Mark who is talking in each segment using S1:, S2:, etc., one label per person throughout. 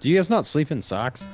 S1: Do you guys not sleep in socks?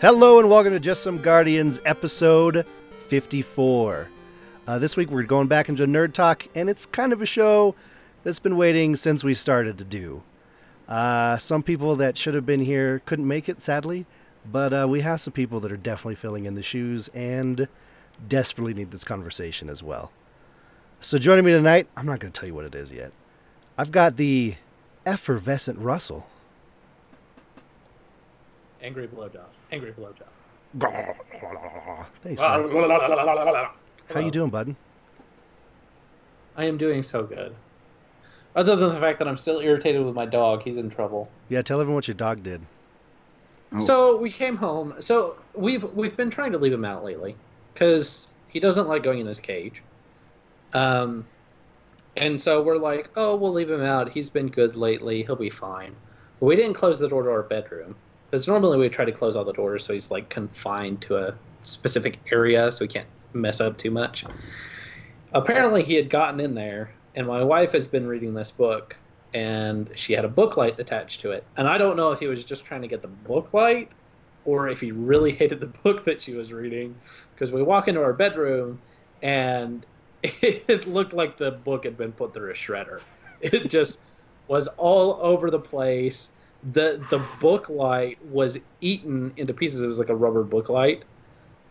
S2: Hello and welcome to Just Some Guardians, episode 54. Uh, this week we're going back into Nerd Talk, and it's kind of a show that's been waiting since we started to do. Uh, some people that should have been here couldn't make it, sadly, but uh, we have some people that are definitely filling in the shoes and desperately need this conversation as well. So joining me tonight, I'm not going to tell you what it is yet. I've got the effervescent Russell.
S3: Angry blowjob. Angry blowjob.
S2: Thanks. man. How you
S3: Hello.
S2: doing, bud?
S3: I am doing so good. Other than the fact that I'm still irritated with my dog, he's in trouble.
S2: Yeah, tell everyone what your dog did.
S4: Oh.
S3: So we came home. So we've we've been trying to leave him out lately because he doesn't like going in his cage. Um, and so we're like, oh, we'll leave him out. He's been good lately. He'll be fine. But we didn't close the door to our bedroom because normally we try to close all the doors so he's like confined to a specific area so he can't mess up too much. Apparently, he had gotten in there, and my wife has been reading this book. And she had a book light attached to it. And I don't know if he was just trying to get the book light or if he really hated the book that she was reading because we walk into our bedroom and it looked like the book had been put through a shredder it just was all over the place the the book light was eaten into pieces it was like a rubber book light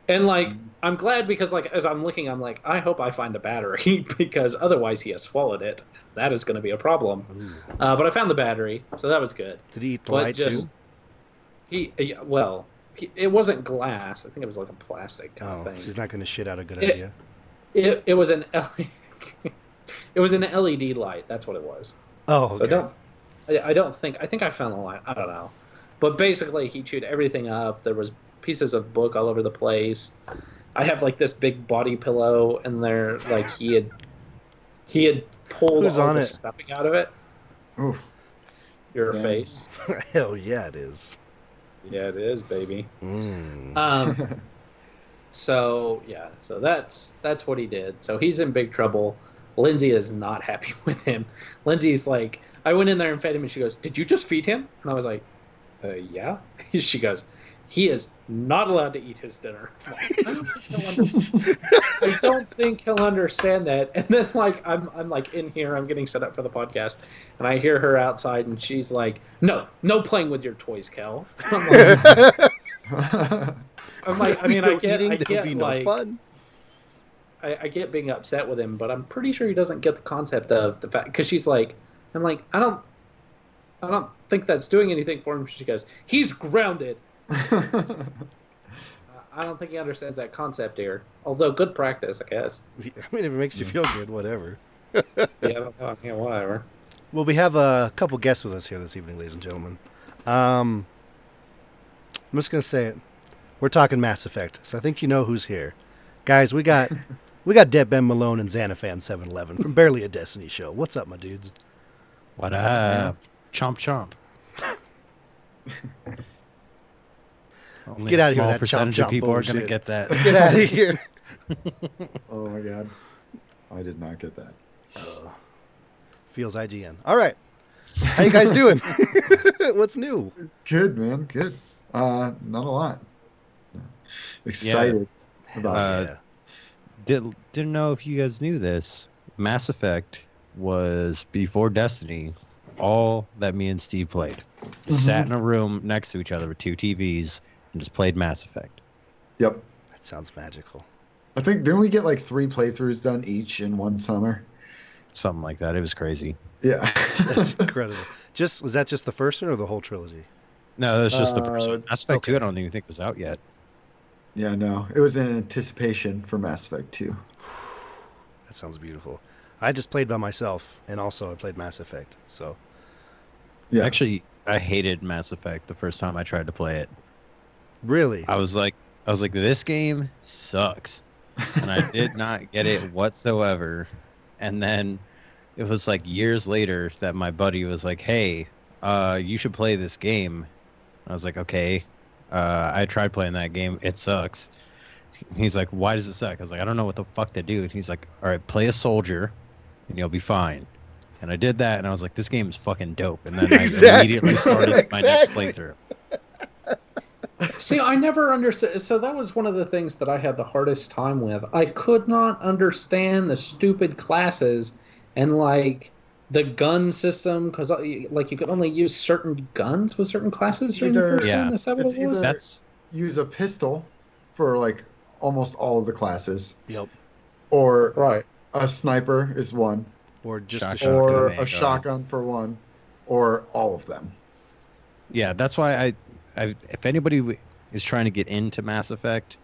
S3: and like i'm glad because like as i'm looking i'm like i hope i find a battery because otherwise he has swallowed it that is going to be a problem uh, but i found the battery so that was good
S2: Did he eat the
S3: But
S2: light
S3: just-
S2: too?
S3: he uh, yeah, well, he, it wasn't glass. I think it was like a plastic kind
S2: Oh,
S3: of thing.
S2: she's not going to shit out a good
S3: It-
S2: idea.
S3: It, it was an L- E it was an LED light. That's what it was.
S2: Oh,
S3: So I don't I, I don't think I think I found the light. I don't know. But basically, he chewed everything up. There was pieces of book all over the place. I have like this big body pillow, and there like he had he had pulled
S2: Who's
S3: all
S2: on
S3: the
S2: it?
S3: stuffing out of it.
S4: Oof.
S3: Your
S4: Dang.
S3: face.
S2: Hell yeah, it is.
S3: Yeah, it is, baby.
S2: Mm.
S3: Um, so yeah, so that's that's what he did. So he's in big trouble. Lindsay is not happy with him. Lindsay's like, I went in there and fed him, and she goes, "Did you just feed him?" And I was like, uh, "Yeah." She goes, "He is not allowed to eat his dinner." I'm like, I don't think he'll understand- I don't think he'll understand that. And then like I'm I'm like in here, I'm getting set up for the podcast, and I hear her outside, and she's like, "No, no playing with your toys, Kel." I'm like, I'm like, I mean, I
S2: No
S3: get,
S2: eating,
S3: I
S2: there'll
S3: get,
S2: be
S3: like,
S2: no fun.
S3: I, I get being upset with him, but I'm pretty sure he doesn't get the concept of the fact because she's like, I'm like, I don't, I don't think that's doing anything for him. She goes, he's grounded. I don't think he understands that concept here. Although good practice, I guess.
S2: I mean, if it makes you feel good, whatever.
S3: Yeah, I don't know, yeah, whatever.
S2: Well, we have a couple guests with us here this evening, ladies and gentlemen. Um, I'm just gonna say it. We're talking Mass Effect, so I think you know who's here, guys. We got we got Dead Ben Malone and Xanafan 711 from Barely a Destiny show. What's up, my dudes?
S1: What up? Chomp chomp. Only
S2: Get
S1: a
S2: outta here with
S1: small
S2: that chomp
S1: percentage
S2: chomp
S1: of people are going to
S2: bullshit.
S1: get that.
S2: Get out of here.
S4: oh my god. I did not get that.
S2: Feels IGN. All right, how you guys doing? What's new?
S4: Good man, good. Uh not a lot. Excited about
S1: Uh,
S2: yeah.
S1: Did, didn't know if you guys knew this. Mass Effect was before Destiny. All that me and Steve played.
S2: Mm-hmm.
S1: Just Sat in a room next to each other with two TVs and just played Mass Effect.
S4: Yep.
S2: That sounds magical.
S4: I think didn't we get like three playthroughs done each in one summer?
S1: something like that. It was crazy.
S4: Yeah.
S2: That's incredible. Just was that just the first one or the whole trilogy?
S1: No, that's just the first
S4: Uh,
S1: one. Mass Effect 2, I don't even think was out yet.
S4: yeah, no. It was in anticipation for Mass Effect 2.
S2: That sounds beautiful. I just played by myself, and also I played Mass Effect. So
S4: Yeah.
S1: Actually, I hated Mass Effect the first time I tried to play it.
S2: really,
S1: I was like, I was like, this game sucks, and I did not get it whatsoever. And then it was like years later that my buddy was like, "Hey, uh, you should play this game." I was like, "Okay." Uh, I tried playing that game. It sucks. He's like, "Why does it suck?" I was like, "I don't know what the fuck to do." And he's like, "All right, play a soldier, and you'll be fine." And I did that, and I was like, "This game is fucking dope." And then I
S2: Exactly.
S1: immediately started my next
S2: Exactly.
S1: playthrough.
S3: See, I never understood. So that was one of the things that I had the hardest time with. I could not understand the stupid classes and like the gun system because like you could only use certain guns with certain classes. during the
S4: Either-
S3: first
S1: Yeah.
S3: one? Is that what
S4: It's
S3: it was?
S4: either-
S1: That's
S4: Use a pistol for like almost all of the classes,
S2: yep.
S4: or
S3: Right.
S4: a sniper is one,
S2: Or just a
S1: Shotgun.
S2: shotgun.
S4: or
S1: there you go.
S4: a shotgun for one, or all of them.
S1: yeah that's why i, I if anybody w- is trying to get into mass effect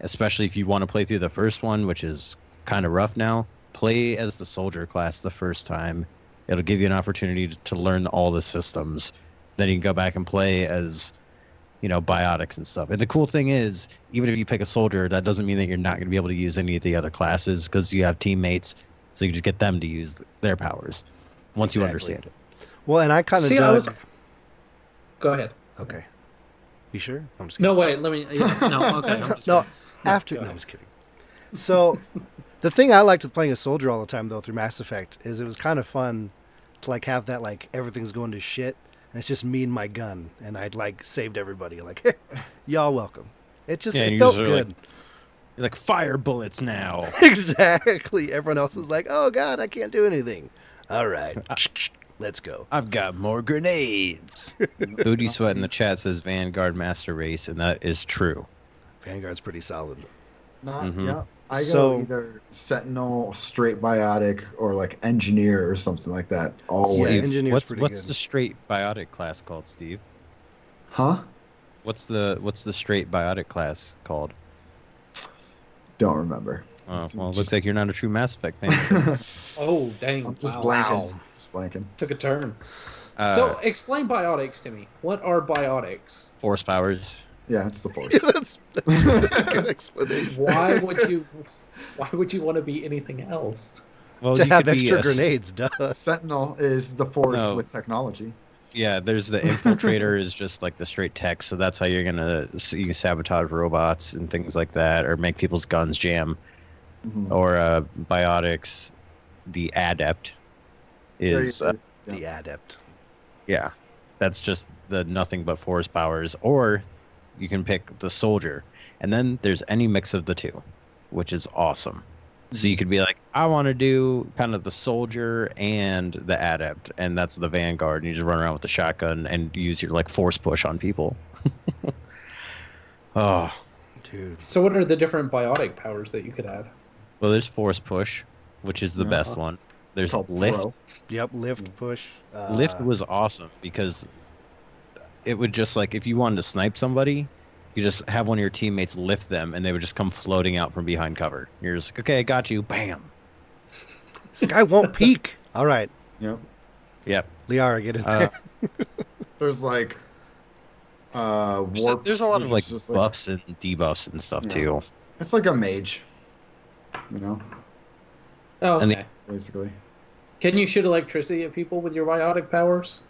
S1: especially if you want to play through the first one which is kind of rough now play as the soldier class the first time it'll give you an opportunity to, to learn all the systems then you can go back and play as you know biotics and stuff and the cool thing is even if you pick a soldier that doesn't mean that you're not going to be able to use any of the other classes because you have teammates so you just get them to use their powers once you
S2: Exactly.
S1: understand it
S2: Well, and I kind of
S3: See, I
S2: dug.
S3: was- Go ahead.
S2: Okay. You sure? I'm just kidding.
S3: No, wait. Let me. yeah, no. Okay. I'm just-
S2: No, after.
S3: go
S2: No, I'm
S3: ahead.
S2: just kidding. So, the thing I liked with playing a soldier all the time, though, through Mass Effect, is it was kind of fun to like have that like everything's going to shit, and it's just me and my gun, and I'd like saved everybody. Like, y'all welcome. It just
S1: Yeah,
S2: it
S1: you
S2: felt
S1: just are like-
S2: good.
S1: you're like fire bullets now
S2: exactly. Everyone else is like, "Oh God, I can't do anything." All right, let's go.
S1: I've got more grenades. Booty Sweat in the chat says Vanguard Master Race, and that is true.
S2: Vanguard's pretty solid.
S4: Not
S1: Mhm.
S4: yeah. I
S2: So-
S4: go either Sentinel, straight biotic, or like engineer or something like that.
S2: Oh, Yeah,
S4: Always.
S2: engineer's
S1: what's
S2: pretty
S1: what's
S2: good.
S1: the straight biotic class called, Steve?
S4: Huh?
S1: What's the what's the straight biotic class called?
S4: Don't remember.
S1: Oh,
S4: It's
S1: well, it
S4: just-
S1: looks like you're not a true Mass Effect fan.
S3: Oh, dang.
S4: I'm just
S3: wow.
S4: blanking. Just blanking.
S3: Took a turn.
S1: Uh,
S3: so explain biotics to me. What are biotics?
S1: force powers.
S4: Yeah, it's the force.
S2: that's, that's a really good explanation.
S3: Why would you? Why would you want to be anything else?
S1: Well,
S2: to
S1: you
S2: have
S1: could be
S2: extra
S1: a s-
S2: grenades, duh.
S4: Sentinel is the force
S1: No.
S4: with technology.
S1: Yeah, there's the infiltrator is just like the straight tech, so that's how you're gonna so you can sabotage robots and things like that, or make people's guns jam.
S4: Mhm.
S1: Or uh, biotics, the adept
S4: There
S1: is
S4: you
S1: uh,
S4: go.
S2: The adept.
S1: Yeah. That's just the nothing but force powers, or you can pick the soldier. And then there's any mix of the two, which is awesome. So you could be like, I want to do kind of the soldier and the adept, and that's the vanguard. And you just run around with the shotgun and use your like force push on people. oh,
S2: Dude.
S3: So what are the different biotic powers that you could have?
S1: well, there's force push, which is the
S4: Yeah.
S1: best one. There's
S4: Called
S1: lift,
S4: Pro.
S2: Yep, lift, push. Uh,
S1: Lift was awesome because it would just like if you wanted to snipe somebody, you just have one of your teammates lift them and they would just come floating out from behind cover. You're just like, okay, I got you, bam.
S2: This guy won't peek. All right,
S4: Yep.
S1: Yep.
S2: Liara, get in there.
S1: Uh,
S4: There's like uh warp.
S1: there's, a, there's a lot of
S4: which
S1: like
S4: is just
S1: buffs and debuffs and stuff
S4: Yeah.
S1: too.
S4: It's like a mage. You know,
S3: Oh,
S1: And the-
S3: okay.
S4: basically.
S3: Can you shoot electricity at people with your biotic powers?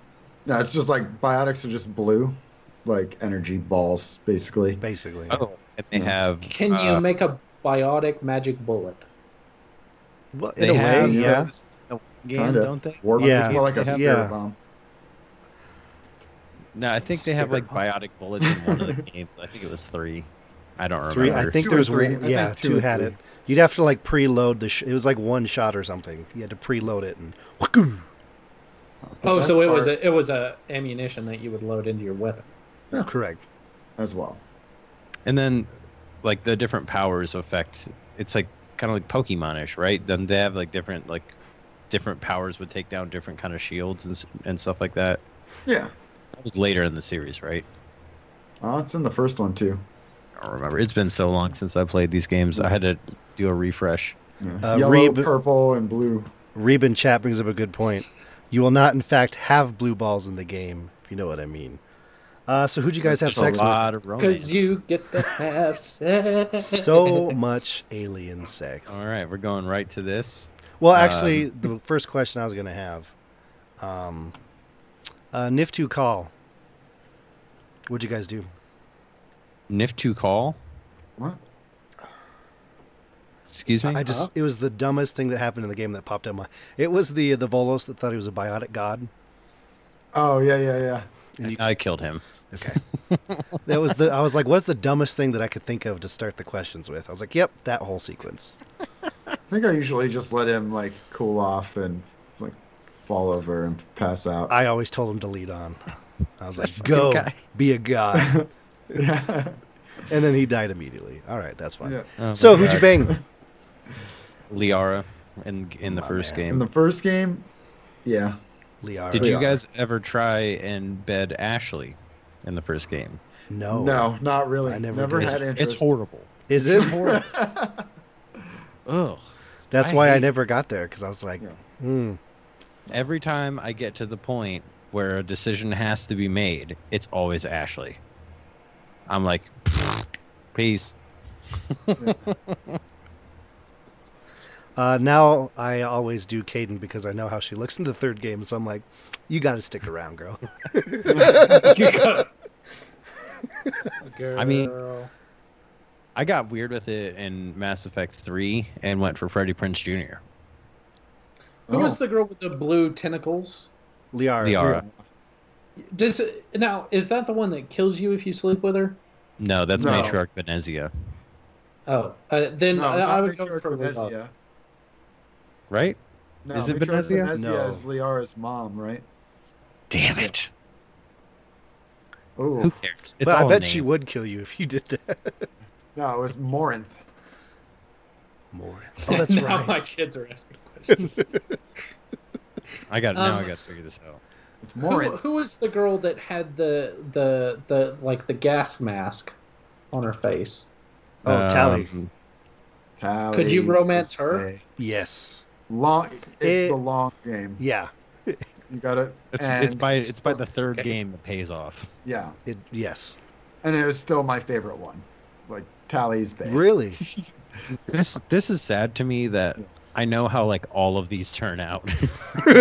S4: No, it's just like biotics are just blue, like energy balls, basically.
S2: Basically.
S1: And they have
S3: Can you
S1: Uh,
S3: make a biotic magic bullet?
S2: Well, in
S1: they
S2: a way,
S1: have
S2: yeah.
S1: the game,
S4: Kinda.
S1: don't they?
S4: Warp
S2: Yeah.
S4: it's more like a
S1: They have-
S4: spirit
S2: yeah.
S4: bomb.
S1: No, I think they have like biotic bullets in one of the games. I think it was three. I don't
S2: Three.
S1: remember.
S2: I think
S4: Two
S2: there
S4: or
S2: was
S4: three, I
S2: one.
S4: think
S2: Yeah,
S4: two
S2: two,
S4: or
S2: had
S4: three.
S2: it. You'd have to like preload the. Sh- it was like one shot or something. You had to preload it and. whakoo.
S4: The
S3: oh,
S4: best
S3: so it was
S4: part
S3: a it was a ammunition that you would load into your weapon.
S2: Correct.
S4: as well.
S1: And then, like the different powers affect. It's like kind of like Pokemon-ish, right? Then they have like different like different powers would take down different kind of shields and, s- and stuff like that.
S4: Yeah.
S1: That was later in the series, right?
S4: Oh, it's in the first one too.
S1: I don't remember. It's been so long since I played these games. I had to do a refresh.
S4: Yeah.
S2: Uh,
S4: Yellow,
S2: Reeb-
S4: purple, and blue.
S2: Reben chat brings up a good point. You will not, in fact, have blue balls in the game, if you know what I mean. Uh, so who'd you guys have
S1: There's
S2: sex
S1: a
S2: with?
S1: lot of romance.
S3: Because you get to have sex.
S2: So much alien sex.
S1: All right, we're going right to this.
S2: Well, actually, the first question I was going to have, um, uh, Niftu call. What'd you guys do?
S1: Nif two call.
S4: What?
S1: Excuse me.
S2: I just it was the dumbest thing that happened in the game that popped up my. It was the the Volos that thought he was a biotic god.
S4: Oh yeah, yeah, yeah.
S2: and you-
S1: I killed him.
S2: Okay. that was the I was like, what's the dumbest thing that I could think of to start the questions with? I was like, yep, that whole sequence.
S4: I think I usually just let him like cool off and like fall over and pass out.
S2: I always told him to lead on. I was like, go
S1: guy.
S2: be a god,
S4: yeah.
S2: and then he died immediately. All right, that's fine.
S4: yeah.
S1: Oh,
S2: So
S1: my
S2: who'd you
S1: God.
S2: bang?
S1: Liara in in the
S2: My
S1: first
S2: man.
S4: In
S1: game.
S4: the first game, yeah.
S2: Liara.
S1: Did you
S4: Liara.
S1: guys ever try and bed Ashley in the first game?
S2: No.
S4: No, not really.
S2: Oh. I never
S4: never
S2: did.
S1: It's,
S4: had interest.
S1: it's horrible.
S2: Is it? horrible?
S1: Ugh.
S2: That's
S1: I
S2: why I
S1: hate-
S2: never got there because I was like,
S4: Yeah.
S2: hmm.
S1: Every time I get to the point where a decision has to be made, it's always Ashley. I'm like, peace.
S2: Uh, now I always do Caden because I know how she looks in the third game, so I'm like, you got to stick around, girl.
S3: You gotta-
S1: I mean-
S3: Girl.
S1: I got weird with it in Mass Effect 3 and went for Freddie Prince Jr.
S3: who
S1: oh.
S3: was the girl with the blue tentacles?
S2: Liara.
S1: Liara.
S3: Does now is that the one that kills you if you sleep with her?
S1: No, that's
S4: No.
S1: Matriarch Venezia,
S3: Oh, uh, then
S4: No,
S3: I, I
S4: not
S3: would go
S4: Matriarch
S3: for Lula.
S4: Venezia.
S1: right?
S4: No,
S1: Is it
S4: Matriarch
S1: Venezia?
S4: Venezia
S2: No.
S4: is Liara's mom, right?
S1: Damn it.
S4: Oh
S1: Who cares? It's
S2: well, I
S1: all
S2: bet she
S1: names.
S2: would kill you if you did that.
S4: no, it was Morinth.
S2: More. Oh, that's
S3: now
S2: right.
S3: my kids are asking questions.
S1: I got now.
S3: Um,
S1: I got to figure this out.
S4: It's
S3: who,
S4: Morinth.
S3: who was the girl that had the the the like the gas mask on her face?
S2: Oh, Tally.
S1: Um,
S4: Tally
S3: Could you romance
S4: is
S3: her?
S4: a
S2: Yes.
S4: Long. It's
S2: It-
S4: the long game.
S2: Yeah.
S4: You got it.
S1: It's, it's by it's by the third
S3: Okay.
S1: game that pays off.
S4: yeah,
S2: It. Yes.
S4: and it was still my favorite one. Like Tally's babe.
S2: Really?
S1: This this is sad to me that I know how like all of these turn out.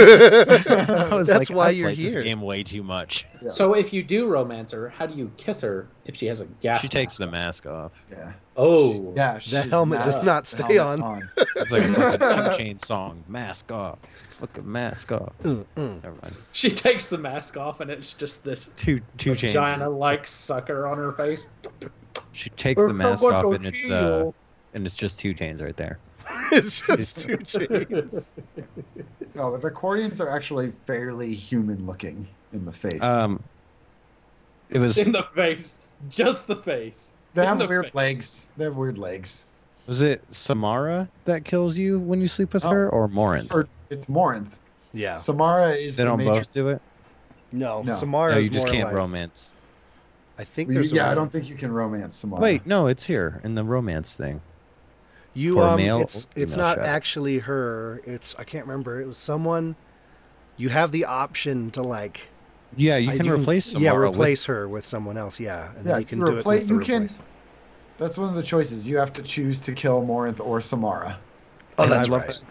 S1: I was
S2: That's
S1: like,
S2: why
S1: I
S2: you're
S1: played
S2: here.
S1: This game way too much.
S4: Yeah.
S3: So if you do romance her, how do you kiss her if she has a gas?
S1: she takes the
S3: mask?
S1: mask off.
S4: Yeah.
S3: Oh,
S4: yeah. she's
S2: helmet does not
S4: the
S2: stay
S4: helmet on.
S1: It's like a fucking Two chain song. Mask off. Fucking mask off.
S2: Mm, mm.
S1: Never mind.
S3: she takes the mask off, and it's just this
S1: Two two chains.
S3: vagina like sucker on her face.
S1: She takes the mask off and it's uh and it's just two chains right there.
S2: mm. It's just two chains.
S4: No, but the Koreans are actually fairly human looking in the face.
S1: Um it was
S3: in the face, just the face.
S4: they
S3: in
S4: have
S3: the
S4: weird
S3: face.
S4: legs. They have weird legs.
S1: was it Samara that kills you when you sleep with
S4: Oh,
S1: her or
S4: It's,
S1: Morin?
S4: or, it's Morinth.
S2: Yeah.
S4: Samara is
S1: They
S4: the
S1: don't
S4: major.
S1: both do it.
S2: No.
S4: No.
S2: Samara
S1: no,
S2: is
S1: you just
S2: more
S1: can't
S2: like-
S1: romance.
S2: I think
S4: You-
S2: there's. a
S4: yeah, I
S2: woman.
S4: don't think you can romance Samara.
S1: Wait, no, it's here in the romance thing.
S2: You
S1: For
S2: um,
S1: male
S2: it's
S1: or
S2: it's
S1: female
S2: not
S1: shadow?
S2: actually her. It's I can't remember. It was someone. You have the option to like
S1: Yeah, you
S2: I-
S1: can replace Samara.
S2: yeah
S1: with-
S2: replace her with someone else. Yeah, and
S4: Yeah,
S2: then you can
S4: you
S2: do
S4: repla-
S2: it. With
S4: you
S2: the
S4: can-
S2: replace.
S4: That's one of the choices. You have to choose to kill Morinth or Samara.
S2: Oh,
S1: and I
S2: that's
S1: love
S2: right.
S1: that.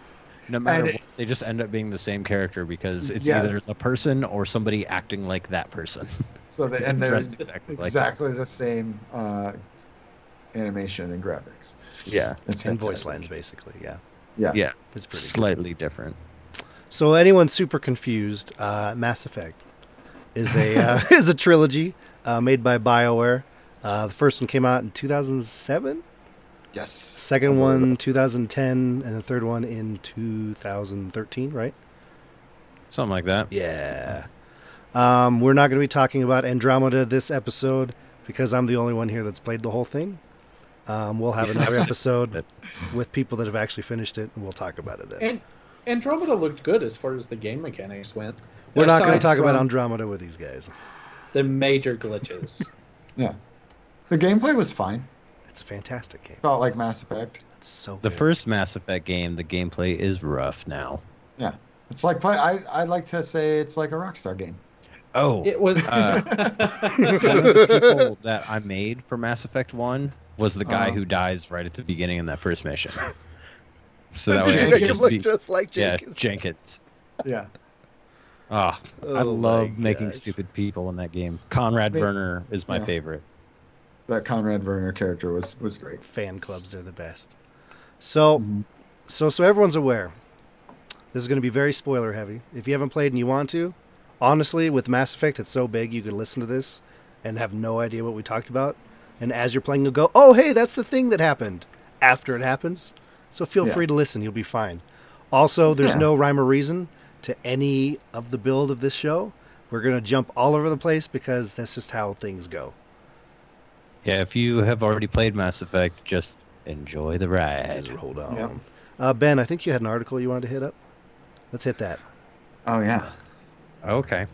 S1: no matter
S4: And it-
S1: what, they just end up being the same character because it's
S4: Yes.
S1: either the person or somebody acting like that person.
S4: So they, and they're
S1: Dressed exactly like that.
S4: exactly the same uh, animation and graphics.
S1: yeah,
S4: It's
S2: And voice
S4: fantastic.
S2: lines, basically. Yeah,
S4: Yeah.
S1: yeah,
S2: it's pretty. good.
S1: slightly different.
S2: So anyone super confused, uh, Mass Effect is a uh, is a trilogy uh, made by BioWare. Uh, the first one came out in 2007,
S4: Yes.
S2: second one 2010, and the third one in 2013, right?
S1: Something like that.
S2: Yeah. Um, we're not going to be talking about Andromeda this episode because I'm the only one here that's played the whole thing. Um, we'll have another episode
S1: That-
S2: with people that have actually finished it, and we'll talk about it then.
S3: And Andromeda looked good as far as the game mechanics went.
S2: We're not going to
S3: Aside
S2: talk about
S3: from
S2: Andromeda with these guys.
S3: the major glitches.
S4: Yeah. The gameplay was fine.
S2: It's a fantastic game.
S4: Felt like Mass Effect.
S2: It's so
S1: The
S2: good.
S1: first Mass Effect game, the gameplay is rough now.
S4: It's like play, I I like to say it's like a Rockstar game.
S1: Oh,
S3: it was.
S1: one of the people that I made for Mass Effect One was the guy
S4: Uh-huh.
S1: who dies right at the beginning in that first mission. So
S2: Did
S1: that way
S2: you
S1: I
S2: make
S1: could
S2: him
S1: just
S2: look
S1: be,
S2: just like
S1: yeah,
S2: Jenkins?
S1: Jenkins.
S4: Yeah.
S1: Ah,
S2: Oh my
S1: I love making
S2: gosh.
S1: stupid people in that game. Conrad
S4: Wait.
S1: Werner is my
S4: Yeah.
S1: favorite.
S4: That Conrad Werner character was was great.
S2: fan clubs are the best. So,
S4: Mhm.
S2: so, so everyone's aware. This is going to be very spoiler heavy. If you haven't played and you want to, honestly, with Mass Effect, it's so big you could listen to this and have no idea what we talked about. And as you're playing, you'll go, "Oh, hey, that's the thing that happened." After it happens, so feel
S4: Yeah.
S2: free to listen. You'll be fine. Also, there's
S4: Yeah.
S2: no rhyme or reason to any of the build of this show. We're gonna jump all over the place because that's just how things go.
S1: Yeah, if you have already played Mass Effect, just enjoy the
S2: Just
S1: ride.
S2: hold on.
S4: Yep.
S2: Uh, ben, I think you had an article you wanted to hit up. Let's hit that.
S4: Oh yeah.
S1: Okay.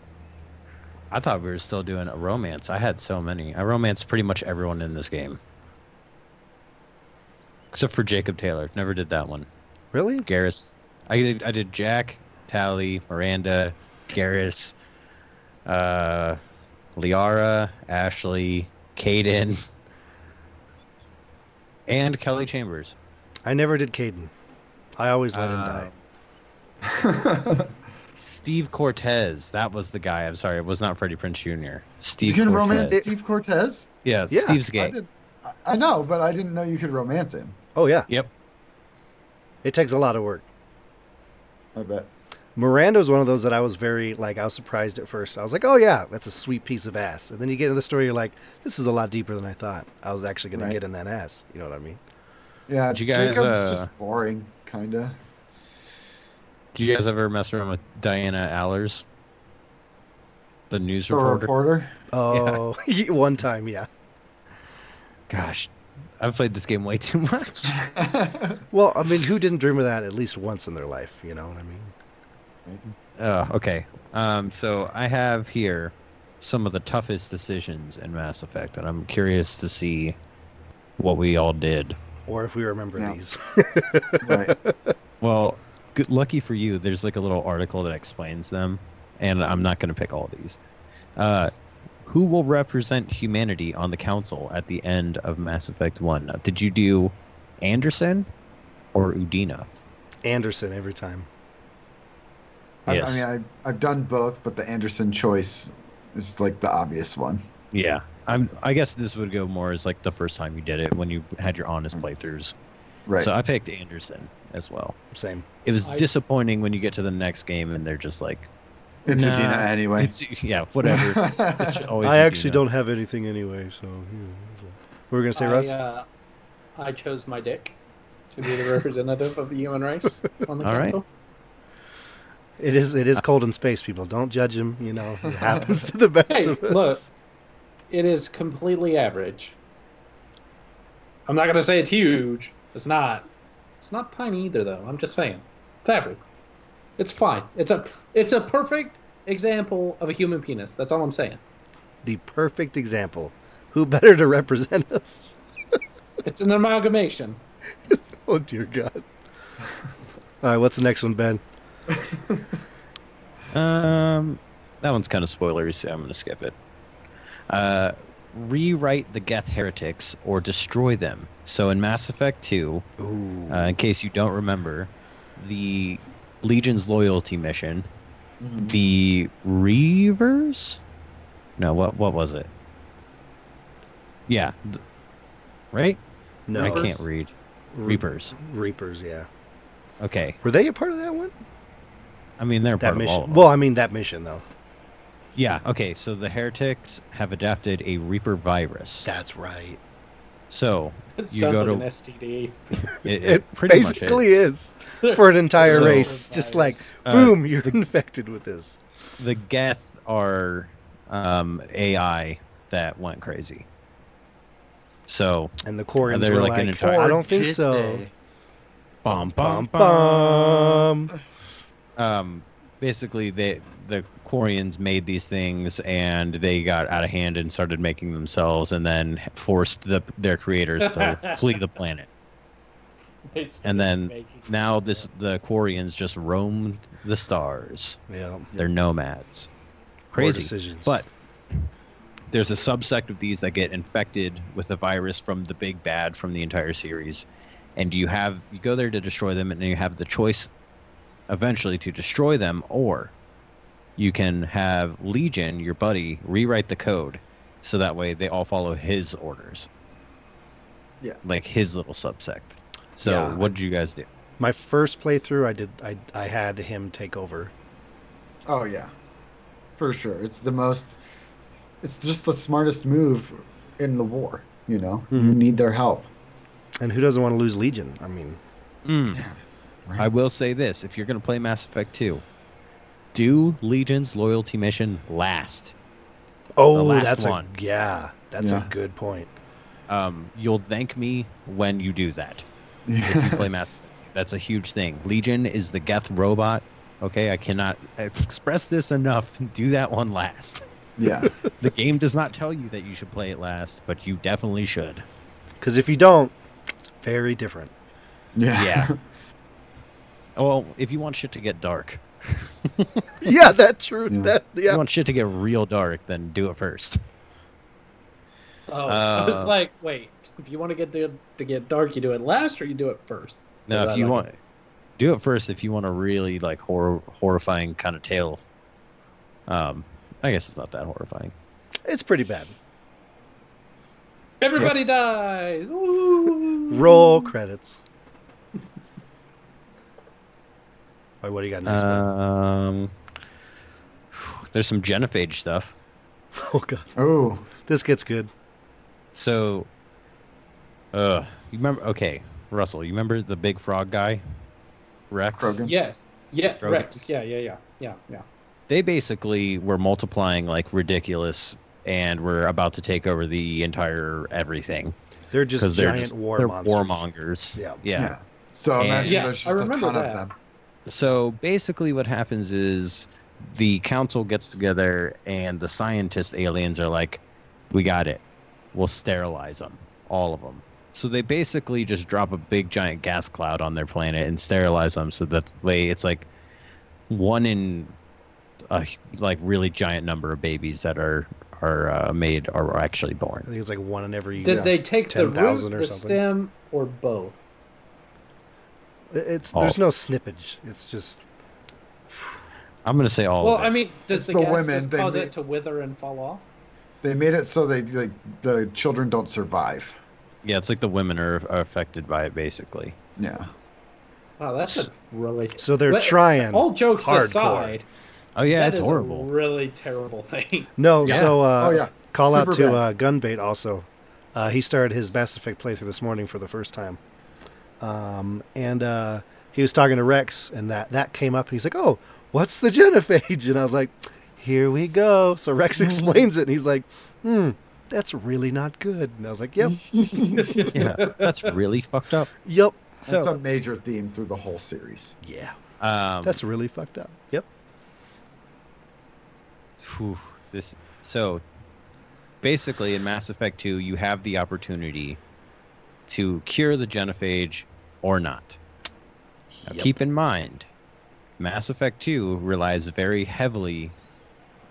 S1: I thought we were still doing a romance. I had so many. I romanced pretty much everyone in this game. Except for Jacob Taylor. Never did that one.
S2: Really?
S1: Garrus. I did. I did Jack, Tally, Miranda, Garrus, uh, Liara, Ashley, Caden, and Kelly Chambers.
S2: I never did Caden. I always let him
S1: Uh,
S2: die.
S1: Steve Cortez. That was the guy. I'm sorry. It was not Freddie Prince Jr.
S4: you
S1: Steve
S4: can
S1: Cortez.
S4: romance Steve Cortez.
S1: Yeah,
S2: Yeah,
S1: Steve's
S4: I,
S1: gay.
S4: did, I- I know, but I didn't know you could romance him.
S2: Oh yeah,
S1: Yep.
S2: it takes a lot of work.
S4: I bet.
S2: Miranda was one of those that I was very like I was surprised at first. I was like, oh yeah, that's a sweet piece of ass. And then you get into the story, you're like, this is a lot deeper than I thought. I was actually gonna
S4: Right.
S2: get in that ass. You know what I mean?
S4: Yeah.
S1: Did you guys,
S4: Jacob's
S1: uh,
S4: just boring, kinda.
S1: Do you guys ever mess around with Diana Allers? The news
S4: The
S1: reporter.
S4: reporter.
S2: Oh, one time, yeah.
S1: Gosh, I've played this game way too much.
S2: Well, I mean, who didn't dream of that at least once in their life? You know what I mean?
S1: Oh, okay. Um, so I have here some of the toughest decisions in Mass Effect, and I'm curious to see what we all did.
S2: Or if we remember
S4: Yeah.
S2: these.
S4: right.
S1: Well, good, lucky for you, there's like a little article that explains them, and I'm not going to pick all of these. Uh, who will represent humanity on the council at the end of Mass Effect 1? Did you do Anderson or Udina?
S2: Anderson every time.
S4: I,
S1: Yes.
S4: I mean, I, I've done both, but the Anderson choice is like the obvious one.
S1: Yeah. I'm, I guess this would go more as like the first time you did it when you had your honest playthroughs.
S4: Right.
S1: So I picked Anderson as well.
S2: Same.
S1: It was
S3: I-
S1: disappointing when you get to the next game and they're just like,
S4: it's
S1: nah,
S4: Adina anyway.
S1: it's, yeah, whatever. It's ju- always
S2: I actually
S1: Udina.
S2: don't have anything anyway, so we're gonna say
S3: I,
S2: Russ.
S3: uh, I chose my dick to be the representative of the human race on the
S1: All right.
S3: council.
S2: It is it is cold in space, people. Don't judge him. You know, it happens to the best
S3: Hey,
S2: of us.
S3: look. It is completely average. I'm not gonna say it's huge. It's not. It's not tiny either, though. I'm just saying, it's average. It's fine. It's a it's a perfect example of a human penis. That's all I'm saying.
S2: The perfect example. Who better to represent us?
S3: It's an amalgamation.
S2: Oh dear God. All right, what's the next one, Ben?
S1: Um, that one's kind of spoilery, so I'm going to skip it. Uh, rewrite the Geth heretics or destroy them. So in Mass Effect 2,
S2: Ooh.
S1: uh, in case you don't remember, the Legion's loyalty mission,
S2: Mm-hmm.
S4: Mhm.
S1: the Reavers. No, what what was it? Yeah, th- right.
S2: no,
S1: I can't read.
S2: Re-
S1: Reapers.
S2: Reapers, yeah.
S1: Okay.
S2: Were they a part of that one?
S1: I mean, they're
S2: That
S1: part of all. Of
S2: mission.
S1: them.
S2: Well, I mean that mission though.
S1: yeah. Okay. So the heretics have adapted a Reaper virus.
S2: That's right.
S1: So
S3: It
S1: You
S3: sounds
S1: go
S3: like
S1: to-
S3: an STD.
S1: it, it
S2: It
S1: pretty
S2: basically
S1: much is.
S2: is. for an entire
S1: So-
S2: race. Just like
S1: Uh,
S2: boom, you're infected with this.
S1: the Geth are um, AI that went crazy. So
S2: And the Quarians
S1: they're
S2: were
S1: like
S2: like,
S1: an entire-
S2: I don't think
S4: Did
S2: so.
S4: they?
S1: bum bum
S2: Bum
S1: bum.
S2: bum.
S1: um, basically they the Quarians made these things and they got out of hand and started making themselves and then forced the their creators to flee the planet.
S5: They started
S1: And then
S5: making
S1: now
S5: things
S1: this
S5: up.
S1: the Quarians just roam the stars.
S2: Yeah.
S1: They're nomads. Crazy.
S2: decisions.
S1: But there's a subsect of these that get infected with the virus from the big bad from the entire series. And you have you go there to destroy them and you have the choice eventually to destroy them or you can have Legion, your buddy, rewrite the code so that way they all follow his orders.
S4: Yeah.
S1: Like his little subsect. So
S2: Yeah.
S1: what did you guys do?
S2: my first playthrough, I did. I I had him take over.
S4: Oh yeah, for sure. It's the most. It's just the smartest move in the war. You know, you
S1: Mm-hmm.
S2: Mhm.
S4: need their help.
S2: And who doesn't want to lose Legion? I mean,
S1: Mm. I will say this: if you're going to play Mass Effect 2, do Legion's loyalty mission last.
S2: oh,
S1: last
S2: that's
S1: one.
S2: a yeah, that's
S4: Yeah.
S2: a good point.
S1: Um, you'll thank me when you do that. If you
S4: Yeah.
S1: play Mass Effect, that's a huge thing. Legion is the Geth robot. Okay, I cannot express this enough. Do that one last.
S4: yeah.
S1: The game does not tell you that you should play it last, but you definitely should.
S2: Because if you don't, it's very different.
S4: Yeah.
S1: Yeah. Well, if you want shit to get dark,
S2: yeah, that's true.
S4: Yeah.
S2: That
S1: you
S2: yeah.
S1: want shit to get real dark, then do it first.
S3: Oh, I
S1: Uh,
S3: was like, wait. If you want to get to, to get dark, you do it last, or you do it first.
S1: No,
S3: Because
S1: if
S3: I
S1: you
S3: like
S1: want, do it first. If you want a really like horror, horrifying kind of tale. Um, I guess it's not that horrifying.
S2: It's pretty bad.
S3: Everybody dies. Ooh.
S2: Roll credits. Wait, what do you got next? man?
S1: Um, there's some genophage stuff.
S2: oh god,
S4: Oh.
S2: this gets good.
S1: So, uh, you remember? Okay, Russell, you remember the big frog guy, Rex?
S4: Krogan.
S3: Yes. Yeah.
S1: Rogan.
S3: Rex. Yeah. Yeah. Yeah. Yeah. Yeah.
S1: They basically were multiplying like ridiculous, and were about to take over the entire everything
S2: They're just
S1: because
S2: giant
S1: they're just,
S2: war
S1: they're
S2: monsters.
S1: warmongers.
S2: Yeah.
S1: yeah.
S4: So
S1: And-
S4: imagine
S3: Yeah,
S4: there's
S3: I
S4: just a
S3: remember
S4: ton of
S3: that.
S4: them.
S1: So basically, what happens is the council gets together, and the scientist aliens are like, "We got it. We'll sterilize them, all of them." So they basically just drop a big giant gas cloud on their planet and sterilize them, so that way it's like one in a h- like really giant number of babies that are are uh, made are actually
S2: I
S1: born.
S2: think it's like one in every.
S3: Did they take the
S2: 10,000
S3: root,
S2: or
S3: the
S2: something.
S3: stem, or both?
S2: It's
S1: Oh.
S2: there's no snippage. It's just
S1: I'm gonna say all.
S3: well,
S1: of it.
S3: I mean, does
S4: It's
S3: the,
S4: the
S3: gas
S4: women,
S3: just
S4: they
S3: cause
S4: ma-
S3: it to wither and fall off?
S4: They made it so they like the children don't survive.
S1: yeah, it's like the women are, are affected by it basically.
S4: Yeah.
S3: Wow, that's a really.
S2: so they're
S3: But
S2: trying.
S3: All jokes
S2: hardcore.
S3: aside,
S1: Oh yeah,
S3: that
S1: it's
S3: is a
S1: horrible.
S3: really terrible thing.
S2: No,
S4: Yeah.
S2: so uh,
S4: oh yeah.
S2: call out
S4: Super
S2: to
S4: bad.
S2: uh, Gunbait also. Uh, he started his Mass Effect playthrough this morning for the first time, um, and uh, he was talking to Rex, and that that came up. And he's like, "Oh, what's the genophage?" And I was like, "Here we go." So Rex explains it, and he's like, "Hmm, that's really not good." And I was like, "Yep,
S1: yeah, that's really fucked up.
S2: yep,
S4: That's
S1: So,
S4: a major theme through the whole series.
S2: yeah,
S1: um,
S2: that's really fucked up." Yep.
S1: whew, this. So, basically, in Mass Effect Two, you have the opportunity to cure the genophage or not. Now,
S2: Yep.
S1: keep in mind, Mass Effect Two relies very heavily,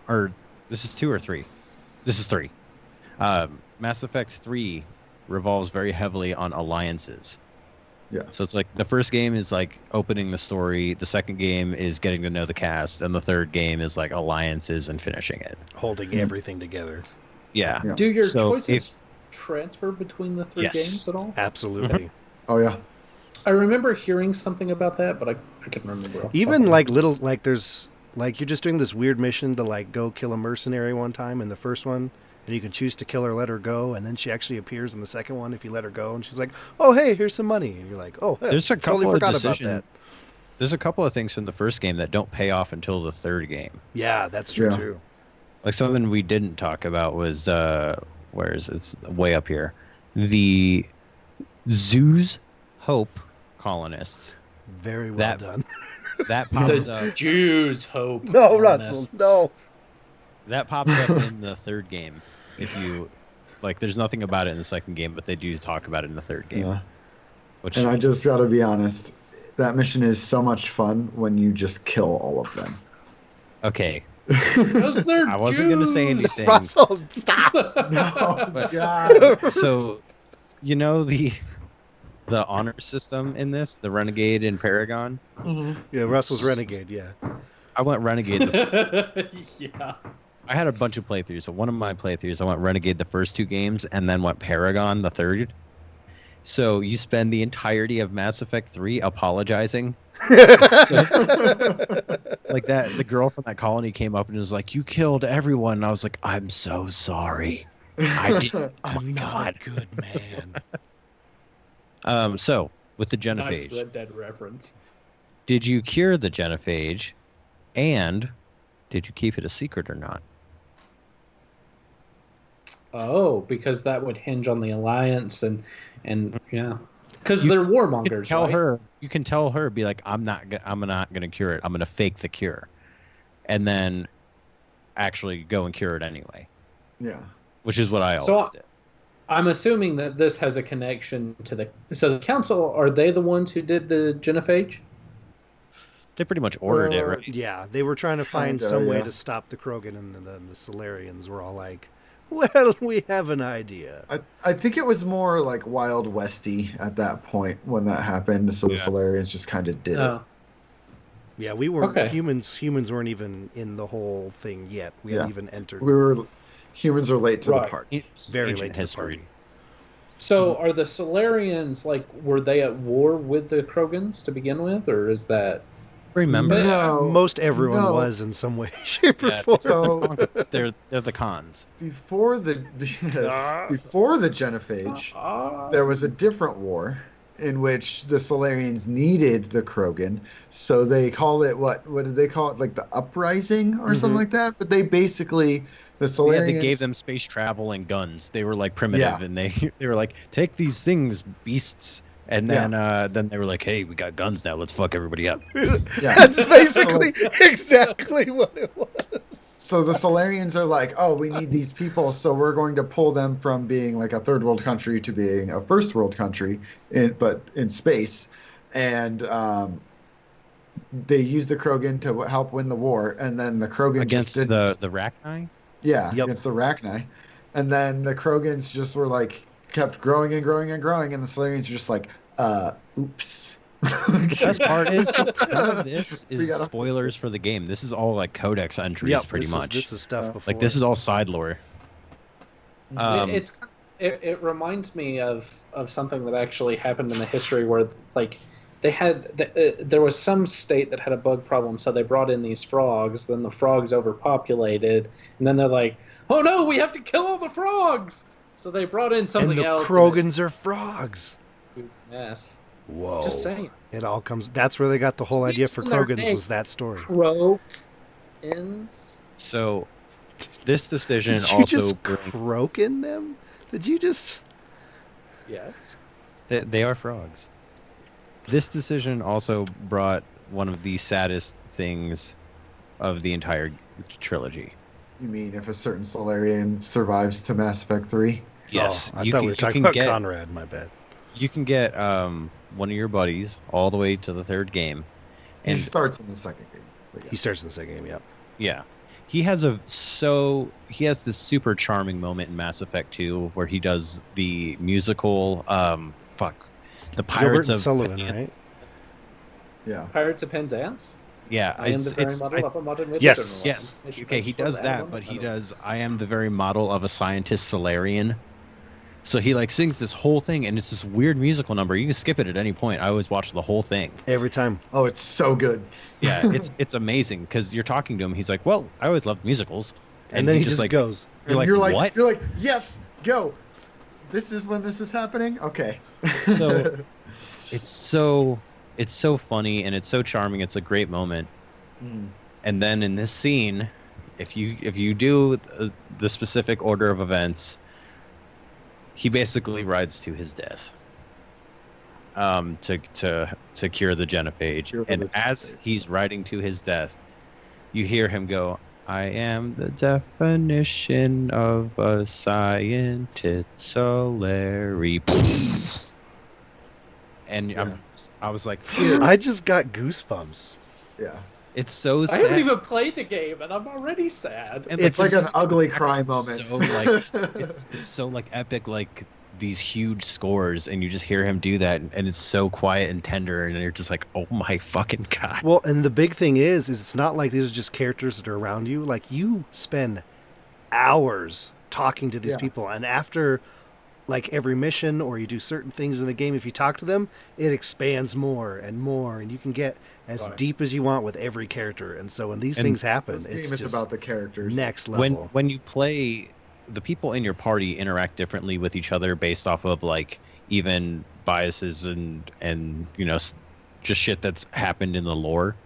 S1: or this is two or three. This is three. Um, Mass Effect Three revolves very heavily on alliances.
S4: Yeah.
S1: So it's like the first game is like opening the story, the second game is getting to know the cast, and the third game is like alliances and finishing it.
S2: Holding everything together.
S1: Yeah.
S4: Yeah.
S3: Do your
S1: So
S3: choices transfer between the three
S1: Yes.
S3: games at all?
S2: Absolutely.
S4: Oh yeah.
S3: I remember hearing something about that, but I, I couldn't remember. off the
S2: Even
S3: top of my-
S2: like little like there's like you're just doing this weird mission to like go kill a mercenary one time in the first one and you can choose to kill her let her go and then she actually appears in the second one if you let her go and she's like oh hey here's some money and you're like oh hey,
S1: There's a couple
S2: totally forgot
S1: of decision.
S2: about that
S1: There's a couple of things from the first game that don't pay off until the third game.
S2: yeah that's true
S4: Yeah.
S2: too
S1: Like something we didn't talk about was uh where is it? it's way up here. The Zoo's Hope colonists.
S2: very well
S1: That-
S2: done
S1: That pops
S3: The
S1: up.
S3: Jews hope.
S2: No,
S1: Or
S2: Russell,
S1: mess.
S2: no.
S1: That pops up in the third game. If you like, there's nothing about it in the second game, but they do talk about it in the third game.
S4: Yeah.
S1: Which
S4: And I just gotta be honest, that mission is so much fun when you just kill all of them.
S1: okay,
S3: Because they're
S1: I wasn't gonna say
S3: Jews.
S1: anything.
S2: Russell, stop.
S4: no,
S1: But-
S4: God.
S1: so you know the the honor system in this, the Renegade and Paragon.
S2: Yeah, Russell's renegade. Yeah.
S1: I went Renegade. The,
S3: yeah.
S1: I had a bunch of playthroughs. So one of my playthroughs, I went Renegade the first two games, and then went Paragon the third. So you spend the entirety of Mass Effect Three apologizing. It's so like that the girl from that colony came up and was like you killed everyone and i was like i'm so sorry i didn't
S2: I'm
S1: not a
S2: good man.
S1: um so with the
S3: Nice
S1: genophage
S3: Red Dead reference.
S1: did you cure the genophage and did you keep it a secret or not
S3: Oh, because that would hinge on the alliance and and yeah, because
S1: You-
S3: they're
S1: you can
S3: warmongers.
S1: tell
S3: right?
S1: her you can tell her be like i'm not go- i'm not gonna cure it i'm gonna fake the cure and then actually go and cure it anyway
S4: yeah.
S1: which is what i always
S3: So I-
S1: did
S3: I'm assuming that this has a connection to the so the council. Are they the ones who did the genophage?
S1: they pretty much ordered it
S4: Uh,
S1: right
S2: Yeah, they were trying to find
S4: Kinda,
S2: some way
S4: yeah.
S2: to stop the Krogan, and the, the, the Solarians were all like, "Well, we have an idea."
S4: I, I think it was more like Wild Westy at that point when that happened. So the
S1: Yeah.
S4: Solarians just kind of did it.
S3: No.
S2: Yeah, we were
S3: Okay.
S2: humans. Humans weren't even in the whole thing yet. We hadn't
S4: Yeah.
S2: even entered.
S4: We were humans are late to the
S3: Right.
S4: party.
S1: It's
S2: very
S1: ancient
S2: late to the party.
S3: So are the Solarians like were they at war with the Krogans to begin with, or is that
S1: remember
S3: But-
S4: No,
S2: Most everyone
S4: Oh, No.
S2: was in some way, shape, or
S1: Yeah.
S2: form.
S4: so
S1: they're they're the cons
S4: before the before the genophage,
S1: Uh-huh.
S4: there was a different war in which the Solarians needed the Krogan, so they call it what? What did they call it? Like the uprising or something
S3: Mhm.
S4: like that. But they basically
S1: Mm-hmm.
S4: the
S1: Yeah,
S4: Solarians
S1: they gave them space travel and guns. They were like primitive,
S4: Yeah.
S1: and they they were like, take these things, beasts. And
S4: Yeah.
S1: then uh, then they were like, hey, we got guns now. Let's fuck everybody up.
S4: Yeah. Oh.
S2: That's basically exactly what it was.
S4: So the Solarians are like, oh, we need these people, so we're going to pull them from being like a third world country to being a first world country, in, but in space. And um, they use the Krogan to help win the war, and then the Krogan
S1: Against
S4: just didn't-
S1: the the Rachni.
S4: yeah
S2: Yep.
S4: against the Rachni, and then the Krogans just were like kept growing and growing and growing, and the Solarians are just like, uh, oops.
S1: Best part is none of this
S4: We
S1: is
S4: gotta-
S1: spoilers for the game. This is all like codex entries,
S2: Yep,
S1: pretty
S2: this
S1: much.
S2: Is, this is stuff
S4: Yeah.
S2: before.
S1: like this is all side lore. Um,
S3: It- it's it, it reminds me of of something that actually happened in the history where like they had the, uh, there was some state that had a bug problem so they brought in these frogs then the frogs overpopulated and then they're like oh no we have to kill all the frogs so they brought in
S2: and
S3: something
S2: the
S3: else
S2: Krogans are frogs.
S3: yes
S2: Whoa!
S1: Oh.
S3: just saying
S2: It all comes. That's where they got the whole idea for
S3: Even their
S2: Krogans
S3: name.
S2: was that story.
S3: Krogans
S1: so this decision
S2: Did you
S1: also
S2: just
S1: brings-
S2: croak in them? Did you just?
S3: yes
S1: They, they are frogs. This decision also brought one of the saddest things of the entire trilogy.
S4: you mean if a certain Solarian survives to Mass Effect Three?
S1: Yes,
S2: Oh, I
S1: you
S2: thought
S1: can-
S2: we
S1: you
S2: were talking
S1: can
S2: about
S1: get-
S2: Conrad. My bad.
S1: You can get um, one of your buddies all the way to the third game,
S4: He
S1: and
S4: starts in the second game. but yeah.
S2: He starts in the second game. Yep.
S1: yeah, he has a so he has this super charming moment in Mass Effect Two where he does the musical. Um, fuck, the
S2: Gilbert
S1: Pirates
S2: and
S1: of
S2: Sullivan,
S1: Penzance.
S2: right?
S4: Yeah.
S3: Pirates of Penzance
S1: Yeah,
S3: I am
S1: it's-
S3: the very
S1: it's-
S3: model
S1: I-
S3: of a modern
S2: Yes.
S3: wizard.
S1: Yes.
S3: I should-
S1: Okay,
S3: I
S1: he
S3: should put
S1: does
S3: on.
S1: that, but
S3: I
S1: he
S3: don't-
S1: does I am the very model of a scientist Solarian. So he like sings this whole thing and it's this weird musical number. You can skip it at any point. I always watch the whole thing.
S2: Every time.
S4: Oh, it's so good.
S1: Yeah, it's it's amazing cuz you're talking to him. He's like, "Well, I always loved musicals."
S2: And, then he, just,
S1: like
S2: goes.
S1: you're like,
S4: you're like
S1: "What?"
S4: you're like, yes, go. This is when this is happening. Okay.
S1: So- It's so it's so funny and it's so charming. It's a great moment.
S4: Mm.
S1: and then in this scene if you if you do the, the specific order of events he basically rides to his death um, to to to cure the genophage.
S4: Cure the
S1: and as
S4: genophage.
S1: he's riding to his death, you hear him go, "I am the definition of a scientist, Solary." And
S4: Yeah.
S1: I'm, I was like,
S2: I just got goosebumps.
S4: Yeah.
S1: "It's so
S3: I
S1: sad."
S3: haven't even played the game, and I'm already sad.
S1: And
S4: It's like an ugly cry moment.
S1: so like it's, it's so like epic like these huge scores and you just hear him do that and, and it's so quiet and tender and you're just like oh my fucking god
S2: Well, and the big thing is, is it's not like these are just characters that are around you. Like you spend hours talking to these
S4: Yeah.
S2: people, and after like every mission or you do certain things in the game, if you talk to them, it expands more and more, and you can get as
S3: Right.
S2: deep as you want with every character. And so when these
S1: And
S2: things happen,
S4: this game
S2: it's
S4: is
S2: just
S4: about the characters.
S2: next level.
S1: when when you play the people in your party interact differently with each other based off of like even biases and and you know s- just shit that's happened in the lore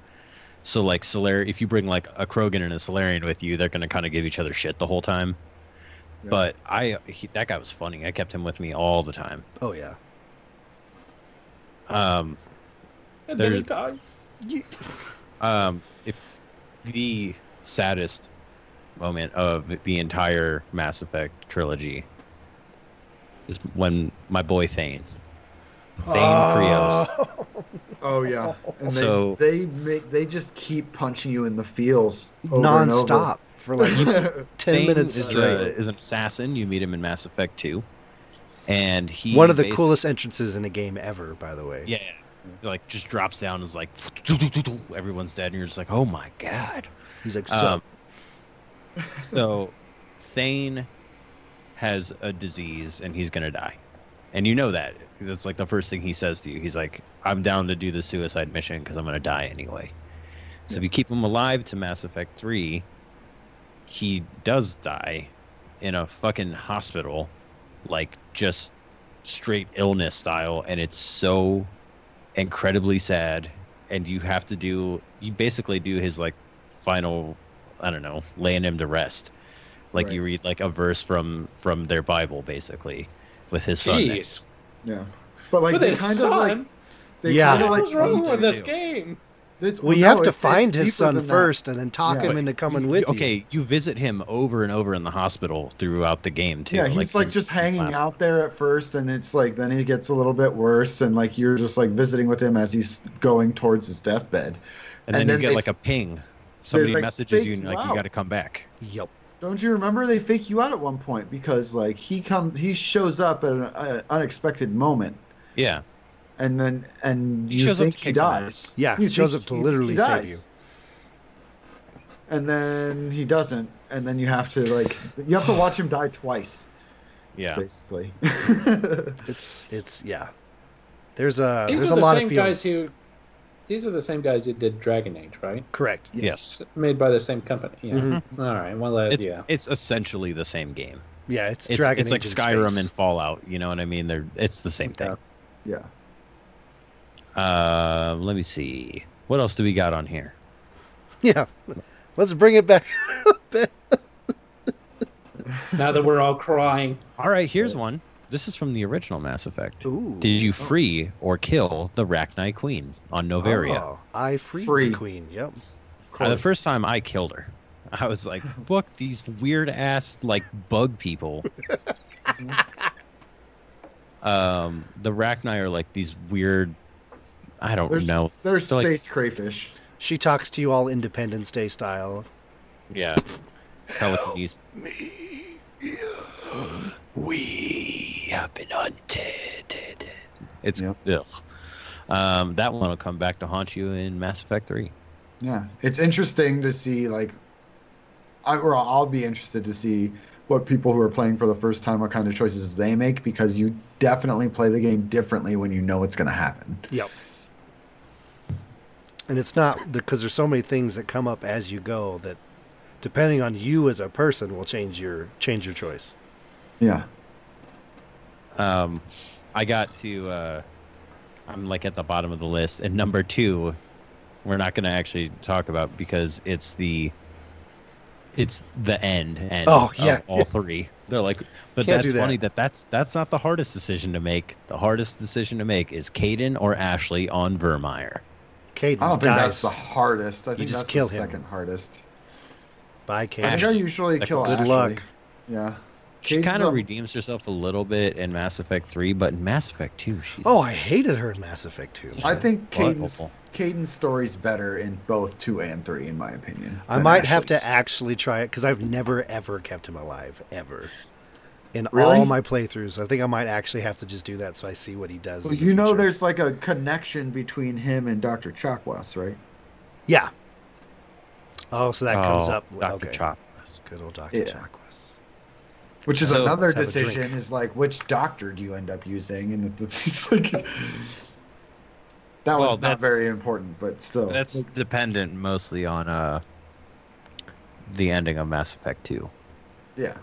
S1: so like Solar, if you bring like a Krogan and a Solarian with you, they're gonna kind of give each other shit the whole time.
S4: Yeah.
S1: But I, he, that guy was funny. I kept him with me all the time.
S2: oh yeah,
S1: Um,
S3: And
S1: There-
S3: many times.
S1: um, if the saddest moment of the entire Mass Effect trilogy is when my boy Thane, Thane
S2: Ah,
S4: uh,
S1: Krios,
S4: Oh yeah. And they,
S1: So-
S4: they make they just keep punching you in the feels over and over.
S2: nonstop for like ten
S1: Thane
S2: minutes
S1: is,
S2: straight.
S1: a- is an assassin. You meet him in Mass Effect 2. And he
S2: One of the
S1: basi-
S2: coolest entrances in a game ever, by the way.
S1: Yeah. Like just drops down and is like everyone's dead and you're just like, Oh my god.
S2: He's like, so
S1: Um, so Thane has a disease and he's gonna die, and you know that. That's like the first thing he says to you. He's like, "I'm down to do the suicide mission because I'm gonna die anyway." So if you keep him alive to Mass Effect Three, he does die in a fucking hospital, like just straight illness style, and it's so incredibly sad. And you have to do you basically do his like final I don't know, laying him to rest. Like you read like a verse from from their Bible basically with his son. next-
S3: Jeez.
S4: Yeah. But like
S3: With
S4: they
S3: his
S4: kind
S3: son?
S4: of like they
S2: Yeah.
S4: kind of like
S3: What's wrong
S1: easy
S3: with
S1: to
S3: this
S1: do.
S3: game?
S4: this-
S2: well, you
S4: no,
S2: have to
S4: it's-
S2: find
S4: it's
S2: his
S4: deeper
S2: son
S4: than that.
S2: first, and then talk
S4: Yeah.
S2: him into coming
S1: You-
S2: with you.
S1: Okay, you visit him over and over in the hospital throughout the game too.
S4: Yeah, he's like,
S1: you-
S4: just hanging
S1: last-
S4: out there at first, and it's like then he gets a little bit worse, and like you're just like visiting with him as he's going towards his deathbed.
S1: And,
S4: and
S1: then, you
S4: then they
S1: get like a
S4: f-
S1: ping. Somebody
S4: like,
S1: messages
S4: fake
S1: you and
S4: you
S1: like
S4: out.
S1: you got to come back.
S2: Yep.
S4: Don't you remember they fake you out at one point because like he come he shows up at an uh, unexpected moment,
S1: Yeah.
S4: and then and
S1: He
S4: you
S1: shows up
S4: think
S1: to
S4: he
S1: kick some
S4: dies.
S1: ass.
S2: Yeah,
S4: You
S2: he shows
S4: think
S2: up to
S4: he- he
S2: literally save
S4: dies.
S2: you.
S4: and then he doesn't, and then you have to like you have to watch him die twice,
S1: Yeah.
S4: basically.
S2: It's it's yeah. There's
S4: Uh,
S2: a
S3: These
S2: there's
S3: are
S2: a
S3: the
S2: lot
S3: same
S2: of feels.
S3: guys who. These are the same guys who did Dragon Age, right?
S2: Correct.
S1: Yes.
S3: It's made by the same company. Yeah.
S2: Mhm.
S4: Mm-hmm.
S3: All right. Well, uh,
S1: It's
S3: yeah.
S1: it's essentially the same game.
S2: Yeah, it's,
S1: It's
S2: Dragon
S1: it's like
S2: Age in
S1: Skyrim
S2: space.
S1: and Fallout, you know what I mean? They're it's the same thing.
S4: yeah.
S1: Uh, let me see. What else do we got on here?
S2: Yeah. Let's bring it back.
S3: Now that we're all crying,
S1: All right, here's one. This is from the original Mass Effect.
S2: Ooh. Oh.
S1: Did you free or kill the Rachni Queen on Novaria?
S2: Oh, I freed
S4: Free.
S2: the queen. Yep.
S4: Of
S1: Uh, the
S4: course.
S1: first time I killed her, I was like, "Fuck these weird ass like bug people." um, the Rachni are like these weird. I don't
S4: There's,
S1: know.
S4: there's
S1: They're like-
S4: space crayfish.
S2: She talks to you all Independence Day style.
S1: Yeah. Telekinesis.
S2: Me.
S1: We have been hunted. It's
S4: Yep.
S1: ugh. Um, that one will come back to haunt you in Mass Effect Three.
S4: Yeah, it's interesting to see like, I, or I'll be interested to see what people who are playing for the first time what kind of choices they make because you definitely play the game differently when you know what's going to happen.
S2: Yep. And it's not because there's so many things that come up as you go that, depending on you as a person, will change your change your choice.
S4: Yeah.
S1: um, I got to uh, I'm like at the bottom of the list, and number two, we're not going to actually talk about because it's the it's the end and
S2: Oh, yeah.
S1: all three. They're like, but
S2: Can't do
S1: that's
S2: that.
S1: funny that that's that's not the hardest decision to make. The hardest decision to make is Caden or Ashley on Vermeer.
S2: Caden
S4: I don't think
S2: dies
S4: that's the hardest. I think
S2: just
S4: that's
S2: kill
S4: the
S2: him.
S4: second hardest.
S2: by
S4: I
S2: Caden.
S4: think I usually
S1: Like,
S4: kill
S1: good
S4: Ashley.
S2: Good luck.
S4: Yeah.
S1: She
S4: Caden's
S1: kind of
S4: a-
S1: redeems herself a little bit in Mass Effect Three, but in Mass Effect Two, she's
S2: Oh, I hated her in Mass Effect 2.
S4: I think
S1: Well,
S4: Caden's,
S1: hopeful.
S4: Caden's story's better in both 2 and 3, in my opinion.
S2: I
S4: than
S2: might have to
S4: Ashley's.
S2: actually try it because I've never ever kept him alive ever. In
S4: Really?
S2: all my playthroughs, I think I might actually have to just do that so I see what he does.
S4: Well,
S2: in the
S4: you know
S2: future.
S4: there's like a connection between him and Dr. Chakwas, right?
S2: yeah. Oh, so that comes
S1: Oh,
S2: up.
S1: Dr.
S2: okay.
S1: Chakras.
S2: Good old Doctor
S4: Yeah.
S2: Chakwas.
S4: Which is
S2: So,
S4: another
S2: let's have a drink.
S4: decision is like which doctor do you end up using? And it- it's like that
S1: Well,
S4: one's
S1: that's-
S4: not very important, but still.
S1: That's dependent mostly on uh the ending of Mass Effect Two.
S4: yeah.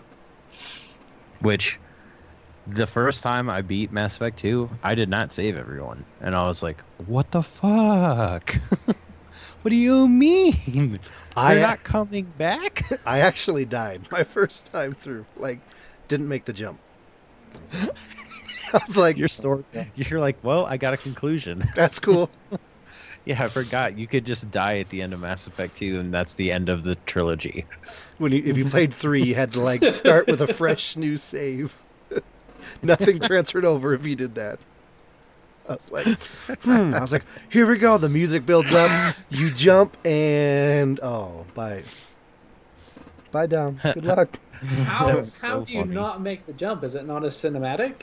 S1: which the first time I beat Mass Effect 2, I did not save everyone. And I was like, what the fuck? what do you mean?
S2: I
S1: They're not coming back?
S2: I actually died my first time through. Like, didn't make the jump. I was like,
S1: Your story, you're like, well, I got a conclusion.
S2: that's cool.
S1: yeah, I forgot. You could just die at the end of Mass Effect 2, and that's the end of the trilogy.
S2: When you, if you played three, you had to like start with a fresh new save. Nothing transferred over if you did that. I was like, hmm. I was like, here we go. The music builds up. You jump and oh, bye, bye, Dom. Good luck.
S3: How, how
S1: That's so
S3: do you
S1: funny.
S3: not make the jump? Is it not a cinematic?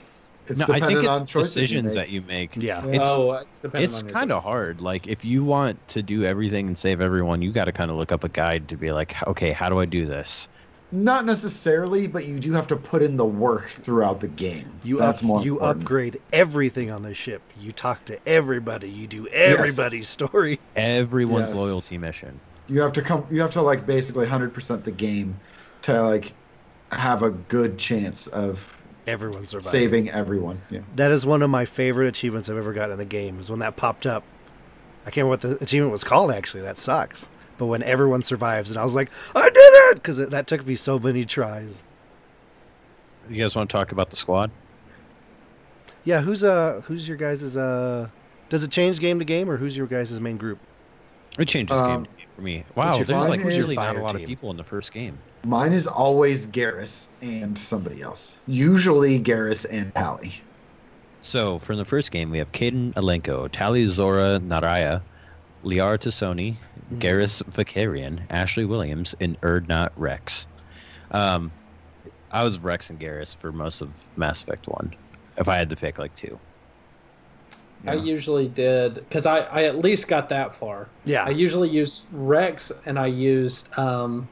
S4: It's
S1: no, I
S4: dependent
S1: think
S4: on
S1: it's
S4: choices
S1: decisions
S4: you
S1: that
S4: make.
S1: you make.
S2: Yeah,
S1: It's-
S3: oh, it's dependent
S1: It's
S3: on your
S1: kind of hard. Like, if you want to do everything and save everyone, you got to kind of look up a guide to be like, okay, how do I do this?
S4: Not necessarily, but you do have to put in the work throughout the game.
S2: you
S4: That's
S2: up,
S4: more
S2: you
S4: important.
S2: upgrade everything on the ship. You talk to everybody. You do everybody's story.
S1: everyone's
S4: Yes.
S1: loyalty mission.
S4: you have to come you have to like basically 100% the game to like have a good chance of
S2: Everyone survived.
S4: saving everyone yeah
S2: That is one of my favorite achievements I've ever gotten in the game. Is when that popped up. I can't remember what the achievement was called. Actually, that sucks. But when everyone survives, and I was like, I did it, because that took me so many tries.
S1: You guys want to talk about the squad?
S2: Yeah, who's uh, who's your guys' uh, does it change game to game, or who's your guys' main group?
S1: It changes
S4: Um,
S1: game to game for me. Wow,
S2: what's your
S1: there's
S4: fire-
S1: like
S4: what's your
S1: really not a
S2: fire
S1: lot
S2: team?
S1: of people in the first game.
S4: mine is always garrus and somebody else usually garrus and Pally.
S1: So from the first game, we have Caden Alenko, Tali Zora Naraya, Liara Tassoni,
S2: Mhm.
S1: Garrus Vicarian, Ashley Williams, and Erdnot Rex. Um, I was Rex and Garrus for most of Mass Effect One. If I had to pick like two,
S3: I usually did because I, I at least got that far. I
S2: Yeah,
S3: usually used Rex and I used um,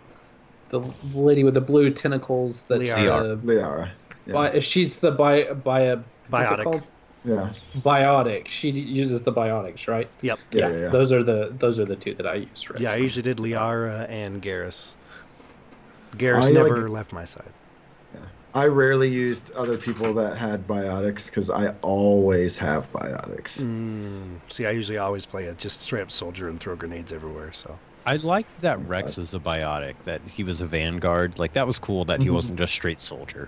S3: the lady with the blue tentacles. That's
S2: Liara.
S3: the,
S4: liara yeah.
S3: bi- she's the bi, bio, what's it
S2: Biotic.
S3: called?
S4: yeah
S3: Biotic. She uses the biotics, right?
S2: yep,
S4: yeah, yeah, yeah.
S3: Those are the those are the two that I used. Rex.
S2: yeah. I
S3: on.
S2: usually did Liara and Garrus. Garrus
S4: I like-
S2: never left my side.
S4: I rarely used other people that had biotics because I always have biotics.
S2: Mm, see, I usually always play a just straight up soldier and throw grenades everywhere. So
S1: I liked that Rex was a biotic, that he was a vanguard. Like that was cool that he
S2: Mm-hmm.
S4: Mhm.
S1: wasn't just straight soldier.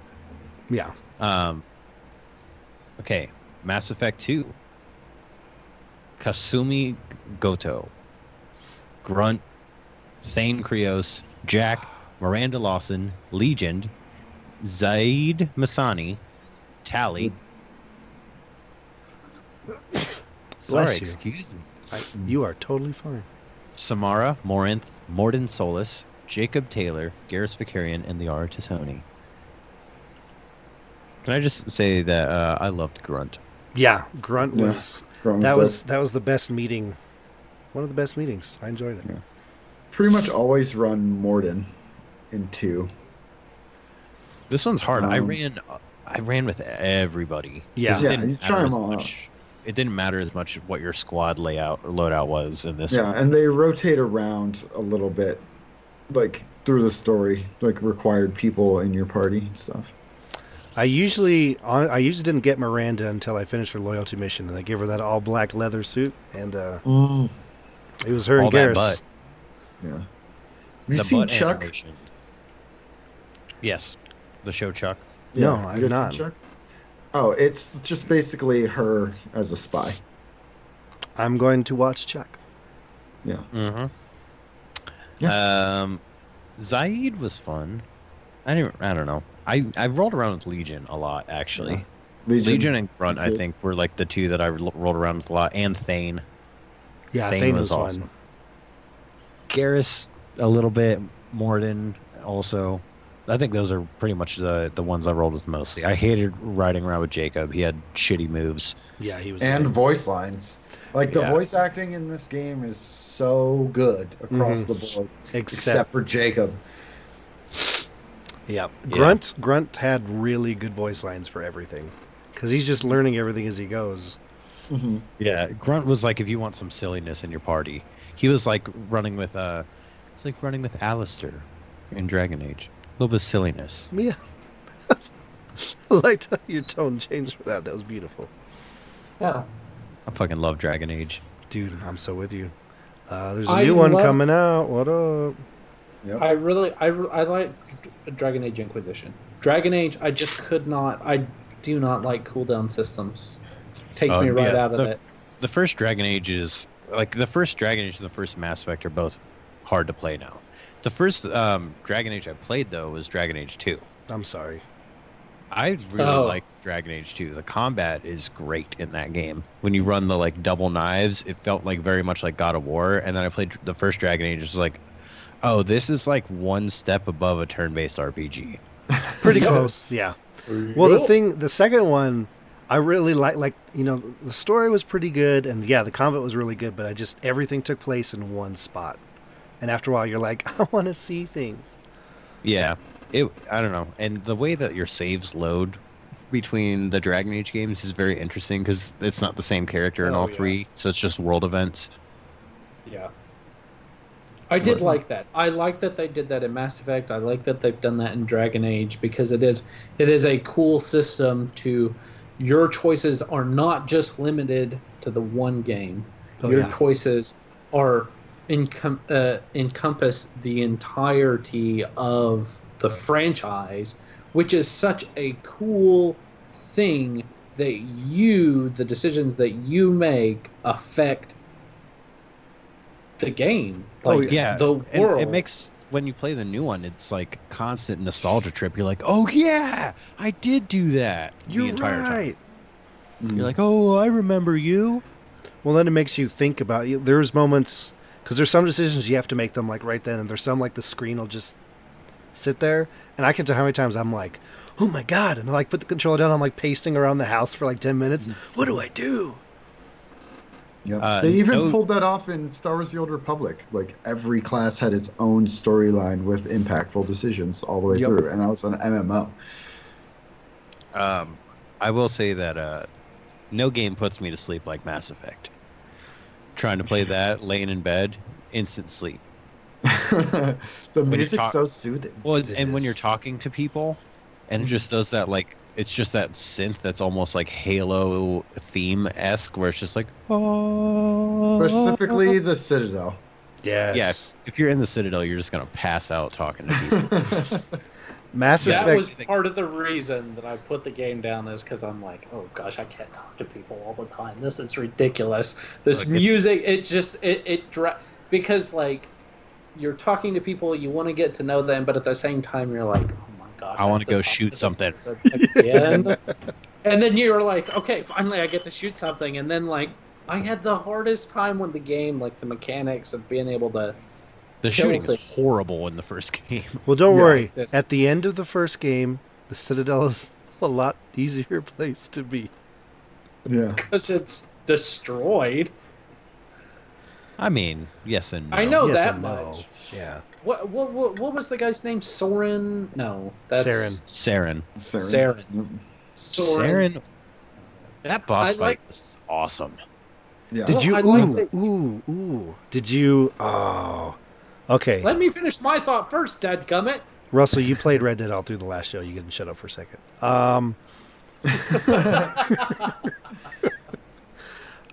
S2: yeah,
S1: Um, okay, Mass Effect 2. Kasumi Goto, Grunt, Thane Krios, Jack, Miranda Lawson, Legend, Zaid Masani, Tally. Sorry,
S2: Bless you.
S1: excuse me.
S2: I, you are totally fine.
S1: Samara, Morinth, Morden Solis, Jacob Taylor, Garrus Vicarian, and Liara Tassoni. Can I just say that uh, I loved Grunt?
S2: Yeah, Grunt
S4: Yeah.
S2: was
S4: From
S2: that
S4: the-
S2: was that was the best meeting one of the best meetings i enjoyed it
S4: pretty much always run Morden in two.
S1: This one's hard. I
S4: Um,
S1: ran, I ran with everybody.
S2: Yeah.
S1: 'Cause
S4: Yeah,
S1: didn't
S4: you try
S1: matter
S4: 'em
S1: as
S4: all out.
S1: much- It didn't matter as much what your squad layout or loadout was in this.
S4: Yeah,
S1: one.
S4: and they rotate around a little bit, like through the story, like required people in your party and stuff.
S2: i usually on i usually didn't get miranda until i finished her loyalty mission and i gave her that all black leather suit and uh it was her
S1: All
S2: and
S1: that
S2: Garrus.
S1: butt.
S4: Yeah. Have you
S1: The
S4: seen
S1: butt
S4: Chuck?
S1: animation. Yes. The show Chuck.
S2: No,
S4: Yeah,
S2: I have
S4: you guys
S2: not.
S4: check? Oh, it's just basically her as a spy.
S2: I'm going to watch Chuck.
S1: Mm-hmm. Um, Zaid was fun. I didn't. I don't know. I I've rolled around with Legion a lot actually.
S4: Yeah.
S1: Legion, and Grunt, I
S4: too.
S1: think, were like the two that I ro- rolled around with a lot, and Thane.
S2: Yeah,
S1: Thane
S2: Thane, was,
S1: was awesome.
S2: fun.
S1: Garrus a little bit, Morden also. I think those are pretty much the the ones I rolled with mostly. I hated riding around with Jacob. He had shitty moves.
S2: Yeah, he was.
S4: and
S2: lame.
S4: voice lines. Like the
S1: Yeah.
S4: voice acting in this game is so good across
S2: Mhm.
S4: the board, except,
S2: except,
S4: for Jacob.
S2: yeah,
S1: Yeah.
S2: Grunt. Grunt had really good voice lines for everything, because he's just learning everything as he goes.
S1: Yeah, Grunt was like, if you want some silliness in your party, he was like running with uh, it's like running with Alistair in Dragon Age. A little bit of silliness.
S2: Yeah. I liked how your tone changed for that. That was beautiful.
S3: Yeah.
S1: I fucking love Dragon Age.
S2: Dude, I'm so with you. Uh, there's a
S3: I
S2: new one
S3: love-
S2: coming out. What up?
S3: I really, I, re- I like D- Dragon Age Inquisition. Dragon Age, I just could not. I do not like cooldown systems. Takes
S2: Uh,
S1: Oh,
S3: me right
S1: yeah,
S3: out of
S1: the-
S3: it.
S1: The first Dragon Age is like the first Dragon Age and the first Mass Effect are both hard to play now. The first um, Dragon Age I played though was Dragon Age Two.
S2: I'm sorry.
S1: I really
S3: Oh.
S1: like Dragon Age 2. The combat is great in that game. When you run the like double knives, it felt like very much like God of War. And then I played the first Dragon Age, it was like, oh, this is like one step above a turn-based RPG.
S2: Pretty close. Yeah. Well, the thing, the second one, I really like. Like you know, the story was pretty good, and yeah, the combat was really good. But I just everything took place in one spot, and after a while, you're like, I want to see things.
S1: Yeah, it. I don't know. And the way that your saves load between the Dragon Age games is very interesting because it's not the same character in
S5: Oh,
S1: all
S5: yeah.
S1: three, so it's just world events.
S5: Yeah.
S3: I did
S1: Right.
S3: like that. I like that they did that in Mass Effect. I like that they've done that in Dragon Age because it is it is a cool system to your choices are not just limited to the one game.
S2: Oh,
S3: your
S2: yeah.
S3: choices are encom- uh, encompass the entirety of the franchise, which is such a cool thing that you the decisions that you make affect the game.
S1: Oh,
S3: Like
S1: yeah.
S3: the
S1: And
S3: world.
S1: it makes when you play the new one, it's like constant nostalgia trip. You're like, oh yeah, I did do that
S2: You're
S1: the entire time.
S2: right.
S4: Mm-hmm.
S1: You're like, oh, I remember you.
S2: Well, then it makes you think about. You, there's moments because there's some decisions you have to make them like right then, and there's some like the screen will just sit there, and I can tell how many times I'm like, oh my god, and I like put the controller down. I'm like pacing around the house for like ten minutes.
S1: Mm.
S2: What do I do?
S4: Yep.
S1: Uh,
S4: they even
S1: no-
S4: pulled that off in Star Wars: The Old Republic. Like every class had its own storyline with impactful decisions all the way
S2: Yep.
S4: through, and that was an MMO.
S1: Um, I will say that uh, no game puts me to sleep like Mass Effect. Trying to play that, laying in bed, instant sleep.
S4: the
S1: you
S4: music's
S1: talk-
S4: so soothing.
S1: Well,
S2: It
S1: and when
S2: is.
S1: you're talking to people, and it just does that like it's just that synth that's almost like Halo theme esque, where it's just like oh.
S4: Specifically, the Citadel.
S2: Yes.
S1: Yes. If you're in the Citadel, you're just gonna pass out talking to people.
S2: Mass
S3: that
S2: Effect.
S3: was part of the reason that I put the game down is because I'm like, oh gosh, I can't talk to people all the time. This is ridiculous. This
S1: Like, it's-
S3: music, it just it it dra- because like you're talking to people, you want to get to know them, but at the same time, you're like, oh my gosh,
S1: I wanna
S3: have
S1: go
S3: talk
S1: shoot
S3: this
S1: something.
S3: person again. and then you're like, okay, finally, I get to shoot something, and then like. I had the hardest time with the game, like the mechanics of being able to.
S1: The shooting is
S3: Totally.
S1: horrible in the first game.
S2: well, don't
S4: Yeah.
S2: worry.
S3: This-
S2: At the end of the first game, the Citadel is a lot easier place to be.
S4: Yeah.
S3: Because it's destroyed.
S1: I mean, yes and no.
S3: I know
S2: yes
S3: Oh, that
S2: and no.
S3: much.
S2: Yeah.
S3: What, what what what was the guy's name? Soren? No, that's
S2: Saren.
S1: Saren.
S4: Saren. Mm-hmm.
S3: Saren.
S4: Yep.
S3: Soren.
S1: Saren. That boss
S3: I
S1: fight
S3: like-
S1: was awesome.
S4: Yeah.
S2: Did
S3: Well,
S2: you?
S3: I'd
S2: Ooh,
S3: like to-
S2: ooh, ooh. Did you? Oh. Okay.
S3: Let me finish my thought first, dadgummit.
S2: Russell, you played Red Dead all through the last show. You couldn't shut up for a second. Um,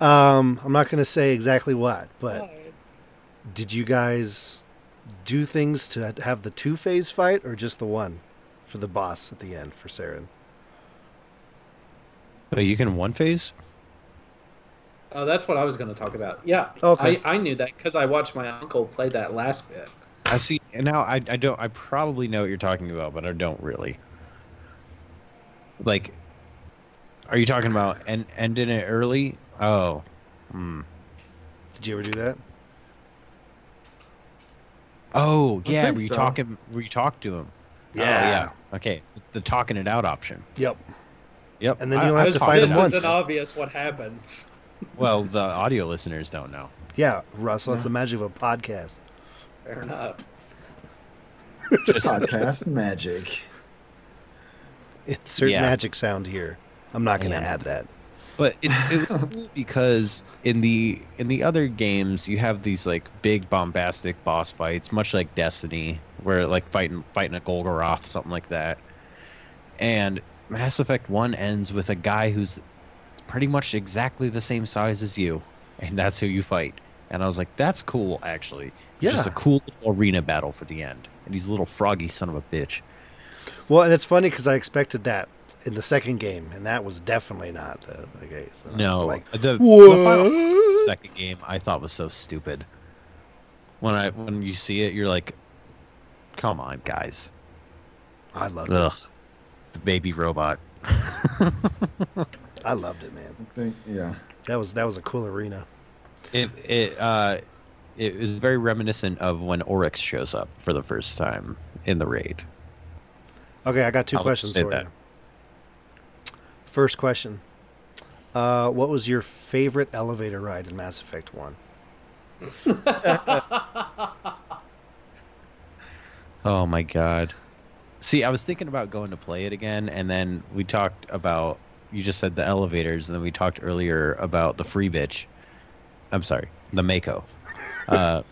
S2: um, I'm not going to say exactly what, but did you guys do things to have the two phase fight or just the one? for the boss at the end for Saren.
S1: But you can one phase.
S3: Oh, that's what I was going to talk about. Yeah.
S2: Okay.
S3: I, I knew that because I watched my uncle play that last bit.
S1: I see. And now I, I don't. I probably know what you're talking about, but I don't really. Like, are you talking about and ending it early? Oh, hmm.
S2: Did you ever do that?
S1: Oh
S4: I
S1: yeah.
S4: think
S1: Were you
S4: so.
S1: talking? Were you talk to him? Oh, yeah. Okay. The talking it out option.
S2: Yep.
S1: Yep.
S2: And then
S1: I-
S2: you don't
S1: I
S2: have
S1: was
S2: to
S1: talking
S2: fight him
S3: This
S1: about-
S2: once.
S3: isn't obvious what happens.
S1: Well, the audio listeners don't know.
S2: Yeah, Russell, that's the magic of a podcast.
S3: Fair enough.
S1: Just
S4: Podcast magic.
S2: Insert
S1: Yeah.
S2: magic sound here. I'm not going to
S1: Yeah.
S2: add that.
S1: but it's it was cool because in the in the other games you have these like big bombastic boss fights, much like Destiny, where like fighting fighting a Golgoroth, something like that. And Mass Effect One ends with a guy who's pretty much exactly the same size as you, and that's who you fight. And I was like, that's cool, actually. It's just
S2: Yeah.
S1: a cool little arena battle for the end. And he's a little froggy son of a bitch.
S2: Well, and it's funny because I expected that in the second game, and that was definitely not the, the case. And I was
S1: No,
S2: like,
S1: the, the final
S2: what?
S1: second game I thought was so stupid. When I when you see it, you're like, "Come on, guys!"
S2: I loved it.
S1: Ugh, the baby robot.
S2: I loved it, man.
S4: I think, yeah.
S2: That was that was a cool arena.
S1: It it uh, it is very reminiscent of when Oryx shows up for the first time in the raid.
S2: Okay, I got 2
S1: I'll
S2: questions
S1: say
S2: for
S1: that.
S2: you. First question: uh, What was your favorite elevator ride in Mass Effect One?
S1: Oh my god! See, I was thinking about going to play it again, and then we talked about you just said the elevators, and then we talked earlier about the free bitch. I'm sorry, the Mako. Uh,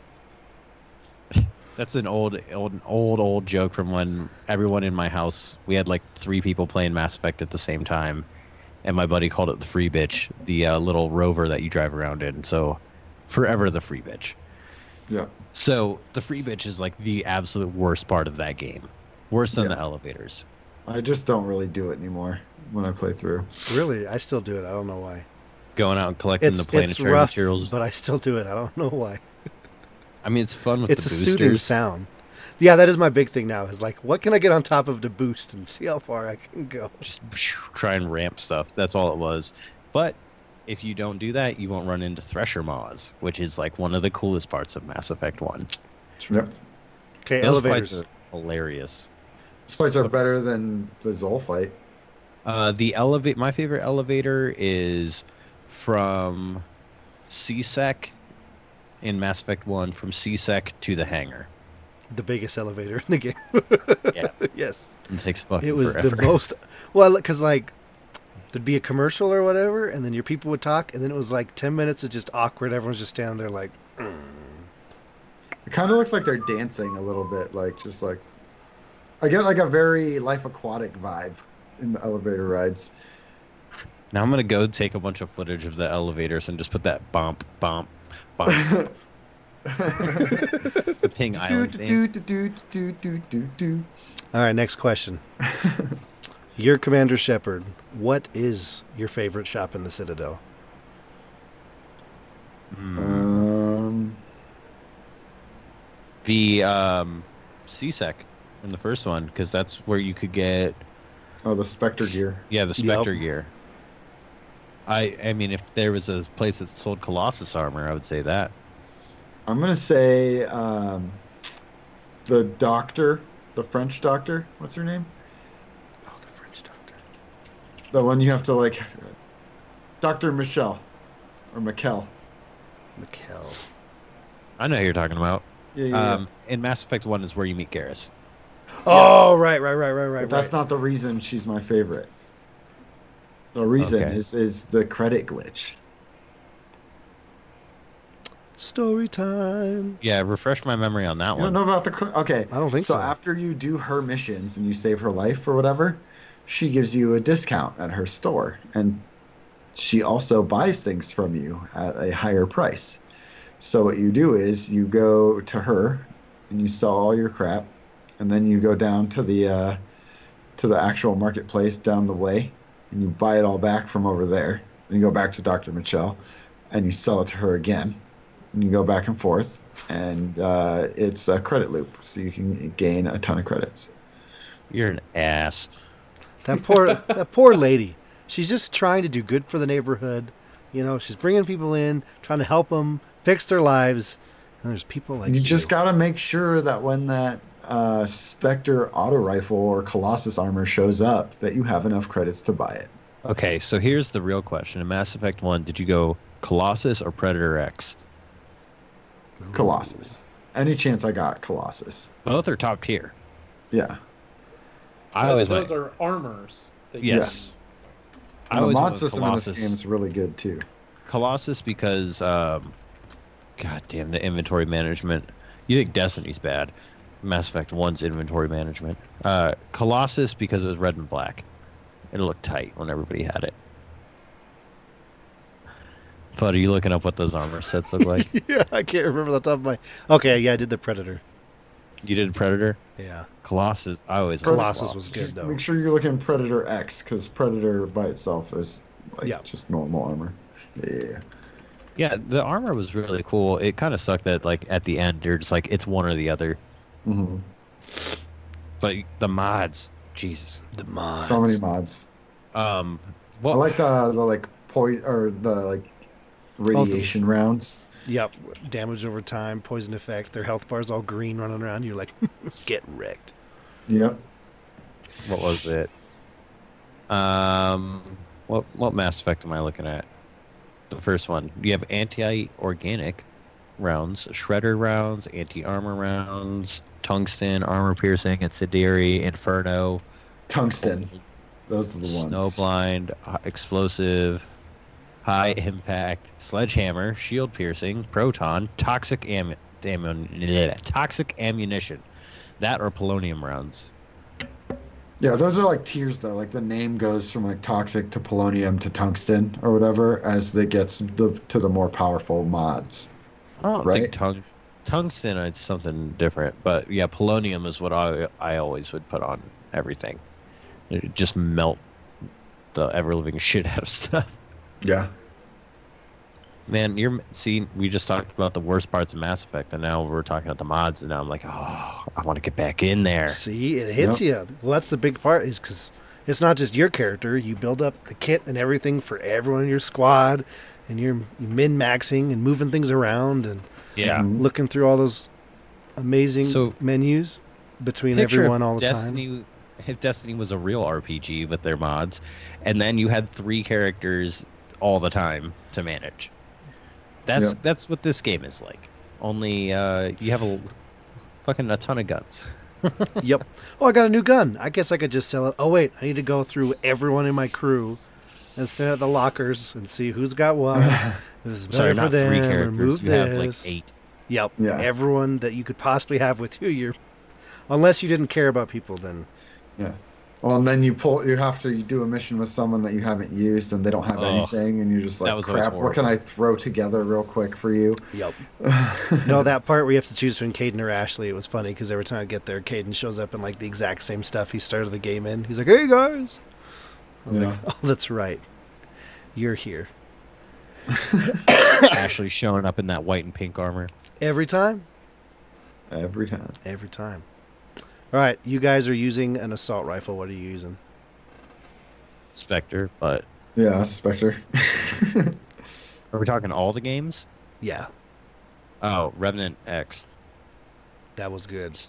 S1: that's an old, old, old, old joke from when everyone in my house we had like three people playing Mass Effect at the same time, and my buddy called it the free bitch, the uh, little rover that you drive around in. So, forever the free bitch.
S4: Yeah.
S1: So the free bitch is like the absolute worst part of that game, worse than the elevators.
S4: I just don't really do it anymore when I play through.
S2: Really, I still do it. I don't know why.
S1: Going out and collecting
S2: It's
S1: the
S2: it's
S1: planetary
S2: rough,
S1: materials.
S2: but I still do it. I don't know why.
S1: I mean, it's fun with
S2: it's
S1: the
S2: a
S1: boosters.
S2: soothing sound. Yeah, that is my big thing now. Is like, what can I get on top of to boost and see how far I can go?
S1: Just try and ramp stuff. That's all it was. But if you don't do that, you won't run into Thresher Maws, which is like one of the coolest parts of Mass Effect One.
S4: Yep.
S2: Okay,
S1: Those
S2: elevators.
S1: fights are hilarious.
S4: These fights are better than the Zol fight.
S1: Uh, the elevate. My favorite elevator is from CSEC in Mass Effect One, from CSEC to the hangar.
S2: The biggest elevator in the game.
S1: Yeah.
S2: yes,
S1: It takes fucking
S2: it was
S1: forever.
S2: the most. Well, because like there'd be a commercial or whatever, and then your people would talk, and then it was like ten minutes of just awkward. Everyone's just standing there like,
S4: It kind of looks like they're dancing a little bit, like just like. I get like a very Life Aquatic vibe in the elevator rides.
S1: Now I'm gonna go take a bunch of footage of the elevators and just put that bump, bump, bump, the ping
S4: do,
S1: island thing.
S4: do, do, do, do, do, do, do.
S2: "All right, next question." Your Commander Shepard, what is your favorite shop in the Citadel?
S1: Mm.
S4: Um,
S1: The um, CSEC in the first one, because that's where you could get
S4: oh, the Spectre gear.
S1: yeah the
S2: Yep.
S1: Spectre gear. I I mean, if there was a place that sold Colossus armor, I would say that.
S4: I'm gonna say um, the doctor, the French doctor. What's her name?
S2: Oh, the French doctor.
S4: The one you have to like, Doctor Michelle, or Mikkel.
S2: Mikkel.
S1: I know who you're talking about.
S4: Yeah, yeah. yeah.
S1: Um, in Mass Effect One is where you meet Garrus.
S2: Oh, right, right, right, right, right.
S4: but that's not the reason she's my favorite. The reason
S1: Okay.
S4: is is the credit glitch.
S2: Story time.
S1: Yeah, refresh my memory on that
S4: You
S1: one.
S4: don't know about the cre- okay.
S2: I don't think so.
S4: after you do her missions and you save her life or whatever, she gives you a discount at her store, and she also buys things from you at a higher price. So what you do is you go to her, and you sell all your crap, and then you go down to the uh, to the actual marketplace down the way, and you buy it all back from over there. Then you go back to Dr. Michelle, and you sell it to her again. And you go back and forth, and uh, it's a credit loop, so you can gain a ton of credits.
S1: You're an ass.
S2: That poor that poor lady. She's just trying to do good for the neighborhood. You know, she's bringing people in, trying to help them fix their lives. And there's people like
S4: you just got to make sure that when that uh, Spectre auto rifle or Colossus armor shows up, that you have enough credits to buy it.
S1: Okay, so here's the real question: In Mass Effect One, did you go Colossus or Predator X?
S4: Colossus. Any chance I got Colossus?
S1: Both are top tier.
S4: Yeah.
S1: I always
S3: those
S1: went.
S3: are armors. that you-
S1: yes. I
S4: And the
S1: always
S4: mod
S1: went with
S4: system in
S1: Colossus.
S4: this game is really good too.
S1: Colossus because, um, god damn, the inventory management. You think Destiny's bad? Mass Effect One's inventory management. Uh, Colossus because it was red and black. It looked tight when everybody had it. Fud, are you looking up what those armor sets look like?
S2: yeah, I can't remember the top of my. Okay, yeah, I did the Predator.
S1: you did Predator,
S2: Yeah,
S1: Colossus. I always went
S2: Colossus was good
S4: Just
S2: though.
S4: Make sure you're looking Predator X because Predator by itself is like
S2: Yeah.
S4: just normal armor. Yeah.
S1: Yeah, the armor was really cool. It kind of sucked that like at the end you're just like it's one or the other.
S4: hmm
S1: But the mods, Jesus.
S2: The mods.
S4: So many mods.
S1: Um,
S4: I
S1: what
S4: like the the like poi or the like radiation rounds.
S2: Yep, damage over time, poison effect. Their health bar's all green, running around. You're like, get wrecked.
S4: Yep.
S1: what was it? Um, what what Mass Effect am I looking at? The first one. You have anti-organic rounds, shredder rounds, anti-armor rounds, tungsten, armor piercing, incendiary, inferno,
S4: Tungsten. Those are the ones.
S1: Snowblind, h- explosive, high impact, sledgehammer, shield piercing, proton, toxic am- ammun- bleh, toxic ammunition. That or polonium rounds.
S4: Yeah, those are like tiers though. Like the name goes from like toxic to polonium to tungsten or whatever as it gets the, to the more powerful mods.
S1: I don't
S4: Right.
S1: think tung- tungsten is something different, but yeah, polonium is what I I always would put on everything. It'd just melt the ever living shit out of stuff.
S4: Yeah.
S1: Man, you're see, we just talked about the worst parts of Mass Effect, and now we're talking about the mods, and now I'm like, oh, I want to get back in there.
S2: See, it hits you. Well, that's the big part is because it's not just your character. You build up the kit and everything for everyone in your squad, and you're min maxing and moving things around and
S1: Yeah.
S4: Mhm.
S2: looking through all those amazing
S1: So-
S2: menus between
S1: Picture
S2: everyone
S1: if
S2: all the
S1: Destiny,
S2: time.
S1: If Destiny was a real RPG with their mods, and then you had three characters all the time to manage. That's
S4: Yeah.
S1: that's what this game is like. Only uh, you have a fucking a ton of guns.
S2: yep. Oh, I got a new gun. I guess I could just sell it. Oh wait, I need to go through everyone in my crew and send out the lockers and see who's got what. this is better
S1: Sorry,
S2: for
S1: not
S2: them.
S1: three characters.
S2: Remove
S1: You
S2: this.
S1: have like eight.
S2: Yep.
S4: Yeah.
S2: Everyone that you could possibly have with you, you're unless you didn't care about people then.
S4: Well, and then you pull. You have to you do a mission with someone that you haven't used, and they don't have
S1: Ugh.
S4: anything, and you're just
S1: That
S4: like,
S1: was always
S4: "Crap! What can I throw together real quick for you?"
S2: Yep. no, that part where you have to choose between Caden or Ashley, it was funny because every time I get there, Caden shows up in like the exact same stuff he started the game in. He's like, "Hey guys," I was like,
S4: Yeah.
S2: "Oh, that's right, you're here."
S1: Ashley showing up in that white and pink armor.
S2: Every time,
S4: Every time.
S2: every time. All right, you guys are using an assault rifle. What are you using?
S1: Spectre, but
S4: Yeah, Spectre.
S1: are we talking all the games?
S2: Yeah,
S1: Oh, Revenant X.
S2: that was good.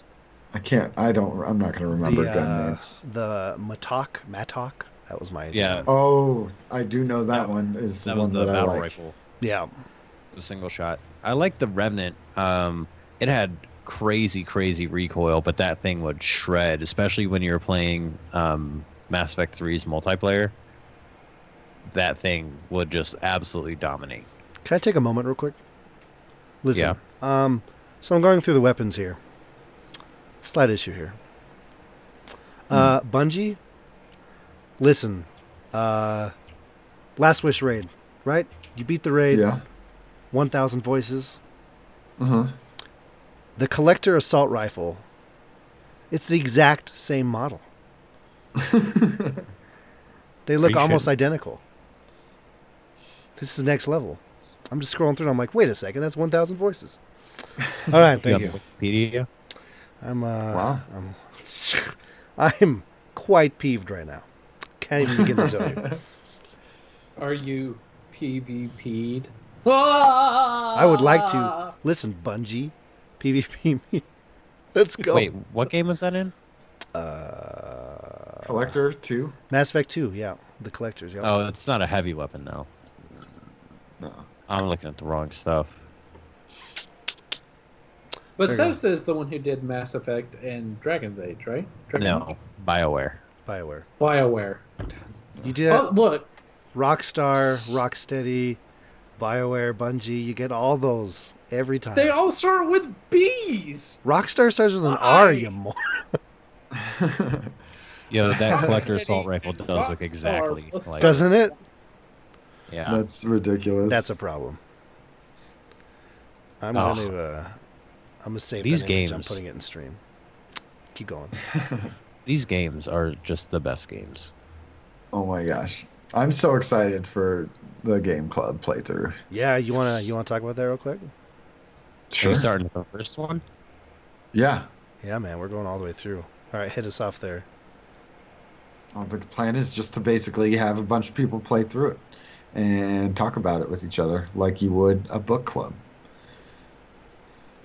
S4: I can't. I don't. I'm not gonna remember
S2: the,
S4: gun
S2: uh,
S4: names.
S2: The Matok, Matok. That was my
S1: Yeah.
S4: Oh, I do know that
S1: that-
S4: one is
S1: That
S4: one
S1: was the
S4: that
S1: battle
S4: I like.
S1: rifle.
S2: yeah.
S1: a single shot. I like the Remnant. Um, it had crazy, crazy recoil, but that thing would shred, especially when you were playing um, Mass Effect 3's multiplayer. That thing would just absolutely dominate.
S2: Can I take a moment real quick?
S1: Yeah.
S2: Listen, um, so I'm going through the weapons here. Slight issue here. Uh, Bungie, listen, uh, Last Wish raid, right? You beat the raid,
S4: Yeah.
S2: 1,000 voices.
S4: Uh huh.
S2: The Collector Assault Rifle, it's the exact same model. They look
S1: you
S2: almost
S1: shouldn't.
S2: identical. This is next level. I'm just scrolling through and I'm like, wait a second, that's 1,000 voices. All right, thank you.
S1: got Wikipedia.
S2: I'm uh,
S4: Wow.
S2: I'm, I'm quite peeved right now. Can't even begin to tell you.
S3: Are you PvP'd? I
S2: I would like to listen, Bungie, PvP me. Let's go.
S1: Wait, what game was that in?
S2: Uh,
S4: Collector two.
S2: Mass Effect 2, yeah, the collectors. Yeah.
S1: Oh, it's not a heavy weapon though.
S4: No.
S1: I'm looking at the wrong stuff.
S2: There you
S3: But
S2: go.
S3: Bethesda is the one who did Mass Effect and Dragon's Age, right? Dragon
S1: No, Bioware.
S2: Bioware.
S3: BioWare.
S2: You do that,
S3: Oh, look,
S2: Rockstar, Rocksteady, Bioware, Bungie. You get all those every time.
S3: they all start with B's.
S2: Rockstar starts with an R, you more.
S1: Yo, that collector
S3: Rocksteady
S1: assault rifle
S3: and
S1: does look
S3: Rockstar
S1: exactly
S3: was-
S1: like.
S2: Doesn't it?
S1: Yeah.
S4: That's ridiculous.
S2: That's a problem. I'm
S1: Oh.
S2: gonna uh, I'm gonna save
S1: These
S2: that image. I'm
S1: games.
S2: putting it in stream. Keep going.
S1: These games are just the best games.
S4: oh my gosh. I'm so excited for the game club playthrough.
S2: Yeah, you wanna you wanna talk about that real quick?
S1: Are we starting with the first one?
S4: Yeah.
S2: Yeah, man, we're going all the way through. All right, hit us off there.
S4: Well, Uh, the plan is just to basically have a bunch of people play through it and talk about it with each other like you would a book club.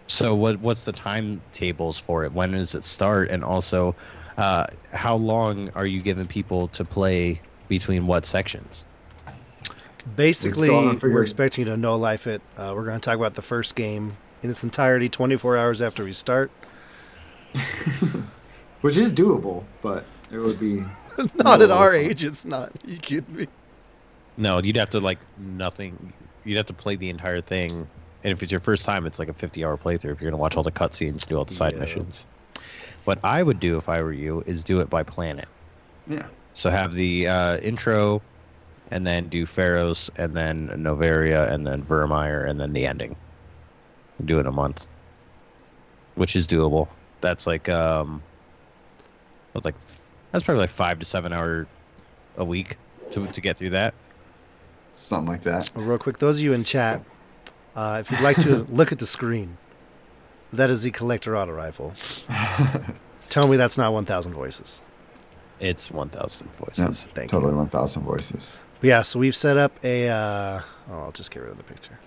S1: So what what's the timetables for it? When does it start? And also, uh, how long are you giving people to play between what sections?
S2: Basically,
S4: haven't figured-
S2: we're expecting you to no life it. Uh, we're gonna talk about the first game in its entirety, 24 hours after we start.
S4: Which is doable, but it would be
S2: not
S4: No
S2: at our
S4: life it.
S2: age, it's not. you kidding me?
S1: No, you'd have to like nothing. You'd have to play the entire thing. And if it's your first time, it's like a 50 hour playthrough if you're going to watch all the cutscenes, do all the side
S2: Yeah.
S1: missions. What I would do if I were you is do it by planet.
S4: Yeah.
S1: So have the uh, intro, and then do Pharos, and then Novaria, and then Vermeer, and then the ending. Do it in a month, which is doable. That's like um, that's like that's probably like five to seven hour a week to to get through that.
S4: something like that.
S2: Well, real quick, those of you in chat, uh, if you'd like to look at the screen, that is the collector auto rifle. Tell me that's not 1,000 voices.
S1: It's one thousand
S4: Yeah,
S1: voices.
S2: Thank you.
S4: totally 1,000 voices.
S2: But yeah, so we've set up a. Uh, oh, I'll just get rid of the picture.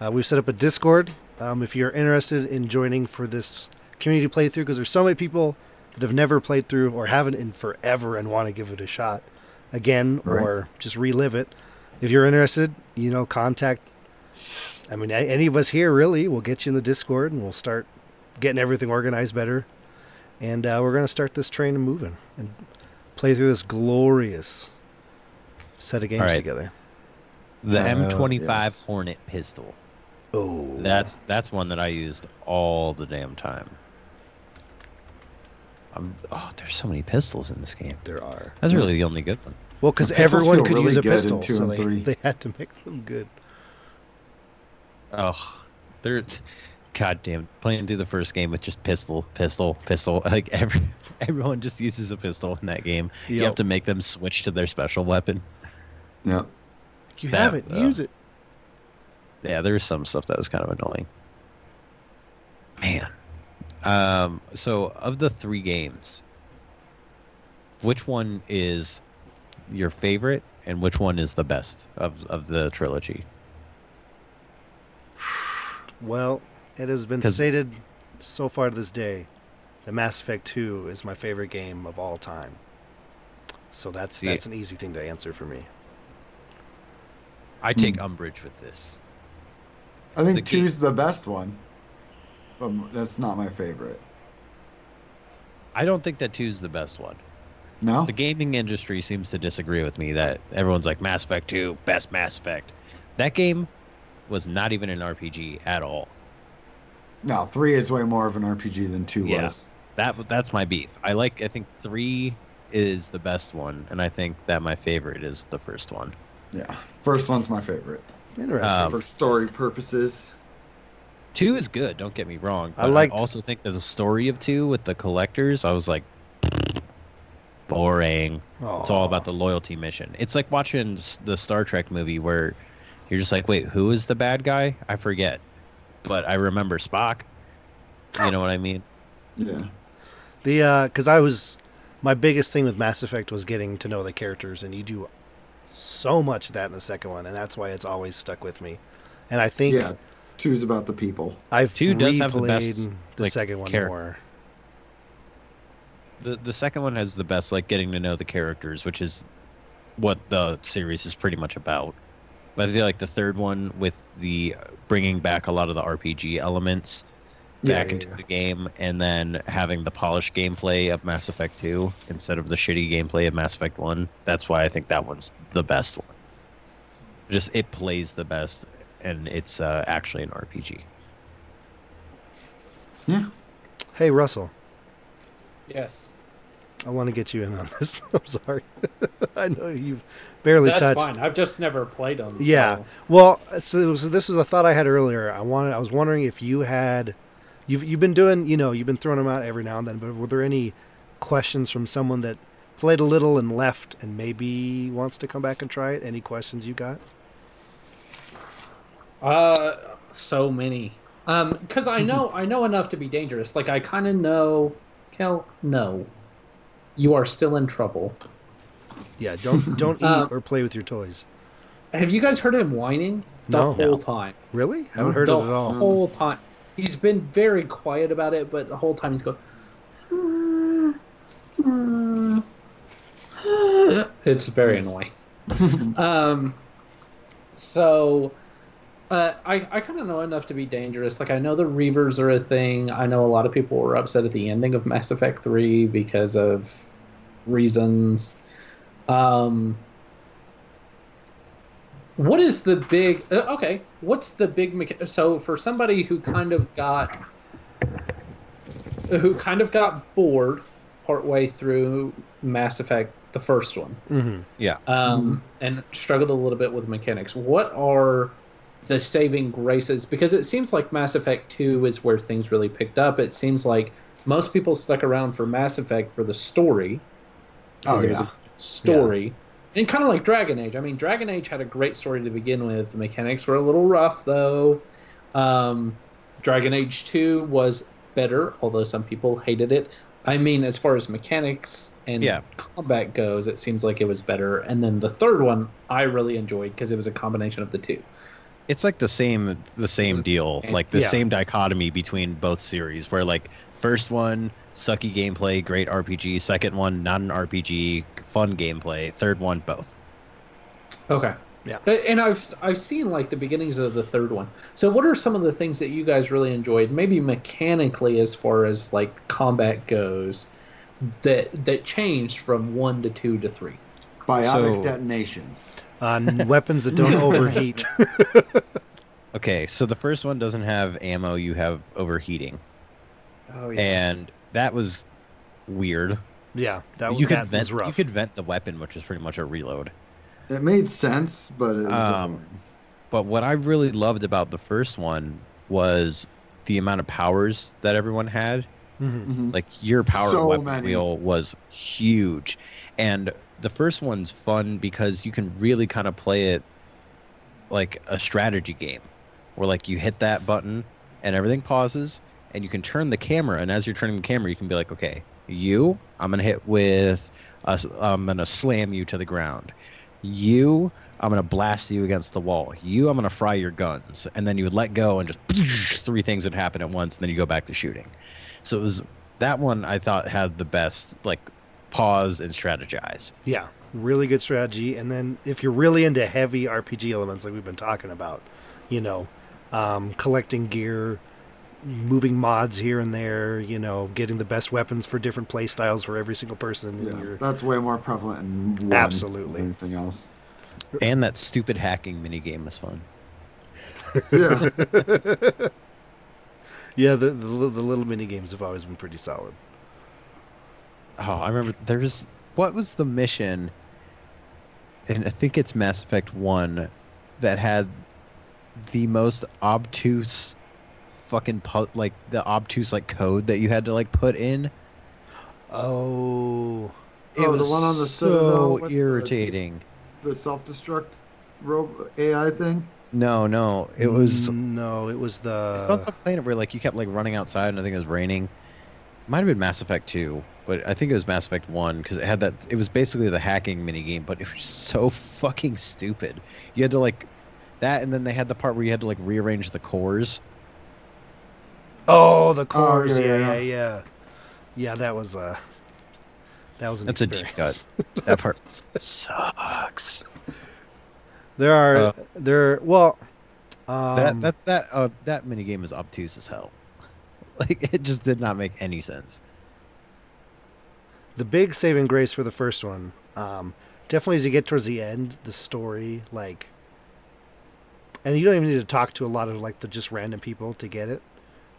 S2: Uh, we've set up a Discord. Um, if you're interested in joining for this community playthrough, because there's so many people that have never played through or haven't in forever and want to give it a shot again
S4: Right.
S2: or just relive it. If you're interested, you know, contact. I mean, a- any of us here really will get you in the Discord and we'll start getting everything organized better. And uh, we're going to start this train moving and play through this glorious set of games
S1: All right.
S2: together.
S1: The
S4: Oh,
S1: M twenty five
S4: yes.
S1: Hornet pistol.
S2: Oh,
S1: That's that's one that I used all the damn time. I'm, oh, there's so many pistols in this game.
S2: there are.
S1: That's really the only good one.
S2: Well, because
S4: The pistols
S2: everyone
S4: feel
S2: could
S4: really
S2: use a
S4: good in
S2: pistol,
S4: two
S2: so
S4: and
S2: they,
S4: three.
S2: they had to make them good.
S1: Oh, they're goddamn playing through the first game with just pistol, pistol, pistol. Like every everyone just uses a pistol in that game. You
S2: Yep.
S1: have to make them switch to their special weapon.
S4: Yeah.
S2: You
S1: that,
S2: have it.
S1: uh,
S2: use it.
S1: Yeah, there's some stuff that was kind of annoying. Man. Um, so of the three games, which one is your favorite and which one is the best of, of the trilogy?
S2: Well, it has been
S1: 'Cause-
S2: stated so far to this day that Mass Effect 2 is my favorite game of all time. So that's
S1: Yeah.
S2: that's an easy thing to answer for me.
S1: I take umbrage with this.
S4: I think
S1: The game-
S4: two's the best one, but m- that's not my favorite.
S1: I don't think that two's the best one.
S4: No?
S1: The gaming industry seems to disagree with me that everyone's like Mass Effect 2, best Mass Effect. That game was not even an RPG at all.
S4: No, three is way more of an RPG than two
S1: Yeah.
S4: was.
S1: That that's my beef. I like I think 3 is the best one and I think that my favorite is the first one.
S4: Yeah. First one's my favorite.
S2: Interesting.
S1: Um,
S4: For story purposes.
S1: 2 is good, don't get me wrong.
S2: I
S1: but
S2: liked-
S1: I also think that the story of 2 with the collectors, I was like boring. It's
S2: Aw.
S1: all about the loyalty mission. It's like watching s- the Star Trek movie where you're just like, wait, who is the bad guy? I forget, but I remember Spock. You know what I mean?
S4: Yeah.
S2: The because I was my biggest thing with Mass Effect was getting to know the characters, and you do so much of that in the second one, and that's why it's always stuck with me. And I think
S4: Yeah. Two's about the people.
S2: I've
S1: Two does have the
S2: replayed
S1: best,
S2: the
S1: like,
S2: second one
S1: character.
S2: more.
S1: The the second one has the best like getting to know the characters, which is what the series is pretty much about. But I feel like the third one with the uh, bringing back a lot of the RPG elements
S4: Yeah,
S1: back
S4: yeah,
S1: into
S4: yeah.
S1: the game, and then having the polished gameplay of Mass Effect Two instead of the shitty gameplay of Mass Effect One. That's why I think that one's the best one. Just it plays the best, and it's uh, actually an RPG.
S2: Hey Russell,
S3: Yes.
S2: I want to get you in on this. I'm sorry, I know you've barely
S3: That's
S2: touched.
S3: fine. I've just never played them.
S2: Yeah.
S3: so-
S2: Well, so, so this was a thought I had earlier. I wanted. I was wondering if you had, you've you've been doing. You know, you've been throwing them out every now and then. But were there any questions from someone that played a little and left, and maybe wants to come back and try it? Any questions you got?
S3: Uh, so many. Um, because I know I know enough to be dangerous. Like I kind of know. Kel, no, you are still in trouble.
S2: Yeah. Don't don't eat
S1: Uh,
S3: Um,
S2: or play with your toys.
S3: Have you guys heard him whining the
S2: No.
S3: whole time?
S2: Really? Haven't heard
S3: the
S2: of it at all.
S3: whole time. He's been very quiet about it, but the whole time he's going. "Mm, mm, ah." It's very annoying. um, so, uh, I I kind of know enough to be dangerous. Like I know the Reavers are a thing. I know a lot of people were upset at the ending of Mass Effect Three because of reasons. Um, what is the big? Uh, okay, what's the big? Mecha- so for somebody who kind of got, who kind of got bored partway through Mass Effect, the first one,
S2: Mm-hmm.
S3: um, and struggled a little bit with mechanics. What are the saving graces? Because it seems like Mass Effect Two is where things really picked up. It seems like most people stuck around for Mass Effect for the story
S4: Oh
S3: Because it was
S4: yeah.
S3: story. And kind of like Dragon Age. I mean, Dragon Age had a great story to begin with. The mechanics were a little rough, though. Um, Dragon Age 2 was better, although some people hated it. I mean, as far as mechanics and
S1: Yeah.
S3: combat goes, it seems like it was better. And then the third one, I really enjoyed because it was a combination of the two.
S1: it's like the same the same deal like the
S2: Yeah.
S1: same dichotomy between both series where like first one sucky gameplay great rpg second one not an rpg fun gameplay third one both
S3: Okay.
S2: Yeah.
S3: A- And I've I've seen like the beginnings of the third one. So what are some of the things that you guys really enjoyed, maybe mechanically as far as like combat goes, that that changed from one to two to three?
S4: Biotic
S1: So-
S4: detonations.
S2: On Uh, weapons that don't overheat.
S1: okay so the first one doesn't have ammo you have overheating
S3: Oh
S1: and that was weird
S2: Yeah. That was
S1: you could
S2: that
S1: vent
S2: was rough.
S1: you could vent the weapon which is pretty much a reload
S4: It made sense, but it was
S1: Um,
S4: annoying.
S1: But what I really loved about the first one was the amount of powers that everyone had.
S2: Mhm.
S4: Mhm.
S1: Like your power
S4: So
S1: weapon
S4: many.
S1: wheel was huge. And the first one's fun because you can really kind of play it like a strategy game where like you hit that button and everything pauses and you can turn the camera and as you're turning the camera you can be like okay you i'm gonna hit with a s- i'm gonna slam you to the ground you i'm gonna blast you against the wall you i'm gonna fry your guns and then you would let go and just three things would happen at once and then you go back to shooting so it was that one i thought had the best like pause and strategize
S2: Yeah, really good strategy. And then if you're really into heavy RPG elements, like we've been talking about, you know, um, collecting gear, moving mods here and there, you know, getting the best weapons for different play styles for every single person. in
S4: Yeah,
S2: your-
S4: that's way more prevalent in one
S2: Absolutely.
S4: than anything else.
S1: and that stupid hacking minigame was fun
S4: Yeah,
S2: yeah, the, the li- the little mini games have always been pretty solid.
S1: Oh, I remember there was what was the mission? And I think it's Mass Effect 1 that had the most obtuse fucking pu- like the obtuse like code that you had to like put in
S2: Oh,
S1: It
S4: Oh, the
S1: was
S4: one on the Citadel
S1: so
S4: with the-
S1: irritating.
S4: The self-destruct rob- AI thing.
S1: No, no, it was.
S2: no, it was
S1: it's on
S2: the
S1: some planet where like you kept like running outside, and I think it was raining. Might have been Mass Effect Two, but I think it was Mass Effect One because it had that. It was basically the hacking minigame, but it was so fucking stupid. You had to like that, and then they had the part where you had to like rearrange the cores.
S2: oh the cores.
S4: yeah,
S2: yeah, yeah,
S4: yeah.
S2: yeah, yeah. that was uh that was an
S1: That's
S2: experience.
S1: a deep cut. That part sucks.
S2: There are
S1: Uh,
S2: there well um,
S1: that that that uh, that minigame is obtuse as hell. Like it just did not make any sense.
S2: the big saving grace for the first one um, definitely as you get towards the end the story like and you don't even need to talk to a lot of like the just random people to get it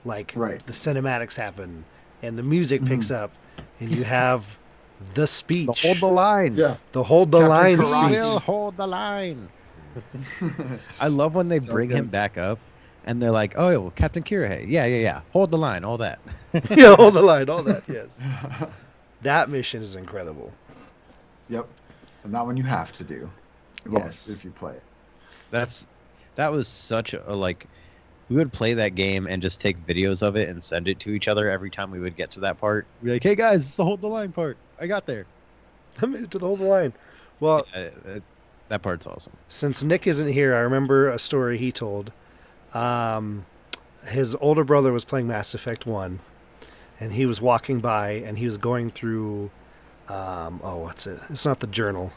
S2: like
S4: Right.
S2: the cinematics happen and the music
S1: Mm-hmm.
S2: picks up and you have the speech
S1: But hold the line.
S4: Yeah.
S2: the hold the
S4: Captain
S2: line
S4: Karate.
S2: speech
S1: Will hold the line. I love when they
S4: So
S1: bring him
S4: good.
S1: back up, and they're like, "Oh, well, Captain Kirihei, yeah, yeah, yeah, hold the line, all that."
S2: yeah hold the line all that yes that mission is incredible
S4: yep. And that one you have to do. Well,
S2: Yes.
S4: If you play it.
S1: That's that was such a like. We would play that game and just take videos of it and send it to each other every time we would get to that part. We're like, "Hey guys, it's the hold the line part. I got there."
S2: I made it to the hold the line well
S1: Uh, uh, that part's awesome.
S2: since Nick isn't here, I remember a story he told. Um, his older brother was playing Mass Effect One, and he was walking by, and he was going through. Um, oh, what's it? It's not the journal,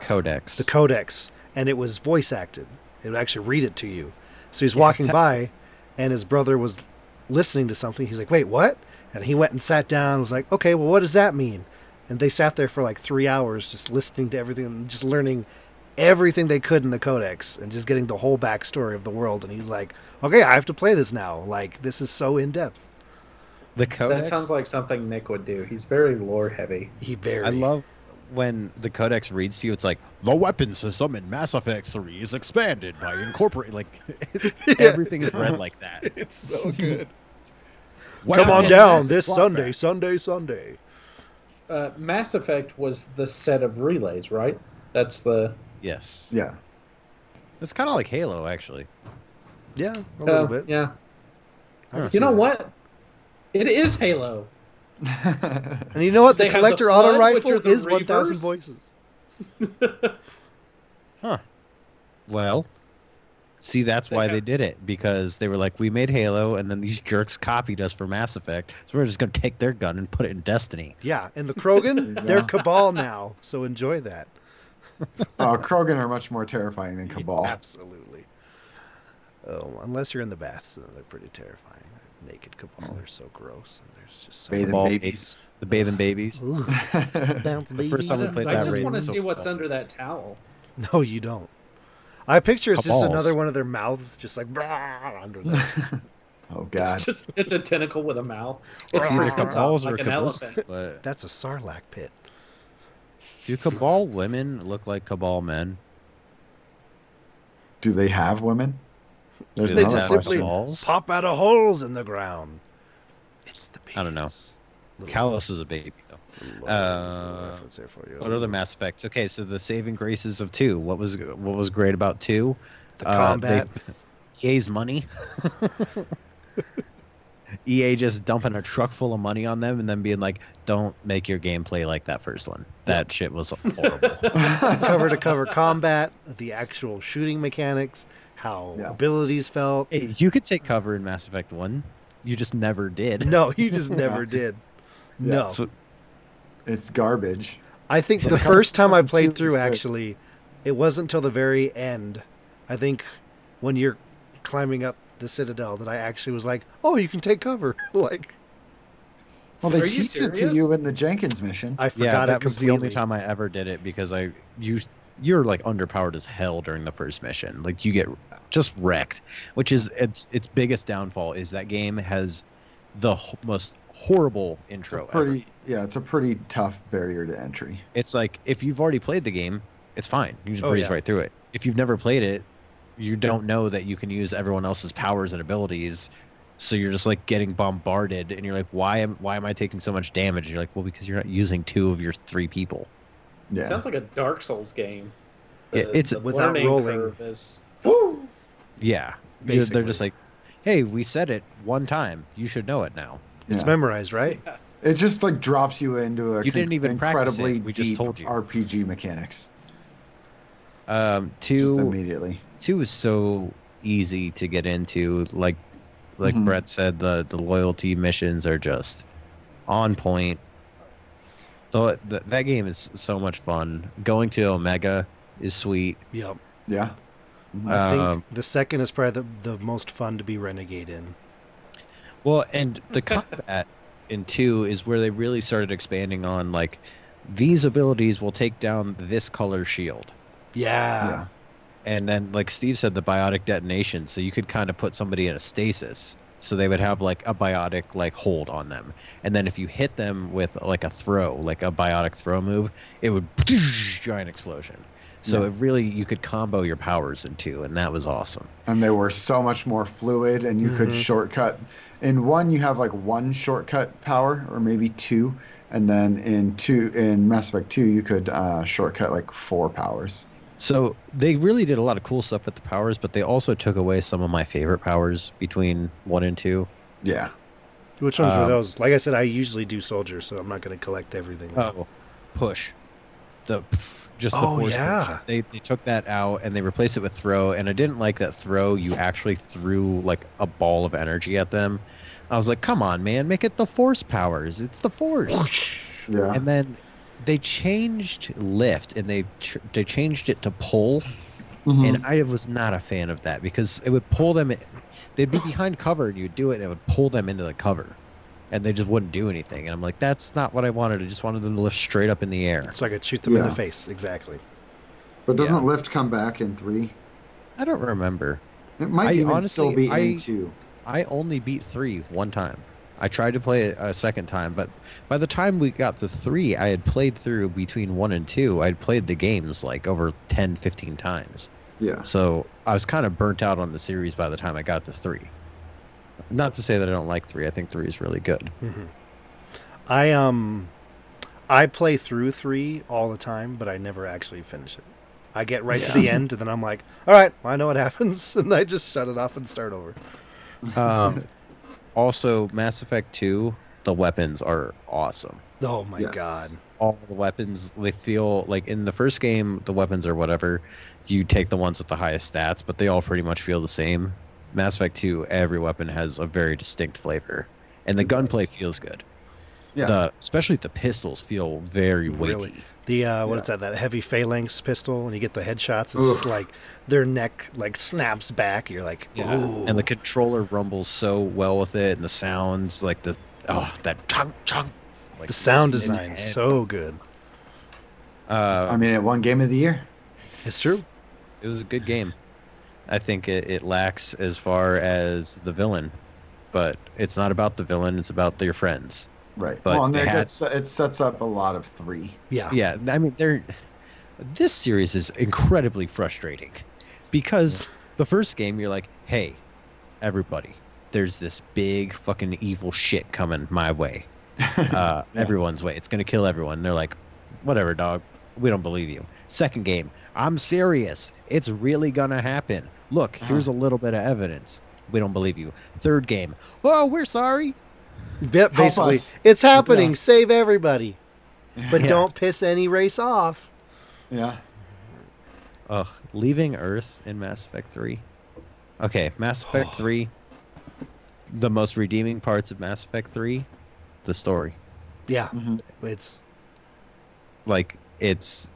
S1: Codex.
S2: the codex, and it was voice acted. It would actually read it to you. So he's walking by, and his brother was listening to something. He's like, "Wait, what?" And he went and sat down. and Was like, "Okay, well, what does that mean?" And they sat there for like three hours, just listening to everything and just learning everything they could in the codex and just getting the whole backstory of the world. And he's like, "Okay, I have to play this now. Like, this is so in depth."
S1: the codex.
S3: That sounds like something Nick would do. He's very lore heavy.
S2: He very.
S1: I love when the codex reads to you. It's like the weapon system in Mass Effect Three is expanded by incorporating like everything is read like that.
S2: It's so good.
S1: Weapon
S2: Come on
S1: is
S2: down
S1: just
S2: this
S1: slot
S2: Sunday,
S1: back.
S2: Sunday, Sunday.
S3: Uh, Mass Effect was the set of relays, right? That's the
S1: Yes,
S4: Yeah.
S1: it's kind of like Halo actually.
S2: Yeah, a little
S3: Oh,
S2: bit.
S3: Yeah.
S2: I can see
S3: You know
S2: that.
S3: what? It is Halo.
S2: And you know what? The
S3: They have the
S2: collector
S3: flood,
S2: auto
S3: which
S2: rifle
S3: are the
S2: is 1,000
S3: reavers?
S2: voices.
S1: Well, see, that's why
S3: They
S1: they
S3: have-
S1: did it because they were like, we made Halo, and then these jerks copied us for Mass Effect, so we're just gonna take their gun and put it in Destiny.
S2: Yeah, and the Krogan,
S4: Yeah.
S2: they're Cabal now, so enjoy that.
S4: Uh, Krogan are much more terrifying than Cabal.
S2: Absolutely. Oh, unless you're in the baths, then they're pretty terrifying. Naked Cabal are so gross, and there's just so
S4: Bathing
S1: Ball
S4: babies.
S1: The bathing babies.
S2: Ugh, bounce
S1: The first time we played
S3: I
S1: that
S3: just
S1: raid
S3: want to
S1: was so
S3: see what's
S1: fun.
S3: under that towel.
S2: No, you don't. I picture it's just
S1: Cabals.
S2: another one of their mouths, just like "Brah," under them.
S4: oh God.
S3: It's just it's a tentacle with a mouth. It's
S1: It's either
S3: wrapped up
S1: Cabals or
S3: like an
S1: Cabals,
S3: elephant.
S1: but
S2: That's a sarlacc pit.
S1: do Cabal women look like Cabal men?
S4: Do they have women? There's
S1: Do
S2: They
S4: another
S2: just
S1: have
S2: simply-
S4: question.
S1: Cabals?
S2: Pop out of holes in the ground. It's the
S1: I don't know.
S2: pants. Little-
S1: Callus is a baby though.
S2: little- there's a little
S1: uh,
S2: reference there for you.
S1: What other Mass Effects? Okay, so the saving graces of two. What was what was great about two?
S2: The
S1: Uh, they-
S2: combat.
S1: EA's money. EA just dumping a truck full of money on them and then being like, "Don't make your gameplay like that first one." That shit was horrible.
S2: cover to cover combat, the actual shooting mechanics, how
S4: Yeah.
S2: abilities felt.
S1: Hey, you could take cover in Mass Effect One. You just never did.
S2: No, you just never did. No.
S1: So-
S4: It's garbage.
S2: I think the
S4: Like, how
S2: first time I
S4: fucking
S2: played
S4: serious
S2: through,
S4: is that?
S2: actually, it wasn't till the very end. I think when you're climbing up the citadel that I actually was like, "Oh, you can take cover." like
S4: Well, they
S3: Are you
S4: teach it to
S3: serious?
S4: you in the Jenkins mission.
S2: I forgot
S1: yeah, that
S2: it
S1: was
S2: completely.
S1: the only time I ever did it because I you you're like underpowered as hell during the first mission. Like you get just wrecked, which is its its biggest downfall is that game has the h- most horrible
S4: It's a
S1: intro. ever.
S4: pretty, yeah, it's a pretty tough barrier to entry.
S1: it's like if you've already played the game, it's fine. You just
S2: Oh,
S1: breeze
S2: yeah.
S1: right through it. If you've never played it, you don't know that you can use everyone else's powers and abilities. So you're just like getting bombarded, and you're like, why am why am I taking so much damage? You're like, well, because you're not using two of your three people.
S4: Yeah.
S3: Sounds like a Dark Souls game.
S1: Yeah, it's-
S2: Without
S3: learning
S2: rolling.
S3: curve is, woo!
S1: Yeah, You're- they're just
S2: Basically.
S1: like, hey, we said it one time. You should know it now.
S2: It's
S4: Yeah.
S2: memorized, right?
S4: It just like drops you into a
S1: You didn't even practice
S4: incredibly
S1: it, we just
S4: deep
S1: told you.
S4: RPG mechanics
S1: Um,
S4: just
S1: two
S4: immediately.
S1: two is so easy to get into. Like like
S2: Mm-hmm.
S4: Mhm.
S1: Brett said, the the loyalty missions are just on point. So th- that game is so much fun. Going to Omega is sweet.
S2: Yep.
S4: Yeah.
S2: I
S1: Um,
S2: think the second is probably the, the most fun to be renegade in.
S1: Well, and the combat in two is where they really started expanding on like these abilities will take down this color shield.
S2: Yeah.
S1: And then, like Steve said, the biotic detonation. So you could kind of put somebody in a stasis. So they would have like a biotic like hold on them. And then if you hit them with like a throw, like a biotic throw move, it would giant explosion. So
S4: Yeah.
S1: it really you could combo your powers in two, and that was awesome.
S4: and they were so much more fluid and you could
S1: Mm-hmm.
S2: Mhm.
S4: shortcut in one you have like one shortcut power or maybe two and then in two in mass effect 2 you could uh, shortcut like four powers
S1: So they really did a lot of cool stuff with the powers, but they also took away some of my favorite powers between one and two.
S4: yeah
S2: Which ones were
S1: Um,
S2: those? Like I said, I usually do soldier, so I'm not going to collect everything.
S1: Oh, push. The just the
S2: Oh,
S1: force push.
S2: yeah.
S1: They they took that out and they replaced it with throw. And I didn't like that throw. You actually threw like a ball of energy at them. I was like, come on, man, make it the force powers. It's the force.
S4: yeah
S1: and then they changed lift and they ch- they changed it to pull.
S4: Mhm.
S1: and I was not a fan of that because it would pull them. They'd be behind cover, and you'd do it, and it would pull them into the cover, and they just wouldn't do anything. And I'm like, that's not what I wanted. I just wanted them to lift straight up in the air.
S2: So I could shoot them in the
S4: Yeah.
S2: face. Exactly.
S4: but doesn't
S1: yeah.
S4: lift come back in three
S1: I don't remember.
S4: it might
S1: I
S4: even
S1: honestly-
S4: still be
S1: I-
S4: in two
S1: I only beat three one time. I tried to play it a second time, but by the time we got to three, I had played through between one and two. I'd played the games like over 10, 15 times.
S4: yeah
S1: So I was kind of burnt out on the series by the time I got to three. Not to say that I don't like three. I think three is really good.
S2: hmm I um, I play through three all the time, but I never actually finish it. I get right to the end, and then I'm like, "All right, I know what happens," and I just shut it off and start over.
S1: Um, also, Mass Effect 2, the weapons are awesome.
S2: Oh my
S4: Yes.
S2: god!
S1: All the weapons, they feel like in the first game, the weapons are whatever. You take the ones with the highest stats, but they all pretty much feel the same. Mass Effect 2, every weapon has a very distinct flavor, and the
S4: It does.
S1: gunplay feels good.
S4: Yeah.
S1: The, especially the pistols feel very weighty.
S2: Really? The uh, what is that? That heavy phalanx pistol, and you get the headshots. It's just
S4: Ugh.
S2: like their neck like snaps back. You're like, "Ooh!"
S1: And the controller rumbles so well with it, and the sounds like the oh that chunk chunk. Like
S2: The sound
S1: it's-
S2: design is
S1: it's-
S2: so good.
S1: Uh,
S4: i mean it won game of the year
S2: It's true.
S1: It was a good game. I think it, it lacks as far as the villain, but it's not about the villain. It's about their friends.
S4: right
S1: But
S4: well and
S1: they
S4: it,
S1: had-
S4: gets, it sets up a lot of three
S2: Yeah.
S1: Yeah, I mean, they're this series is incredibly frustrating because the first game you're like, hey, everybody, there's this big fucking evil shit coming my way, uh, everyone's way. It's gonna kill everyone. They're like, whatever, dog. We don't believe you. Second game, I'm serious. It's really gonna happen. Look, here's a little bit of evidence. We don't believe you. Third game, oh, we're sorry.
S2: Ba- basically,
S4: us.
S2: it's happening. Save everybody, but
S1: Yeah.
S2: don't piss any race off.
S4: yeah
S1: Ugh, leaving Earth in Mass Effect 3. Okay, Mass Effect 3. The most redeeming parts of Mass Effect 3, the story.
S2: Yeah,
S1: Mm-hmm.
S4: Mhm.
S2: it's
S1: Like it's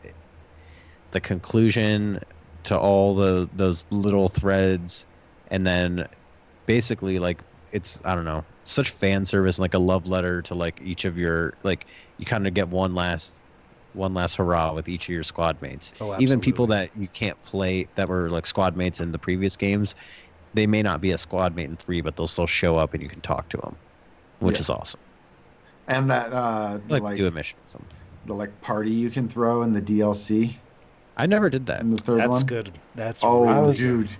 S1: the conclusion to all the those little threads and then basically like it's I don't know, such fan service and like a love letter to like each of your like you kind of get one last one last hurrah with each of your squad mates
S2: oh,
S1: even people
S2: absolutely.
S1: that you can't play that were like squad mates in the previous games they may not be a squad mate in three but they'll still show up and you can talk to them which
S4: Yeah.
S1: is awesome
S4: and that uh
S1: like,
S4: like
S1: do a mission or something
S4: the like party you can throw in the dlc
S1: i never did that
S4: in the third
S2: That's
S4: one
S2: good. That's
S4: Oh,
S2: really
S1: was-
S2: good.
S4: dude,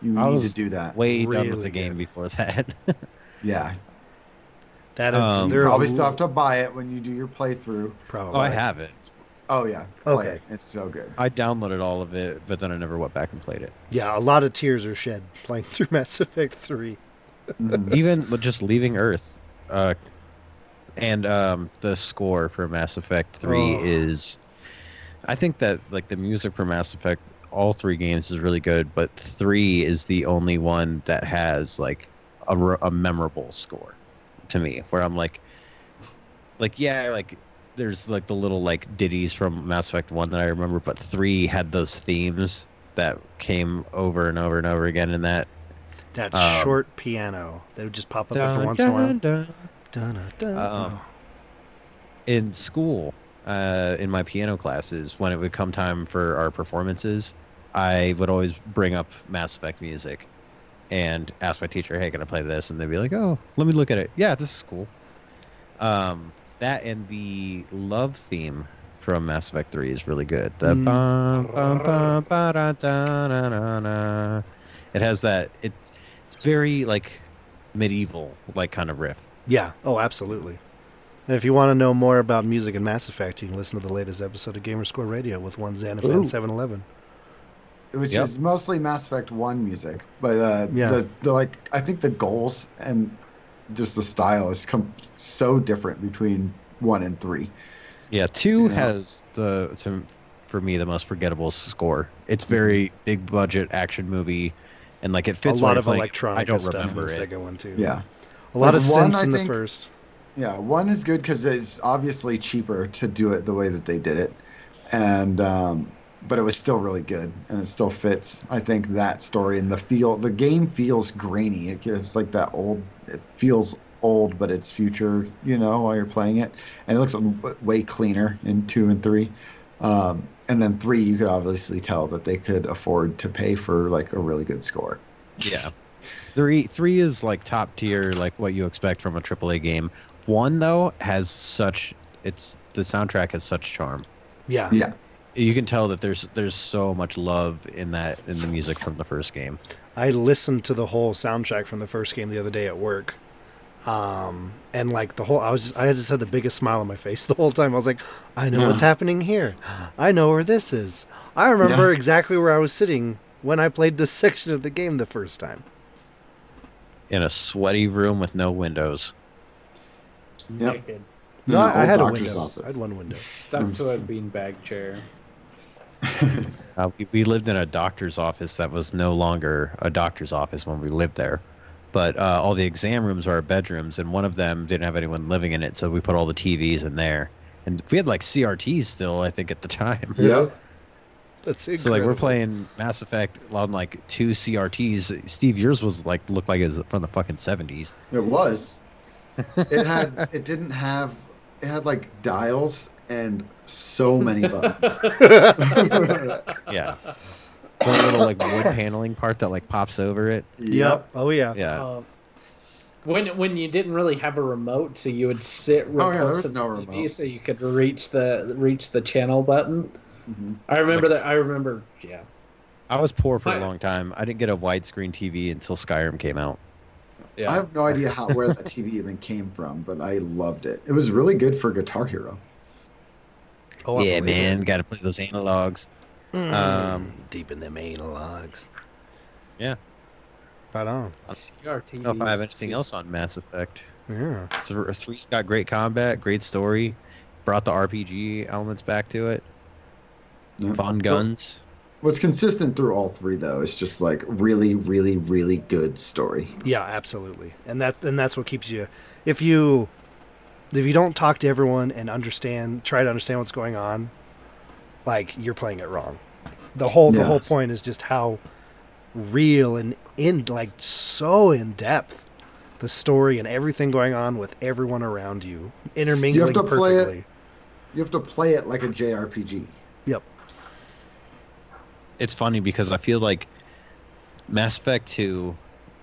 S4: you
S1: I
S4: need
S1: was-
S4: to do that.
S1: way done with
S2: Really
S1: the game
S2: good.
S1: before that
S4: Yeah.
S2: That is,
S1: Um,
S4: You
S2: there are
S4: probably
S2: a-
S4: still have to buy it when you do your playthrough.
S2: Probably.
S1: Oh, I have it.
S4: Oh yeah. Play
S2: Okay.
S4: It. It's so good.
S1: I downloaded all of it, but then I never went back and played it.
S2: Yeah, a lot of tears are shed playing through Mass Effect 3.
S4: Mhm.
S1: Even li- just leaving Earth, uh, and um, the score for Mass Effect Three
S2: Oh.
S1: is, I think that like the music for Mass Effect, all three games is really good, but Three is the only one that has like a, re- a memorable score to me, where I'm like, like yeah, like there's like the little like ditties from Mass Effect One that I remember, but Three had those themes that came over and over and over again in that
S2: That
S1: Um,
S2: short piano that would just pop up every once in a while. Dun, dun, dun.
S1: Um, in school, uh, in my piano classes, when it would come time for our performances, I would always bring up Mass Effect music and ask my teacher, hey, can I play this? And they'd be like, oh, let me look at it. Yeah, this is cool. Um, that and the love theme from Mass Effect 3 is really good. The
S2: Mm.
S1: bum, bum, bum, ba, da, da, na, na, na. It has that, it's, it's very like medieval, like kind of riff.
S2: yeah, oh, absolutely. And if you want to know more about music and Mass Effect, you can listen to the latest episode of Gamerscore Radio with one
S4: Ooh.
S2: Xanafan 711.
S4: Which
S1: Yep.
S4: is mostly Mass Effect One music, but uh,
S2: Yeah.
S4: the, the like I think the goals and just the style is com- so different between one and three.
S1: Yeah, two
S4: Yeah.
S1: has the to, for me the most forgettable score. It's very big budget action movie, and like it fits
S2: Mm-hmm. a lot
S1: where
S2: of
S1: it's like,
S2: electronic
S1: I don't
S2: stuff in
S1: remember
S2: the
S1: it.
S2: second one, too.
S4: Yeah.
S2: A lot of
S4: Like, one,
S2: sense
S4: I
S2: in the
S4: think-
S2: first.
S4: Yeah, one is good because it's obviously cheaper to do it the way that they did it, and um, but it was still really good and it still fits. I think that story and the feel, the game feels grainy. It, it's like that old. It feels old, but it's future. You know, while you're playing it, and it looks w- way cleaner in two and three. Um, and then three, you could obviously tell that they could afford to pay for like a really good score.
S1: Yeah, three three is like top tier, like what you expect from a AAA game. One though has such it's the soundtrack has such charm.
S2: Yeah.
S4: Yeah,
S1: You can tell that there's there's so much love in that in the music from the first game.
S2: I listened to the whole soundtrack from the first game the other day at work. Um, and like the whole, I was just, I just had the biggest smile on my face the whole time. I was like, I know
S1: Hmm.
S2: what's
S4: Yeah.
S2: happening here. I know where this is. I remember exactly where I was sitting when I played this section of the game the first time.
S1: In a sweaty room with no windows.
S4: Yep.
S3: Naked.
S2: No,
S4: the
S2: I, I
S4: Hmm, old
S2: had a
S4: doctor's
S2: window.
S4: office.
S2: I had one window.
S3: Stuck to a beanbag chair.
S1: Uh, we, we lived in a doctor's office that was no longer a doctor's office when we lived there. But uh, all the exam rooms are our bedrooms, and one of them didn't have anyone living in it, so we put all the TVs in there. And we had like CRTs still, I think, at the time.
S4: Yep.
S2: That's
S1: So like
S2: incredible.
S1: we're playing Mass Effect on like two CRTs. Steve, yours was like looked like it was from the fucking seventies.
S4: It was. It had. it didn't have. It had like dials and so many buttons.
S1: Yeah, the little like wood paneling part that like pops over it.
S2: Yep. Oh yeah.
S4: Uh,
S1: Yeah,
S3: Um, when when you didn't really have a remote, so you would sit real
S4: Oh, yeah, there
S3: close
S4: was
S3: to the
S4: no
S3: TV,
S4: remote.
S3: so you could reach the reach the channel button.
S4: Mhm.
S3: I remember that. I remember. Yeah.
S1: I was poor for a
S3: I-
S1: long time. I didn't get a widescreen TV until Skyrim came out.
S4: I
S3: Yeah.
S4: have no idea how where that TV even came from, but I loved it. It was really good for Guitar Hero.
S2: Oh I
S1: yeah,
S2: believe
S1: man,
S2: it.
S1: got to play those analogs.
S2: Mm,
S1: Um,
S2: deep in them analogs.
S1: Yeah.
S2: Right on.
S1: I don't know if I have anything else on Mass Effect.
S2: Yeah.
S1: So uh, three's got great combat, great story, brought the RPG elements back to it.
S4: Yeah.
S1: Fun guns.
S4: What's consistent through all three though is just like really, really, really good story.
S2: Yeah, absolutely. And that and that's what keeps you if you if you don't talk to everyone and understand try to understand what's going on, like you're playing it wrong. The whole the whole
S4: Yes.
S2: point is just how real and in like so in depth the story and everything going on with everyone around you intermingling
S4: to play it-
S2: perfectly.
S4: You have to play it like a JRPG.
S2: Yep.
S1: It's funny because I feel like Mass Effect two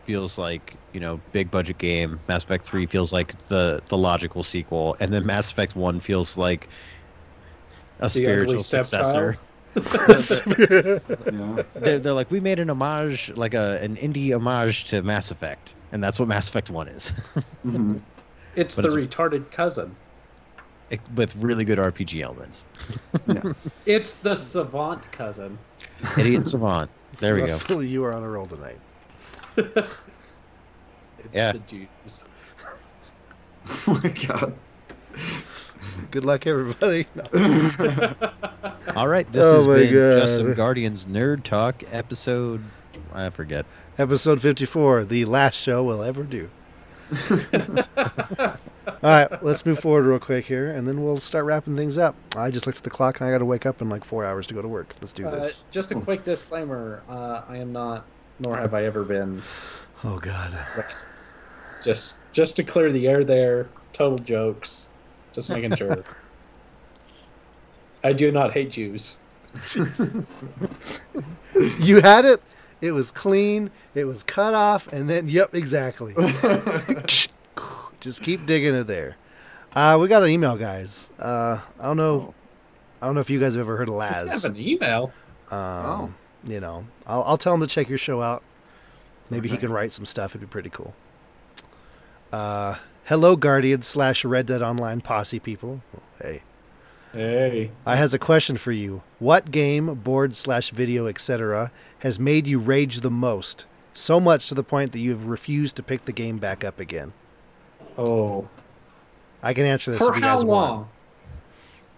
S1: feels like you know big budget game. Mass Effect three feels like the the logical sequel, and then Mass Effect one feels like a spiritual successor.
S4: Yeah.
S1: They're, they're like we made an homage, like a an indie homage to Mass Effect. and that's what Mass Effect One is,
S4: Mhm.
S3: It's
S1: But
S3: the
S1: it's-
S3: retarded cousin.
S1: it, with really good RPG elements.
S3: It's the savant cousin.
S1: Idiot Savant. There we go.
S2: Russell, you are on a roll tonight.
S3: It's
S1: Yeah.
S3: the Jews.
S4: oh my god.
S2: Good luck, everybody. No.
S1: All right, this
S2: Oh
S1: has
S2: my
S1: been just
S2: God.
S1: some Guardians nerd talk episode. I forget.
S2: Episode 54, the last show we'll ever do. All right, let's move forward real quick here, and then we'll start wrapping things up. I just looked at the clock, and I got to wake up in like four hours to go to work. Let's do
S3: Uh,
S2: this. Hmm.
S3: just a quick disclaimer: uh, I am not, nor have I ever been
S2: Oh, God.
S3: racist. Just, just to clear the air, there. Total jokes. Just making sure. I do not hate Jews.
S2: You had it. It was clean. It was cut off, and then yep, exactly. Just keep digging it there. Uh, we got an email, guys. Uh, I don't know. I don't know if you guys have ever heard of
S3: I
S2: Laz.
S3: Oh. have an email.
S2: Um,
S4: Oh.
S2: You know, I'll, I'll tell him to check your show out. Maybe he
S4: Okay.
S2: can write some stuff. It'd be pretty cool. Uh, hello, Guardian slash Red Dead Online posse people. Oh, Hey,
S3: Hey.
S2: I has a question for you. What game, board slash video, etc., has made you rage the most? So much to the point that you have refused to pick the game back up again.
S3: Oh.
S2: I can answer this
S3: For
S2: if you
S3: how
S2: guys want.
S3: long?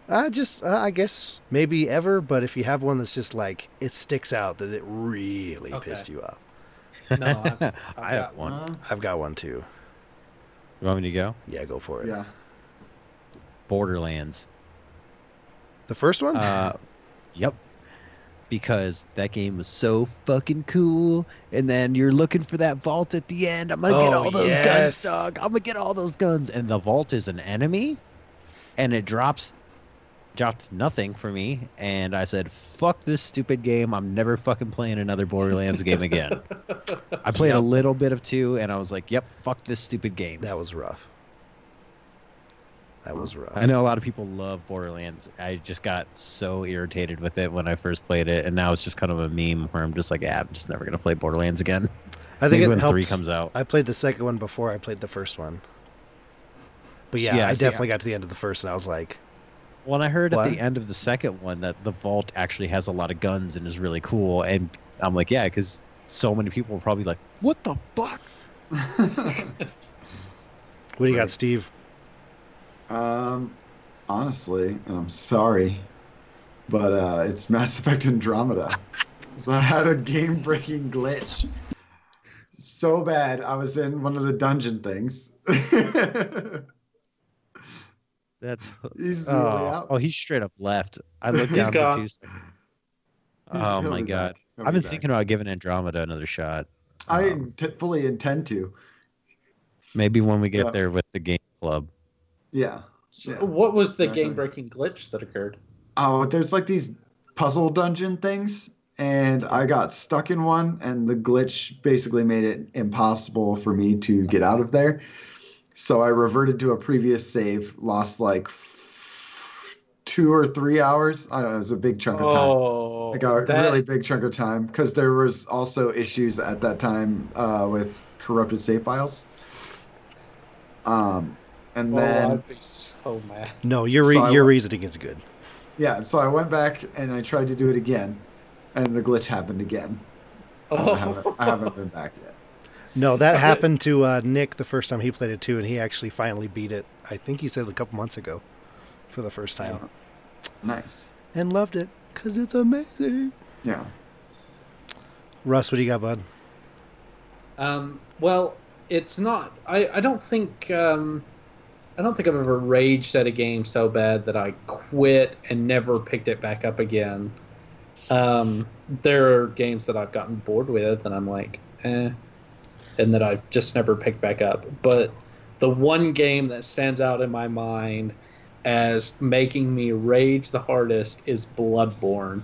S2: Uh, just, uh, I guess, maybe ever. But if you have one that's just like it sticks out that it really
S3: Okay.
S2: pissed you off,
S3: No, I've,
S1: I have
S3: got
S1: one.
S2: I've got one too.
S1: You want me to go?
S2: Yeah, go for it.
S4: yeah.
S1: Borderlands.
S2: The first one?
S1: Uh, yep. Because that game was so fucking cool, and then you're looking for that vault at the end. I'm gonna get
S2: Oh,
S1: all those
S2: yes.
S1: guns, dog. I'm gonna get all those guns, and the vault is an enemy, and it drops, dropped nothing for me. And I said, "Fuck this stupid game. I'm never fucking playing another Borderlands game again." I played a little bit of two, and I was like, "Yep, fuck this stupid game."
S2: that was rough. That was rough.
S1: I know a lot of people love Borderlands. I just got so irritated with it when I first played it, and now it's just kind of a meme where I'm just like, yeah, I'm just never gonna play Borderlands again.
S2: I think
S1: Maybe
S2: it
S1: when
S2: helped.
S1: three comes out.
S2: I played the second one before I played the first one. But yeah,
S1: Yeah,
S2: I
S1: I see.
S2: definitely got to the end of the first, and I was like,
S1: When I heard
S2: What?
S1: at the end of the second one that the vault actually has a lot of guns and is really cool, and I'm like, yeah, because so many people were probably like, what the fuck?
S2: "What do you got, Steve?"
S4: Um, honestly, and I'm sorry, but uh, it's Mass Effect Andromeda. so I had a game-breaking glitch so bad. I was in one of the dungeon things. He's
S1: That's
S4: really
S1: oh,
S4: out.
S1: oh, he straight up left. I looked
S3: He's
S1: down for
S3: gone.
S1: two seconds.
S4: He's-
S1: Oh
S4: he'll
S1: my
S4: be
S1: god.
S4: back. He'll
S1: I've
S4: be
S1: been
S4: back.
S1: thinking about giving Andromeda another shot.
S4: I
S1: um,
S4: int- fully intend to.
S1: Maybe when we get
S4: Yeah.
S1: there with the game club.
S4: Yeah.
S3: So
S4: Yeah,
S3: what was the
S4: exactly.
S3: game breaking glitch that occurred?
S4: Oh, there's like these puzzle dungeon things, and I got stuck in one, and the glitch basically made it impossible for me to get out of there. So I reverted to a previous save, lost like f- two or three hours. I don't know, it was a big chunk of time.
S3: Oh,
S4: Like a
S3: that-
S4: really big chunk of time, because there was also issues at that time uh, with corrupted save files. Um, and then
S3: Oh, I'd be so mad.
S2: No, your
S4: So
S2: re-
S4: I
S2: your
S4: wa-
S2: reasoning is good.
S4: Yeah, so I went back and I tried to do it again, and the glitch happened again.
S3: Oh.
S4: I, haven't, I haven't been back yet.
S2: No, that happened to uh, Nick the first time he played it too, and he actually finally beat it. I think he said it a couple months ago, for the first time,
S4: Nice.
S2: and loved it because it's amazing.
S4: Yeah.
S2: Russ, what do you got, bud?
S3: Um, well, it's not. I, I don't think. Um, I don't think I've ever raged at a game so bad that I quit and never picked it back up again. Um, there are games that I've gotten bored with, and I'm like, eh, and that I've just never picked back up. But the one game that stands out in my mind as making me rage the hardest is Bloodborne.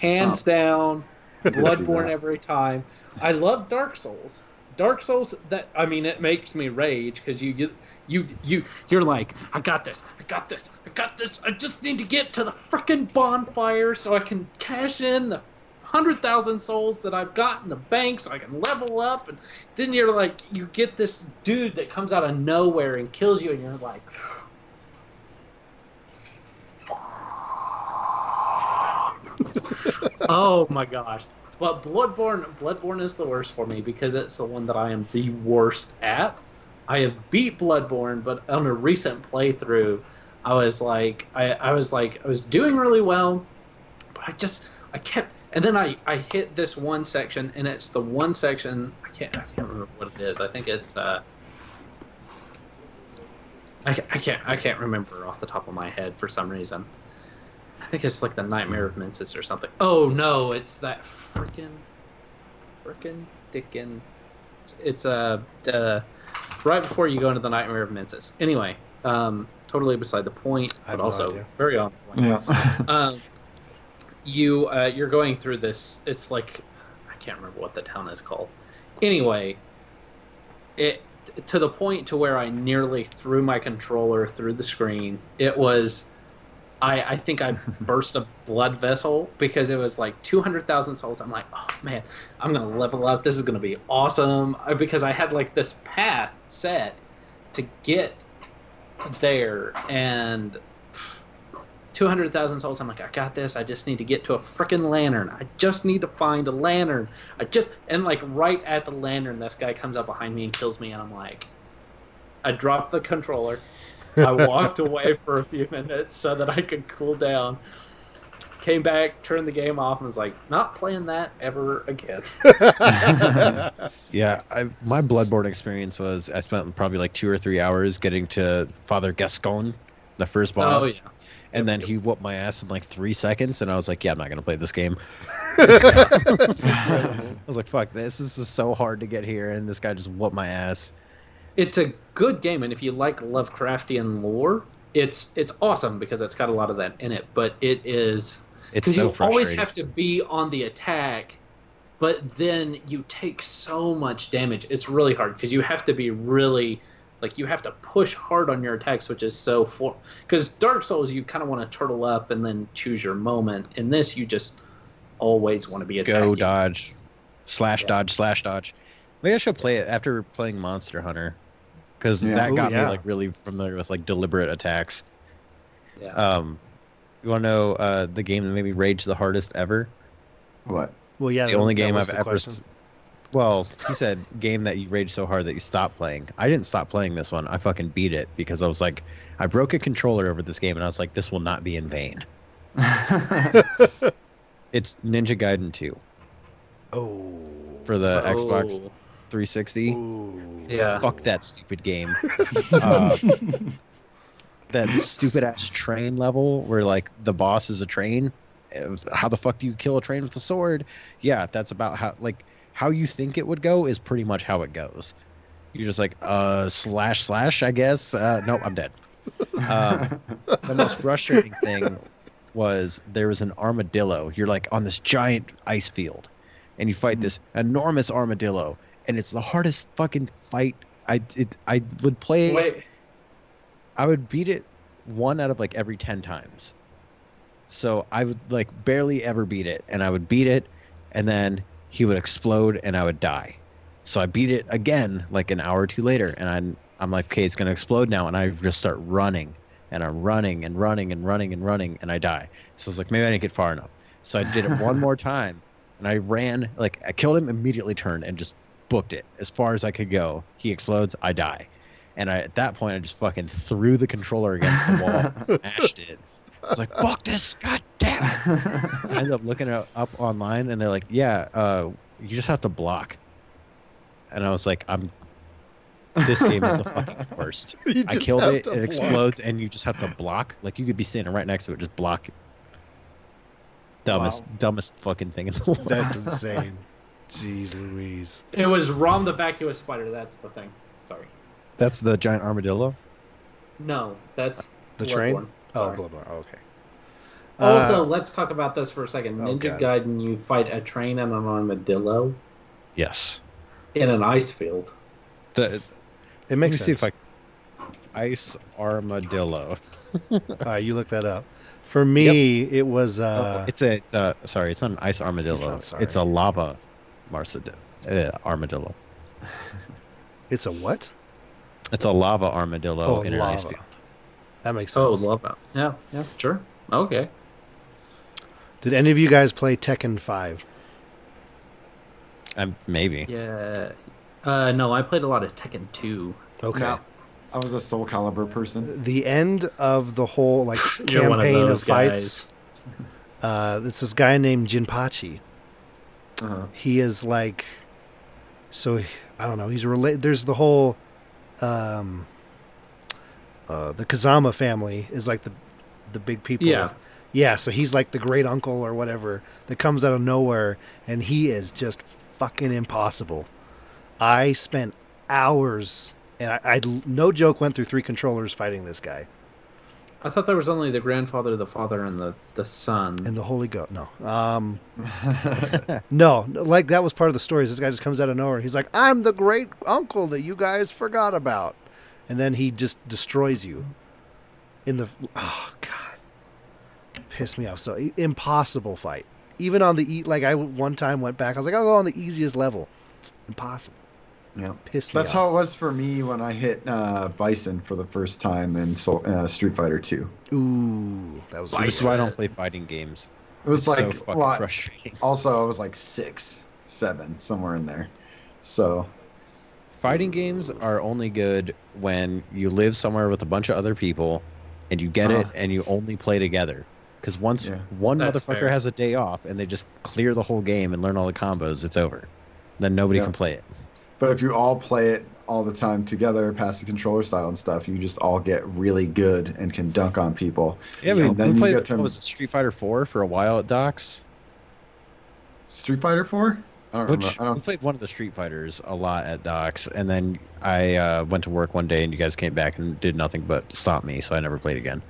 S3: Hands down,
S4: Oh. I can see
S3: Bloodborne
S4: that.
S3: every time. I love Dark Souls. Dark Souls that I mean it makes me rage because you, you you you you're like I got this I got this I got this I just need to get to the frickin' bonfire so I can cash in the hundred thousand souls that I've got in the bank, so I can level up. And then you're like, you get this dude that comes out of nowhere and kills you, and you're like, oh my gosh. But Bloodborne, Bloodborne is the worst for me because it's the one that I am the worst at. I have beat Bloodborne, but on a recent playthrough, I was like, I, I was like, I was doing really well, but I just, I kept, and then I, I hit this one section, and it's the one section I can't, I can't remember what it is. I think it's, uh, I, ca- I can't, I can't remember off the top of my head for some reason. I think it's like the Nightmare of Mensis or something. Oh no, it's that freaking, freaking dickin. It's, it's uh, uh, right before you go into the Nightmare of Mensis. Anyway, um, totally beside the point,
S2: I have no
S3: but also
S2: idea.
S3: very on point
S4: Yeah.
S3: um, you uh, you're going through this. It's like I can't remember what the town is called. Anyway, it to the point to where I nearly threw my controller through the screen. It was. I, I think I burst a blood vessel because it was like 200,000 souls. I'm like, oh man, I'm going to level up. This is going to be awesome. Uh, Because I had like this path set to get there. And 200,000 souls. I'm like, I got this. I just need to get to a freaking lantern. I just need to find a lantern. I just, and like right at the lantern, this guy comes up behind me and kills me. And I'm like, I dropped the controller. I walked away for a few minutes so that I could cool down. Came back, turned the game off, and was like, not playing that ever again.
S1: Yeah, I, my Bloodborne experience was I spent probably like two or three hours getting to Father Gascon, the first boss.
S3: Oh, yeah.
S1: And then he whooped my ass in like three seconds, and I was like, "Yeah, I'm not gonna play this game." I was like, "Fuck this! This is so hard to get here." And this guy just whooped my ass.
S3: It's a good game, and if you like Lovecraftian lore, it's it's awesome because it's got a lot of that in it. But it is
S1: It's
S3: because
S1: so
S3: you always
S1: frustrating.
S3: have to be on the attack but then you take so much damage it's really hard because you have to be really like you have to push hard on your attacks which is so for because dark souls you kind of want to turtle up and then choose your moment in this you just always want to be attacking
S1: Go dodge, slash
S3: Yeah.
S1: dodge, slash dodge. Maybe I should play it after playing Monster Hunter, because
S4: Yeah.
S1: that
S2: Ooh,
S1: got
S2: yeah.
S1: me like really familiar with like deliberate attacks.
S3: yeah.
S1: Um, you want to know uh, the game that made me rage the hardest ever?
S4: what?
S2: Well, yeah.
S1: the
S2: that-
S1: only
S2: that
S1: game
S2: was
S1: I've
S2: the
S1: ever.
S2: question.
S1: s- Well, he said game that you rage so hard that you stop playing. I didn't stop playing this one. I fucking beat it because I was like, I broke a controller over this game, and I was like, this will not be in vain. It's Ninja Gaiden 2
S2: Oh.
S1: for the
S3: Oh,
S1: uh, Xbox 360.
S2: Ooh.
S3: yeah
S1: Fuck that stupid game. Uh, that stupid ass train level where like the boss is a train. Uh, How the fuck do you kill a train with a sword? Yeah, that's about how like how you think it would go is pretty much how it goes. You're just like uh slash slash I guess. Uh, nope, I'm dead. Um, the most frustrating thing was there was an armadillo. You're like on this giant ice field, and you fight this enormous armadillo, and it's the hardest fucking fight. I it, I would play.
S3: wait
S1: I would beat it one out of like every 10 times. So I would like barely ever beat it. And I would beat it, and then he would explode and I would die. So I beat it again like an hour or two later. And I'm, I'm like, okay, it's going to explode now. And I just start running. And I'm running and running and running and running. And I die. So I was like, maybe I didn't get far enough. So I did it one more time. And I ran, like, I killed him, immediately turned and just booked it as far as I could go. He explodes, I die. And I, at that point, I just fucking threw the controller against the wall, and smashed it. I was like, "Fuck this, god damn it!" I ended up looking it up online, and they're like, "Yeah, uh, you just have to block." And I was like, "I'm." This game is the fucking worst.
S2: You
S1: I
S2: just
S1: killed
S2: have
S1: it. It
S2: to block.
S1: explodes, and you just have to block. Like you could be standing right next to it, just block. it. Dumbest,
S4: Wow.
S1: dumbest fucking thing in the world.
S2: That's insane. Jeez Louise.
S3: it was rom the vacuous spider that's the thing sorry
S1: That's the giant armadillo.
S3: no that's
S2: The train?
S3: Bloodborne.
S2: Oh,
S3: Sorry.
S2: blah blah. Okay.
S3: Also,
S2: Uh,
S3: let's talk about this for a second.
S2: oh,
S3: Ninja Gaiden, you fight a train and an armadillo
S1: Yes.
S3: in an ice field.
S1: The,
S2: it
S1: let me
S2: makes
S1: see
S2: sense.
S1: if I. Ice armadillo.
S2: All right, you look that up. For me, it was uh,
S1: Oh, it's a, it's a sorry, it's not an ice armadillo.
S2: not sorry.
S1: It's a lava marsadi- uh, armadillo.
S2: it's a what?
S1: It's a lava armadillo
S2: Oh,
S1: in an ice
S2: lava.
S1: field.
S2: That makes
S3: Oh,
S2: sense.
S3: love that. Yeah, yeah, sure. Okay.
S2: Did any of you guys play Tekken Five?
S1: Um, maybe.
S3: Yeah. Uh, no, I played a lot of Tekken 2.
S2: Okay.
S4: No. I was a Soul Calibur person.
S2: the end of the whole like
S3: You're one of
S2: campaign of,
S3: those
S2: fights. Uh, it's this guy named Jinpachi.
S4: Uh-huh.
S2: He is like, so he- I don't know. He's related. There's the whole, um, uh, the Kazama family is like the the big people.
S3: Yeah.
S2: yeah. So he's like the great uncle or whatever that comes out of nowhere, and he is just fucking impossible. I spent hours, and I I'd, no joke went through three controllers fighting this guy.
S3: I thought there was only the grandfather, the father, and the, the son.
S2: and the Holy Ghost. No, um, no, like that was part of the story. is This guy just comes out of nowhere. He's like, "I'm the great uncle that you guys forgot about," and then he just destroys you. In the oh god, pissed me off. So i- impossible fight. Even on the e like I one time went back. I was like, "I'll go on the easiest level." Impossible.
S4: Yeah.
S2: Pissed me
S4: That's
S2: off.
S4: how it was for me when I hit uh, Bison for the first time in Soul, uh, Street Fighter 2.
S2: Ooh, that was
S1: This is why I don't play fighting games.
S4: It was
S1: It's
S4: like,
S1: so fucking
S4: well,
S1: frustrating.
S4: also, I was like six, seven, somewhere in there. So,
S1: Fighting games are only good when you live somewhere with a bunch of other people, and you get it,
S3: Uh-huh.
S1: and you only play together. Because once
S4: Yeah.
S1: one
S3: That's
S1: motherfucker
S3: fair.
S1: has a day off and they just clear the whole game and learn all the combos, it's over. Then nobody
S4: Yeah.
S1: can play it.
S4: but if you all play it all the time together, past the controller style and stuff, you just all get really good and can dunk on people.
S1: Yeah, I
S4: Yeah,
S1: mean,
S4: then
S1: we
S4: you
S1: played
S4: get to-
S1: what was it, Street Fighter Four for a while at Docs.
S4: Street Fighter 4? I don't
S1: Which
S4: remember. I
S1: we
S4: don't,
S1: played one of the Street Fighters a lot at Docs, and then I uh, went to work one day, and you guys came back and did nothing but stop me, so I never played again.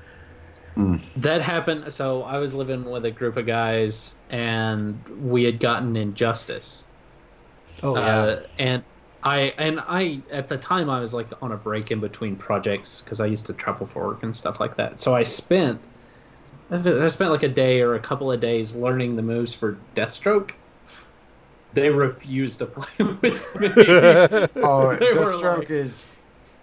S3: That happened. So I was living with a group of guys, and we had gotten Injustice.
S2: Oh yeah.
S3: uh, and I and I at the time I was like on a break in between projects because I used to travel for work and stuff like that. So I spent I spent like a day or a couple of days learning the moves for Deathstroke. They refused to play with me.
S4: oh,
S3: They were
S4: Deathstroke
S3: like-
S4: is.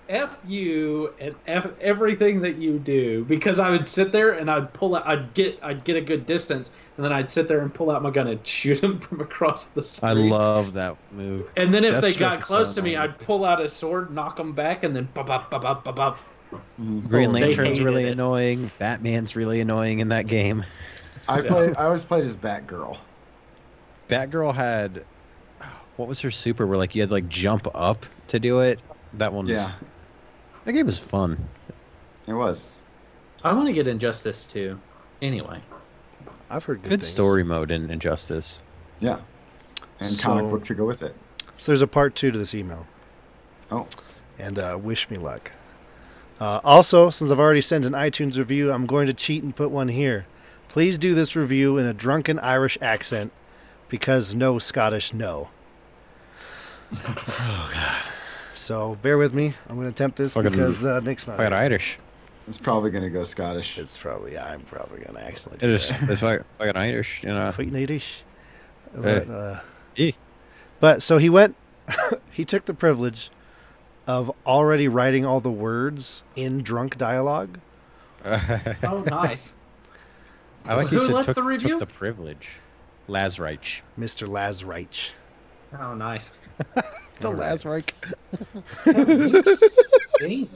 S3: F you and F everything that you do because I would sit there and I'd pull out I'd get I'd get a good distance and then I'd sit there and pull out my gun and shoot him from across the street.
S1: I love that move.
S3: And then if
S1: Death
S3: they
S1: Stroke
S3: got
S1: is
S3: close
S1: so
S3: to me,
S1: annoying.
S3: I'd pull out a sword, knock them back, and then bop, bop, bop, bop, bop, bop.
S4: Oh,
S1: Green
S3: they
S1: Lantern's
S3: hated
S1: really
S3: it.
S1: annoying. Batman's really annoying in that game.
S4: I
S3: Yeah.
S4: play. I always played as Batgirl.
S1: Batgirl had what was her super? Where like you had to, like jump up to do it. That one. Was,
S4: Yeah,
S1: That game was fun.
S4: it was.
S3: I want to get Injustice too. Anyway,
S2: I've heard good,
S1: Good,
S2: things.
S1: story mode in Injustice.
S4: Yeah, and
S2: So-
S4: comic book to go with it.
S2: So there's a part two to this email.
S4: Oh.
S2: And uh, wish me luck. Uh, also, since I've already sent an iTunes review, I'm going to cheat and put one here. Please do this review in a drunken Irish accent because no Scottish no. oh, God. So bear with me. I'm going to attempt this
S1: Fucking-
S2: because uh, Nick's not.
S1: Quite
S2: here.
S1: Irish.
S4: It's probably gonna go Scottish.
S2: It's probably, I'm probably going to accidentally.
S1: It
S2: do
S1: is.
S2: that.
S1: It's like fucking Irish. You know.
S2: Fighting Irish. But, uh,
S1: Uh. Eh.
S2: but so he went, he took the privilege of already writing all the words in drunk dialogue.
S3: oh nice.
S1: I like
S3: Who
S1: he said
S3: left
S1: took,
S3: the
S1: took
S3: review?
S1: the privilege. Lazreich.
S2: Mr. Lazreich.
S3: Oh nice.
S1: The
S2: All right.
S1: Lazreich.
S3: You stink.